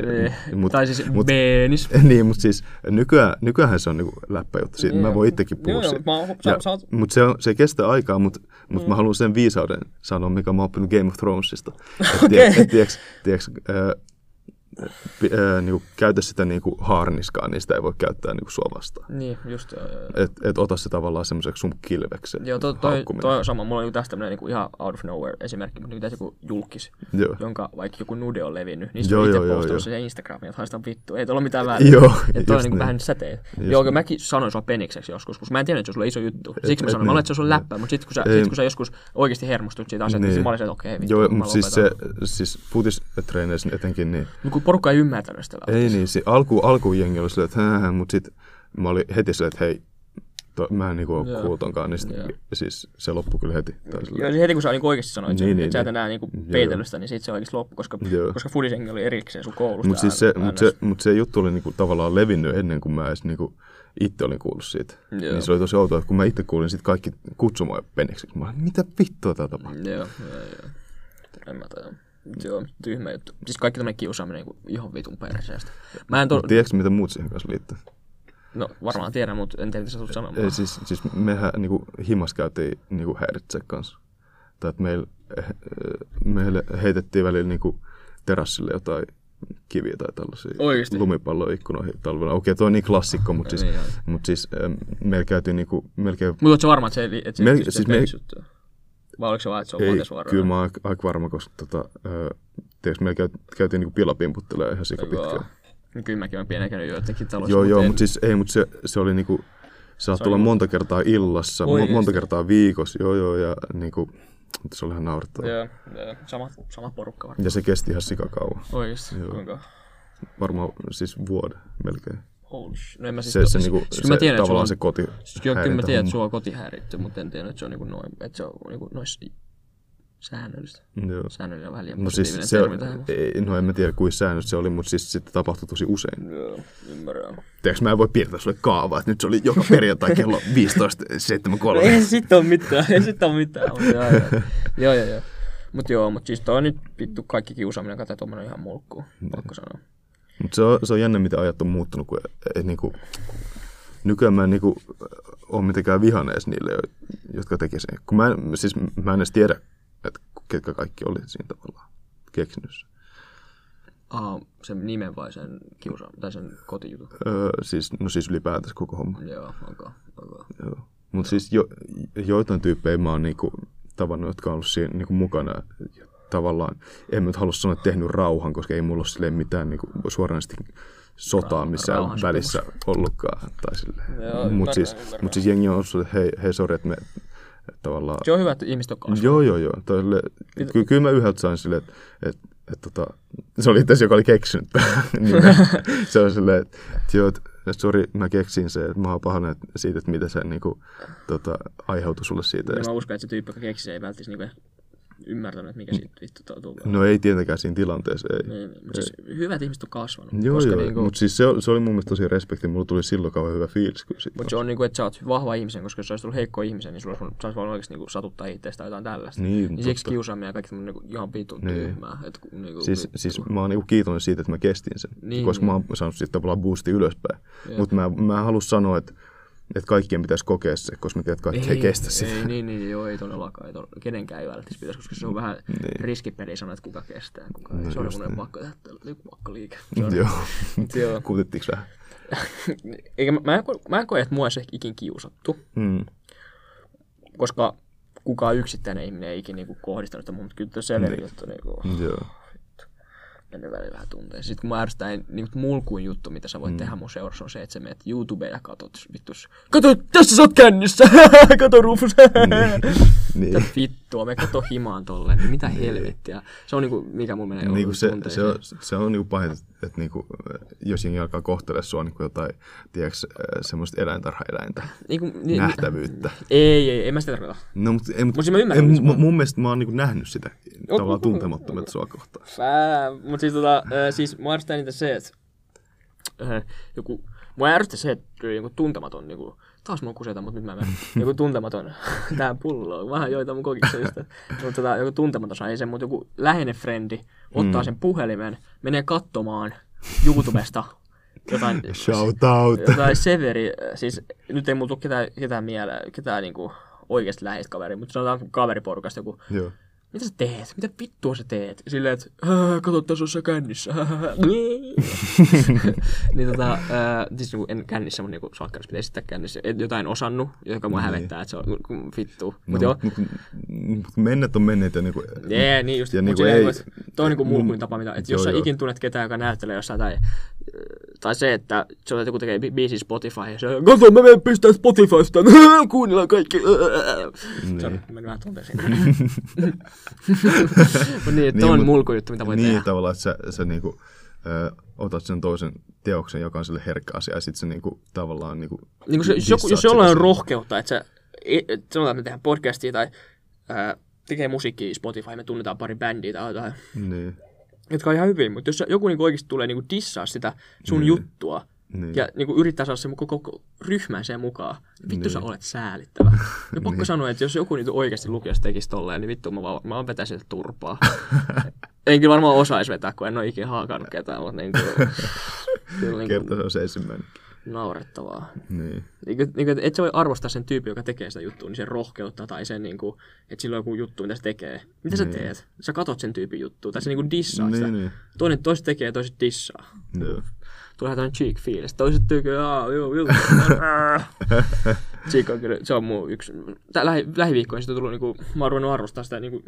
Speaker 1: Mut,
Speaker 2: tai siis penis.
Speaker 1: niin, mutta siis nykyään, nykyään se on niinku läppäjuttu. Siitä mä voin itsekin puhua
Speaker 2: Niin. Joo, joo,
Speaker 1: siitä.
Speaker 2: mä oon- sä- sä oot- Mm.
Speaker 1: Mutta se, on- se kestää aikaa, mutta mut mä haluan sen viisauden sanoa, mikä mä oon oppinut Game of Thronesista. Okei.
Speaker 2: Okei.
Speaker 1: Et, tiiäks, tiiäks, ää, pi- ää, niinku, käytä sitä niinku haarniskaa, niin sitä ei voi käyttää niinku sua vastaan.
Speaker 2: Niin, just joo, joo. joo.
Speaker 1: Et, et ota se tavallaan semmoiseksi sun kilveksi. se
Speaker 2: Joo, toi, toi,
Speaker 1: haukkuminen.
Speaker 2: toi on sama. Mulla on niinku tästä tämmönen niinku ihan out of nowhere esimerkki, mutta niinku tässä joku julkis,
Speaker 1: Joo.
Speaker 2: jonka vaikka joku nude on levinnyt, niin se
Speaker 1: Joo,
Speaker 2: on
Speaker 1: joo,
Speaker 2: itse
Speaker 1: joo, joo.
Speaker 2: postannut sen Instagramiin, että haista vittu, ei tuolla ole mitään väliä.
Speaker 1: Joo,
Speaker 2: että
Speaker 1: just
Speaker 2: toi on niinku
Speaker 1: niin.
Speaker 2: vähän nyt säteet. Joo, niin. mäkin sanoin sua penikseksi joskus, koska mä en tiennyt, että se on sulle iso juttu. Siksi mä
Speaker 1: et
Speaker 2: sanoin, mä olen,
Speaker 1: niin.
Speaker 2: että se on sun läppä, mutta sitten kun, sä, sit, kun sä joskus oikeasti hermostut siitä asiasta, niin, mä olin se, että okei, vittu,
Speaker 1: Joo,
Speaker 2: mä
Speaker 1: mutta siis
Speaker 2: lopetan.
Speaker 1: se, siis futistreeneissä etenkin, niin
Speaker 2: Niin kun porukka ei ymmärtänyt sitä.
Speaker 1: ei niin, si, alku, alkuun jengi oli silleen, että hää, mutta sitten mä olin heti silleen, että hei, to, mä en niinku oo kuultonkaan, niin sit, siis se loppui kyllä heti. Tai silleen,
Speaker 2: Joo, siis heti kun sä niin oikeasti sanoit, niin,
Speaker 1: Niin, niin,
Speaker 2: että niin, sä et
Speaker 1: niin.
Speaker 2: enää niinku
Speaker 1: Joo,
Speaker 2: peitellyt sitä, niin sit se oikeasti loppui, koska,
Speaker 1: Joo.
Speaker 2: koska Fudisengi oli erikseen sun koulusta.
Speaker 1: Mutta siis se,
Speaker 2: aina-
Speaker 1: mut se, mut se juttu oli niinku tavallaan levinnyt ennen kuin mä edes niinku itse olin kuullut siitä. Joo. Niin se oli tosi outoa, että kun mä itse kuulin sit kaikki kutsumaan peneksiksi. Mä olin, mitä vittua tää tapahtuu?
Speaker 2: Joo, joo, joo. En mä tajua. Mut Joo, tyhmä juttu. Siis kaikki tämmönen kiusaaminen niinku ihan vitun perseestä. Mä en to...
Speaker 1: Tiedätkö, mitä muut siihen kanssa liittyy?
Speaker 2: No varmaan tiedän, mutta en tiedä, mitä sä tulet sanomaan.
Speaker 1: Ei, siis, siis mehän niinku, himas käytiin niinku, häiritse kanssa. Tai että meillä, eh, meille heitettiin välillä niinku, terassille jotain kiviä tai tällaisia
Speaker 2: Oikeesti?
Speaker 1: lumipalloja ikkunoihin talvella. Okei, toi on niin klassikko, mutta siis,
Speaker 2: Niin on.
Speaker 1: mut siis ähm, meillä käytiin niinku, melkein...
Speaker 2: Mutta ootko sä varma, että se, että se,
Speaker 1: Mer-
Speaker 2: että se
Speaker 1: siis
Speaker 2: siis
Speaker 1: me-
Speaker 2: me... juttu? Vai oliko se vaan, että se on
Speaker 1: Ei,
Speaker 2: vuotesvara?
Speaker 1: kyllä mä oon aika- aika varma, koska tota, äh, tiedätkö, meillä käy, käytiin niinku, pilapimputtelee ihan sika pitkään.
Speaker 2: Niin kyllä mäkin olen pienen käynyt joidenkin taloissa.
Speaker 1: Joo,
Speaker 2: mut
Speaker 1: joo,
Speaker 2: en-
Speaker 1: mutta siis ei, mutta se, se oli niinku, saat olla monta kertaa illassa, mo-
Speaker 2: Oikeesti?
Speaker 1: monta kertaa viikossa, joo joo, ja niinku, mutta se oli ihan naurettavaa.
Speaker 2: Joo, joo, sama, sama porukka varmaan.
Speaker 1: Ja se kesti ihan sikakauan.
Speaker 2: Oikeesti, kuinka?
Speaker 1: Varmaan siis vuoden melkein.
Speaker 2: Holy shit. No en mä siis...
Speaker 1: Se, se, niinku,
Speaker 2: siis
Speaker 1: se,
Speaker 2: kyllä mä tiedän, että sulla
Speaker 1: tavallaan
Speaker 2: on-
Speaker 1: se koti.
Speaker 2: Siis kyllä, kyllä mä
Speaker 1: häirintähomma.
Speaker 2: tiedän, että sua on koti häiritty, mutta en tiedä, että se on niinku noin, että se on niinku noissa säännöllistä.
Speaker 1: Joo.
Speaker 2: Säännöllinen on vähän liian
Speaker 1: No siis
Speaker 2: positiivinen
Speaker 1: se,
Speaker 2: termi tähän.
Speaker 1: ei, no en mä tiedä kuin säännöt se oli, mutta siis sitten tapahtui tosi usein.
Speaker 2: Joo, ymmärrän.
Speaker 1: Tiedätkö, mä en voi piirtää sulle kaavaa, että nyt se oli joka perjantai kello 15.73.
Speaker 2: No ei sit on mitään, ei sit on mitään. Mut joo, joo. joo, joo, joo. Mut joo, mut siis toi nyt vittu kaikki kiusaaminen, katsoi tuommoinen ihan mulkkuu,
Speaker 1: Niin.
Speaker 2: pakko sanoa.
Speaker 1: Mut se, on, se on jännä, miten ajat on muuttunut, kun ei, niinku, nykyään mä en niinku, ole mitenkään vihane edes niille, jo- jotka teki sen. Kun mä, en, siis, mä en edes tiedä, että ketkä kaikki oli siinä tavallaan keksinyt sen.
Speaker 2: Aha, sen nimen vai sen kiusaaminen, tai sen kotijutun?
Speaker 1: Öö, siis, no siis ylipäätänsä koko homma.
Speaker 2: Joo, onko, onko.
Speaker 1: Mutta siis jo, joitain tyyppejä mä oon niinku tavannut, jotka on ollut siinä niinku mukana ja tavallaan. En mä nyt halua sanoa, että tehnyt rauhan, koska ei mulla ole silleen mitään niinku suoranaisesti sotaa missään
Speaker 2: rauhansopimus.
Speaker 1: välissä ollutkaan. Tai silleen.
Speaker 2: Joo, ymmärrän,
Speaker 1: Mut siis,
Speaker 2: ymmärrän.
Speaker 1: mut siis jengi on ollut silleen, hei, hei sori, että me tavallaan...
Speaker 2: Se on hyvä, että ihmiset on kasvanut.
Speaker 1: Joo, joo, joo. Toi, sille, ky- kyllä mä yhdeltä sain silleen, että et, et, tota, se oli itse asiassa, joka oli keksinyt tämän. nimen. se on silleen, että et, joo, et, sori, mä keksin se, että mä oon pahoinen et- siitä, että mitä se niinku, tota, aiheutui sulle siitä. Ja
Speaker 2: Ja
Speaker 1: sit,
Speaker 2: mä uskon, että se tyyppi, joka keksi, se ei välttämättä niinku ehkä ymmärtänyt, että
Speaker 1: Mm.
Speaker 2: mikä siitä vittu tuo tulee.
Speaker 1: no ei tietenkään siinä tilanteessa, ei.
Speaker 2: Niin, niin. Mut siis hyvät ihmiset on kasvanut.
Speaker 1: Joo,
Speaker 2: koska
Speaker 1: joo,
Speaker 2: niinku,
Speaker 1: mutta siis se, oli- se oli mun mielestä tosi respekti. Mulla tuli silloin kauhean hyvä fiilis. Kun sit,
Speaker 2: Mutta se on niinku, että sä oot vahva ihmisen, koska jos sä olisit ollut heikko ihmisen, niin sulla olisi voinut- sä olisit voinut oikeasti niinku satuttaa itseäsi tai jotain tällaista.
Speaker 1: Niin,
Speaker 2: niin siksi
Speaker 1: totta. Niin.
Speaker 2: kiusaaminen ja kaikki tämmöinen niinku ihan vitu tyhmää. Et, ku- niinku,
Speaker 1: Siis,
Speaker 2: vi-
Speaker 1: siis mä oon niinku kiitollinen siitä, että mä kestin sen,
Speaker 2: Niin,
Speaker 1: niin, koska
Speaker 2: niin.
Speaker 1: niin. mä oon saanut siitä tavallaan boosti ylöspäin. Mutta mä, mä en halua sanoa, että, että kaikkien pitäisi kokea se, koska mä tiedän, että kaikki ei, ei kestä sitä.
Speaker 2: Ei, niin, niin, joo, ei todellakaan. Ei todella, kenenkään ei välttämättä pitäisi, koska se on vähän niin. riskipeli sanoa, että kuka kestää. Kuka ei. No, se on
Speaker 1: niin.
Speaker 2: mun pakko tehdä tällä- niinku pakko liike. Se on-
Speaker 1: Joo.
Speaker 2: Mut joo.
Speaker 1: Kutittiinko vähän?
Speaker 2: Eikä, mä, mä, en, ko- mä en koe, että mua olisi ehkä ikin kiusattu.
Speaker 1: Mm.
Speaker 2: koska kukaan yksittäinen ihminen ei ikinä niinku kohdistanut sitä, mutta kyllä se niin. juttu niinku,
Speaker 1: Joo.
Speaker 2: mennyt välillä vähän tunteen. Sitten kun mä ärsytän, niin mulkuin juttu, mitä sä voit mm. tehdä mun seurassa, on se, että sä menet YouTubeen ja katot, vittu, kato, tässä sä oot kännissä, kato Rufus,
Speaker 1: Niin.
Speaker 2: vittua, me kato himaan tolleen, niin mitä helvettiä. Se on niinku, mikä mun menee
Speaker 1: Niin kuin se, se
Speaker 2: tunteisiin.
Speaker 1: on, se on niin pahin, että niin kuin, jos jengi alkaa kohtelemaan sua niin kuin jotain, tiedätkö, äh, semmoista eläintarhaeläintä,
Speaker 2: Niinku, ni-
Speaker 1: nähtävyyttä.
Speaker 2: Ei, ei, ei mä sitä tarkoita.
Speaker 1: No, mutta ei, mut,
Speaker 2: Mut siis mä ymmärrän,
Speaker 1: ei,
Speaker 2: missä
Speaker 1: mun, mun mielestä mä oon niin kuin nähnyt sitä tavallaan
Speaker 2: okei, okei.
Speaker 1: tuntemattomalta sua kohtaan.
Speaker 2: Fää, mutta siis, tota, äh, siis mua ärsyttää niitä se, että äh, joku, mua ärsyttää se, että joku tuntematon, joku, taas mua kusetaan, mutta nyt mä menen, joku tuntematon, tää pullo on vähän joita mun kokiksista, mutta tota, joku tuntematon sai sen, mutta joku läheinen frendi ottaa sen puhelimen, menee katsomaan YouTubesta jotain,
Speaker 1: Shout out!
Speaker 2: jotain severi, siis nyt ei muutu ketään, ketään mieleen, ketään niinku oikeasti läheistä kaveria, mutta sanotaan kaveriporukasta joku
Speaker 1: Joo.
Speaker 2: mitä sä teet? Mitä vittua sä teet? Silleen, että "Hää, kato tässä on sä kännissä. hää." niin tota, ää, siis niinku, en kännissä, mutta niinku salkkarissa pitää esittää kännissä. Et jotain osannut, joka mua hävettää, että se on kun- vittu. Mut joo,
Speaker 1: No, Mut, mut menneet on menneet ja niin kuin,
Speaker 2: Jee, niin just.
Speaker 1: Ja
Speaker 2: mut
Speaker 1: niinku
Speaker 2: silleen,
Speaker 1: ei- Mm,
Speaker 2: mut Toi on niinku mulkuin tapa, mitä, että jos
Speaker 1: Joo,
Speaker 2: sä
Speaker 1: joo.
Speaker 2: ikin tunnet ketään, joka näyttelee jossain tai, tai se, että se on, että joku tekee bi- biisin Spotify ja se on, kato mä menen pistää Spotifysta, kuunnellaan kaikki.
Speaker 1: Niin.
Speaker 2: Se on mennyt vähän tunteisiin. Mut niin, toi on
Speaker 1: mut-
Speaker 2: mulkujuttu, mitä voi
Speaker 1: niin
Speaker 2: tehdä.
Speaker 1: tavallaan, että sä, sä niinku, ö, otat sen toisen teoksen, joka on sille herkkä asia, ja sitten se niinku, tavallaan niinku,
Speaker 2: niin kuin se, jos, joku,
Speaker 1: dissaat
Speaker 2: jos
Speaker 1: sitä
Speaker 2: jollain on
Speaker 1: siinä.
Speaker 2: rohkeutta, että sä, et, et, sanotaan, että me tehdään podcastia tai ää, tekee musiikkia Spotify, me tunnetaan pari bändiä tai jotain,
Speaker 1: Niin,
Speaker 2: jotka on ihan hyvin, mutta jos sä- joku niinku oikeasti tulee niinku dissaa sitä sun juttua
Speaker 1: niin.
Speaker 2: ja niinku yrittää saada sen koko, koko ryhmän sen mukaan, niin vittu sä
Speaker 1: Niin.
Speaker 2: olet säälittävä. Ja pakko sanoa, että jos joku niinku oikeasti lukiossa tekisi tolleen, niin vittu mä vaan, mä vaan vetäisin sitä turpaa. en kyllä varmaan osaisi vetää, kun en ole ikinä haakannut ketään, mutta niinku, kyllä niinku
Speaker 1: kerta se on se ensimmäinen.
Speaker 2: naurettavaa.
Speaker 1: Niin.
Speaker 2: Niin, niin, et sä voi arvostaa sen tyypin, joka tekee sitä juttua, niin sen rohkeutta tai sen, niin kuin, että sillä on joku juttu, mitä se tekee. Mitä sä teet? Sä katot sen tyypin juttua, tai sä niin kuin dissaa
Speaker 1: Niin,
Speaker 2: sitä.
Speaker 1: niin.
Speaker 2: Toinen toiset tekee ja toiset dissaa.
Speaker 1: Joo.
Speaker 2: Tulee tämmöinen cheek fiilis. Toiset tekee, aah, joo, joo. cheek on kyllä, se on mun yksi. Tää lähi, lähiviikkoina siitä on tullut, niin kuin, mä oon ruvennut arvostaa sitä, niin kuin,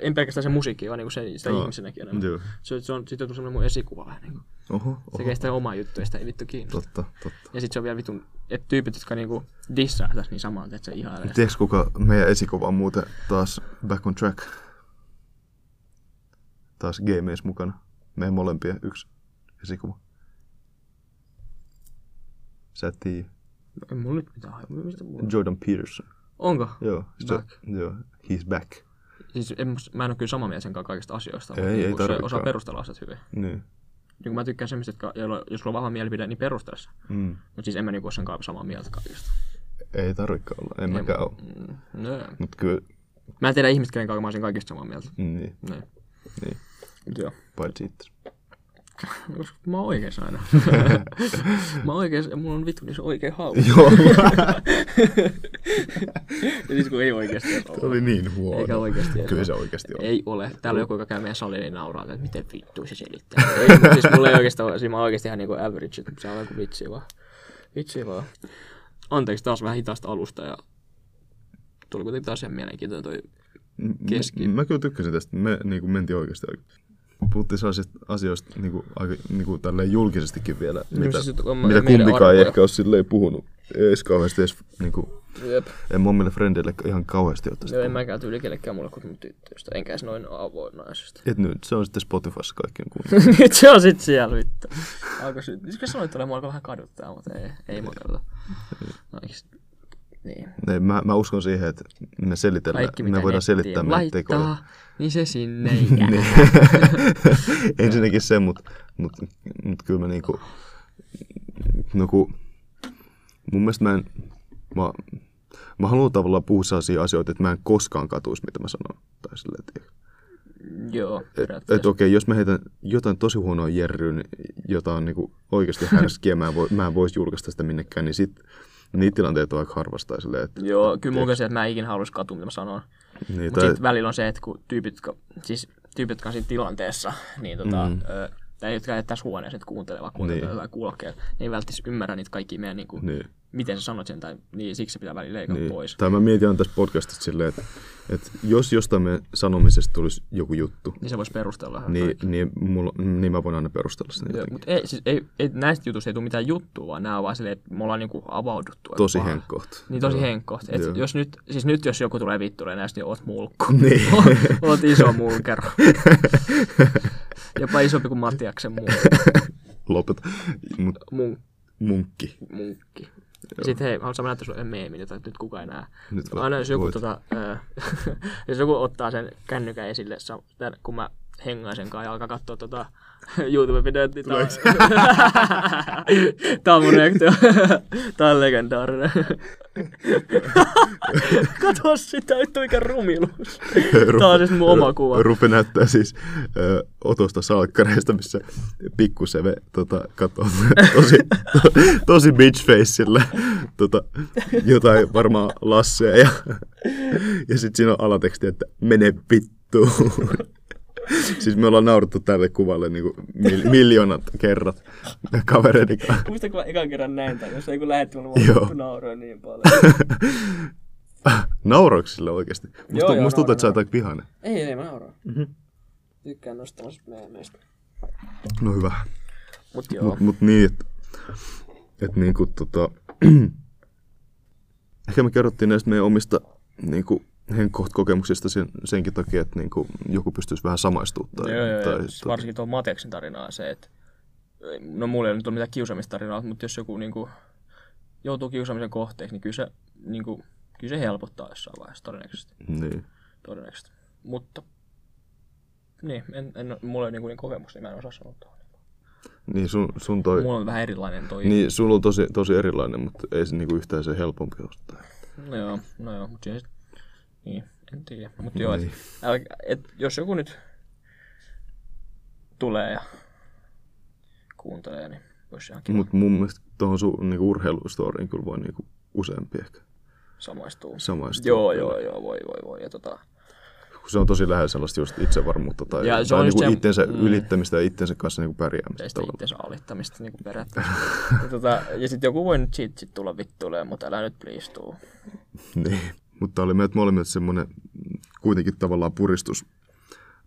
Speaker 2: en pelkästään sen musiikkia, vaan niin kuin sen, sitä
Speaker 1: Joo.
Speaker 2: ihmisenäkin enemmän.
Speaker 1: Joo.
Speaker 2: Se, se on, siitä on tullut semmoinen mun esikuva vähän. Niin kuin.
Speaker 1: Oho,
Speaker 2: Se
Speaker 1: oho.
Speaker 2: tekee sitä omaa juttua, ja sitä ei vittu kiinnosta.
Speaker 1: Totta, totta.
Speaker 2: Ja sit se on vielä vitun, että tyypit, jotka niinku dissaa tässä niin samaan, että se ihailee.
Speaker 1: Tiedätkö kuka meidän esikuva on muuten taas back on track? Taas G-mies mukana. Meidän molempien yksi esikuva. Sä et tiedä.
Speaker 2: No, en mulla nyt mitään hajua. Mistä mulla on?
Speaker 1: Jordan Peterson.
Speaker 2: Onko?
Speaker 1: Joo. Se,
Speaker 2: Back.
Speaker 1: joo. He's back.
Speaker 2: Siis en, must- mä en ole kyllä samaa mieltä sen kanssa kaikista asioista.
Speaker 1: Ei,
Speaker 2: mutta
Speaker 1: ei
Speaker 2: niinku se
Speaker 1: tarvikaan.
Speaker 2: osaa perustella asiat hyvin.
Speaker 1: Niin.
Speaker 2: Niin mä tykkään semmoista, jotka, joilla, jos sulla on vahva mielipide, niin perustele se.
Speaker 1: Mm.
Speaker 2: Mutta siis en mä niinku ole sen kanssa samaa mieltä kaikista.
Speaker 1: Ei tarvikaan olla. En mäkään ole.
Speaker 2: Mm, no.
Speaker 1: Mutta kyllä,
Speaker 2: Mä en tiedä ihmistä, kenen kanssa mä olisin kaikista samaa mieltä.
Speaker 1: niin,
Speaker 2: Niin.
Speaker 1: niin.
Speaker 2: Mut joo.
Speaker 1: Paitsi itse.
Speaker 2: Koska Mä oon oikeassa aina. mä oon oikeassa, ja mulla on vittu niin niissä oikein hauska.
Speaker 1: Joo,
Speaker 2: Ja siis kun ei oikeasti edes
Speaker 1: se
Speaker 2: ole.
Speaker 1: oli niin huono.
Speaker 2: Eikä oikeasti edes
Speaker 1: Kyllä
Speaker 2: ole.
Speaker 1: se oikeasti on.
Speaker 2: Ei ole. Täällä on joku, joka käy meidän salilla, niin nauraa, että miten vittu se selittää. ei, mut siis mulla ei oikeastaan ole, siis mä oon oikeasti ihan niinku average, että se on joku vitsi vaan. Vitsi vaan. Anteeksi taas vähän hitaasta alusta ja tuli kuitenkin taas ihan mielenkiintoinen toi. keski-
Speaker 1: M- Mä kyllä tykkäsin tästä. Me niin kuin mentiin oikeasti. Puhuttiin sellaisista asioista niin kuin, aika, niin kuin tälleen julkisestikin vielä, mitä,
Speaker 2: siis, on
Speaker 1: mitä
Speaker 2: meidän
Speaker 1: kumpikaan ei
Speaker 2: arvoja.
Speaker 1: ehkä ole silleen puhunut. Ei edes kauheasti edes, niin kuin,
Speaker 2: Jep.
Speaker 1: en mun omille frendeille ihan kauheasti ole tästä
Speaker 2: Joo, en
Speaker 1: puhunut.
Speaker 2: mäkään tyyli kellekään mulle kuin mun tyttöistä, enkä edes noin avoinnaisesti.
Speaker 1: Et nyt, se on sitten Spotifyssa kaikkien kuunnella.
Speaker 2: Nyt se on sit siellä vittu. Alko syt... Kun sanoit tuolla, mua alkoi vähän kaduttaa, mutta ei, ei mua kaduta. No, eiks- niin.
Speaker 1: Ei, mä, mä uskon siihen, että me selitellään,
Speaker 2: Kaikki mitä
Speaker 1: me voidaan
Speaker 2: nettiin
Speaker 1: selittää meidän tekoja.
Speaker 2: laittaa, niin se sinne jää.
Speaker 1: Niin. Ensinnäkin se, mutta mut, mut kyllä mä niinku, no ku, mun mielestä mä en, mä, mä haluan tavallaan puhua sellaisia asioita, että mä en koskaan katuisi, mitä mä sanon. Tai silleen, että
Speaker 2: Joo,
Speaker 1: et, et
Speaker 2: periaatteessa.
Speaker 1: okei, jos mä heitän jotain tosi huonoa jerryyn, jota on niinku oikeasti härskiä, mä en, voi, mä en voisi julkaista sitä minnekään, niin sit niitä tilanteita on aika harvasta. tai Silleen, että,
Speaker 2: Joo, kyllä mun kanssa, että mä en ikinä haluaisi katua, mitä mä sanon.
Speaker 1: niin,
Speaker 2: Mutta sitten välillä on se, että kun tyypit, jotka- siis tyypit, jotka on siinä tilanteessa, niin tota, mm. ö, tai jotka ei ole tässä huoneessa nyt kuuntelee, vaan kuuntelee
Speaker 1: Niin.
Speaker 2: niin. jotain kuulokkeella, niin ei välttämättä ymmärrä niitä kaikkia meidän, niin kuin, niin.
Speaker 1: niin.
Speaker 2: miten sä sanot sen, tai niin, siksi se pitää välillä leikata niin. pois.
Speaker 1: Tai mä mietin aina tässä podcastissa silleen, että, että jos jostain meidän sanomisesta tulisi joku juttu,
Speaker 2: Niin se voisi perustella. vähän
Speaker 1: niin, niin, mulla, niin mä voin aina perustella sen
Speaker 2: Joo,
Speaker 1: jotenkin.
Speaker 2: mutta ei, siis ei, ei, näistä jutuista ei tule mitään juttua, vaan nämä on vaan silleen, että me ollaan niinku avauduttu. aika
Speaker 1: Tosi
Speaker 2: paljon.
Speaker 1: henkkoht.
Speaker 2: Niin tosi
Speaker 1: Joo.
Speaker 2: henkkohta. Et
Speaker 1: Joo.
Speaker 2: jos nyt, siis nyt jos joku tulee vittuille näistä, niin oot mulkku.
Speaker 1: Niin.
Speaker 2: oot iso mulkero. Jopa isompi kuin Matiaksen mun,
Speaker 1: Lopeta. Mut,
Speaker 2: mun,
Speaker 1: munkki.
Speaker 2: munkki. Ja sitten hei, haluatko mä näyttää sulle meemin, jota nyt kukaan ei näe.
Speaker 1: Nyt voit-
Speaker 2: Aina jos joku,
Speaker 1: voit.
Speaker 2: tota, ö, jos joku ottaa sen kännykän esille, sam- tän- kun mä hengaan sen kanssa ja alkaa katsoa tota YouTube-videot, niin tää on, tää on mun reaktio. tää on legendaarinen. Kato sitä, vittu mikä rumiluus. Tää on siis mun oma kuva.
Speaker 1: Rupe näyttää siis ö, otosta salkkareista, missä pikkuseve tota, katsoo tosi, to, tosi bitchfaceillä tota, jotain varmaan Lasseja. Ja, ja sitten siinä on alateksti, että mene vittuun. Siis me ollaan naurattu tälle kuvalle niin mil, miljoonat kerrat kavereiden kanssa.
Speaker 2: Muistan, kun mä ekan kerran näin tämän, jos joku lähetti mulle,
Speaker 1: Joo.
Speaker 2: mä
Speaker 1: vittu
Speaker 2: nauroin niin paljon.
Speaker 1: Nauroiko sille oikeasti?
Speaker 2: Joo,
Speaker 1: Musta,
Speaker 2: joo,
Speaker 1: musta tuntuu,
Speaker 2: nauroin,
Speaker 1: että sä oot aika vihainen.
Speaker 2: Ei, ei, mä nauroin. Tykkään nostamassa meemeistä.
Speaker 1: No hyvä.
Speaker 2: Mut joo.
Speaker 1: Mut, mut niin, että et niinku tota... ehkä me kerrottiin näistä meidän omista niinku henkkoht kokemuksista sen, senkin takia, että niinku joku pystyisi vähän samaistumaan. Tai,
Speaker 2: Joo, joo,
Speaker 1: tai,
Speaker 2: joo.
Speaker 1: tota-
Speaker 2: varsinkin tuo Mateksen tarinaa se, että no mulla ei ole nyt ole mitään kiusaamistarinaa, mutta jos joku niin kuin, joutuu kiusaamisen kohteeksi, niin kyllä se, niin kuin, kyllä se helpottaa jossain vaiheessa todennäköisesti.
Speaker 1: Niin.
Speaker 2: todennäköisesti. Mutta niin, en, en, mulla ei ole niin, kuin, niin kokemusta, niin mä en osaa sanoa tuohon.
Speaker 1: Niin sun, sun toi...
Speaker 2: Mulla on vähän erilainen toi.
Speaker 1: Niin, sulla on tosi, tosi erilainen, mutta ei se niinku yhtään se helpompi ole. tai-
Speaker 2: No joo, no joo, mutta siihen sit- niin, en tiedä. Mutta joo,
Speaker 1: Niin.
Speaker 2: et, älkä, et, jos joku nyt tulee ja kuuntelee, niin voisi ihan
Speaker 1: Mut mun mielestä tuohon sun niinku urheilustoriin kyllä voi niinku useampi ehkä
Speaker 2: samaistuu.
Speaker 1: samaistua.
Speaker 2: Joo, joo, joo, voi, voi, voi. Ja tota,
Speaker 1: Kun se on tosi lähellä sellaista just itsevarmuutta tai,
Speaker 2: Ja
Speaker 1: tai
Speaker 2: se on just
Speaker 1: niinku
Speaker 2: se- mm.
Speaker 1: itsensä ylittämistä ja itsensä kanssa niinku pärjäämistä.
Speaker 2: teistä
Speaker 1: tavallaan.
Speaker 2: itsensä alittamista niin periaatteessa. ja, tota, ja sitten joku voi nyt siitä sit tulla vittuilemaan, mutta älä nyt pliistuu.
Speaker 1: Niin. Mutta oli meidät molemmat semmoinen kuitenkin tavallaan puristus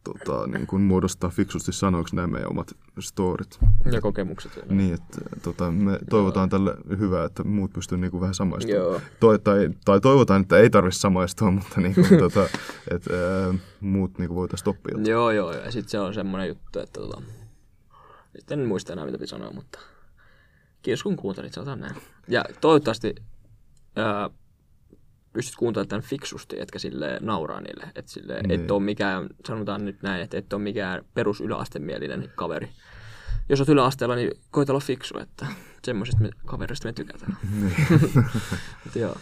Speaker 1: tota, niin kuin muodostaa fiksusti sanoiksi nämä meidän omat storit.
Speaker 2: Ja kokemukset. Niin.
Speaker 1: Niin, että tota, me toivotaan tälle hyvää, että muut pystyy niin kuin vähän samaistumaan.
Speaker 2: Joo.
Speaker 1: Toi, tai, tai toivotaan, että ei tarvitse samaistua, mutta niin kuin, tota, et, ää, muut niin kuin voitaisiin oppia. jotain.
Speaker 2: Joo, joo, ja sitten se on semmoinen juttu, että tota, sitten en muista enää mitä piti sanoa, mutta Kiitos kun kuuntelit, sanotaan näin. Ja toivottavasti ää, pystyt kuuntelemaan tämän fiksusti, etkä sille nauraa niille. Et sille, niin. et ole mikään, sanotaan nyt näin, että et ole mikään perus yläastemielinen kaveri. Jos olet yläasteella, niin koita olla fiksu, että semmoisista me, kaverista me tykätään. Mut joo.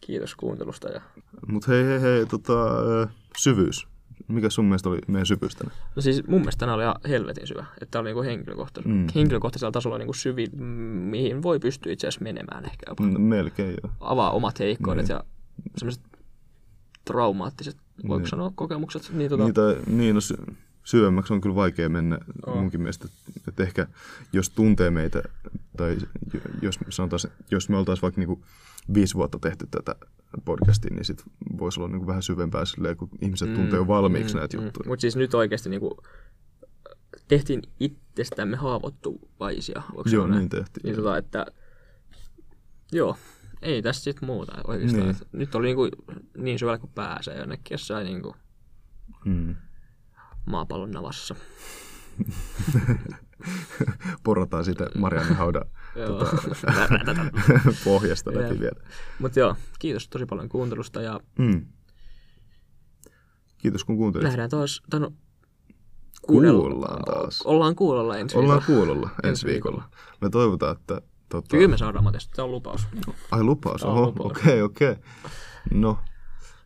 Speaker 2: Kiitos kuuntelusta. Ja...
Speaker 1: Mutta hei, hei, hei, tota, ö, syvyys. Mikä sun mielestä oli meidän syvyys tänne?
Speaker 2: No siis mun mielestä tämä oli ihan helvetin syvä. Että tämä oli niinku henkilökohtais- mm. henkilökohtaisella tasolla niinku syvi, mm, mihin voi pystyä itse asiassa menemään ehkä jopa.
Speaker 1: Mm, Niin. Melkein joo.
Speaker 2: Avaa omat heikkoudet ja semmoiset traumaattiset, voiko
Speaker 1: Niin.
Speaker 2: sanoa, kokemukset. Niin, tota,
Speaker 1: Niitä, niin, no, sy- syvemmäksi on kyllä vaikea mennä
Speaker 2: On.
Speaker 1: munkin mielestä. Että ehkä jos tuntee meitä, tai jo- jos, sanotaan, jos me oltaisiin vaikka niinku viisi vuotta tehty tätä podcastia, niin sit voisi olla niinku vähän syvempää silleen, kun ihmiset tuntee jo valmiiksi näitä juttuja.
Speaker 2: Mutta siis nyt oikeasti niinku, tehtiin itsestämme haavoittuvaisia.
Speaker 1: Joo,
Speaker 2: voiko sanoa näin?
Speaker 1: niin tehtiin.
Speaker 2: Niin tota, että joo, ei tässä sit muuta oikeastaan.
Speaker 1: Niin.
Speaker 2: Niin. Nyt oli niinku, niin syvällä kuin pääsee jonnekin jossain niinku,
Speaker 1: Mm.
Speaker 2: maapallon navassa.
Speaker 1: Porataan siitä Marianin haudan
Speaker 2: Joo.
Speaker 1: Tota- pohjasta läpi
Speaker 2: Jep.
Speaker 1: vielä.
Speaker 2: Mutta joo, kiitos tosi paljon kuuntelusta ja
Speaker 1: Mm. Kiitos kun kuuntelit.
Speaker 2: nähdään taas, tai no,
Speaker 1: Kuullaan taas.
Speaker 2: ollaan kuulolla ensi
Speaker 1: Ollaan
Speaker 2: viikolla.
Speaker 1: kuulolla ensi viikolla. Me toivotaan, että... Tota,
Speaker 2: Kyllä me saadaan Matias, tämä on lupaus.
Speaker 1: Ai lupaus,
Speaker 2: Tää on
Speaker 1: oho, okei,
Speaker 2: lupaus.
Speaker 1: okei. Okay, No,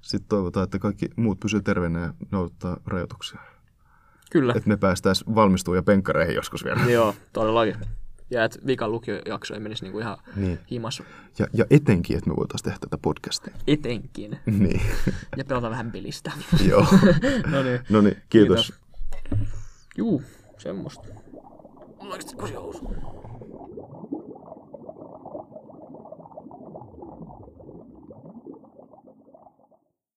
Speaker 1: sitten toivotaan, että kaikki muut pysyy terveenä ja noudattaa rajoituksia.
Speaker 2: Kyllä,
Speaker 1: Että me päästään valmistumaan ja penkkareihin joskus vielä.
Speaker 2: joo, todellakin. Ja et vikan lukiojakso ei menisi niinku ihan
Speaker 1: Niin.
Speaker 2: himas
Speaker 1: Ja, ja etenkin, että me voitaisiin tehdä tätä podcastia.
Speaker 2: etenkin.
Speaker 1: Niin,
Speaker 2: Ja pelata vähän pelistä.
Speaker 1: joo.
Speaker 2: no niin.
Speaker 1: No niin, kiitos.
Speaker 2: Juu, semmoista. Mulla on oikeesti kusi housuun.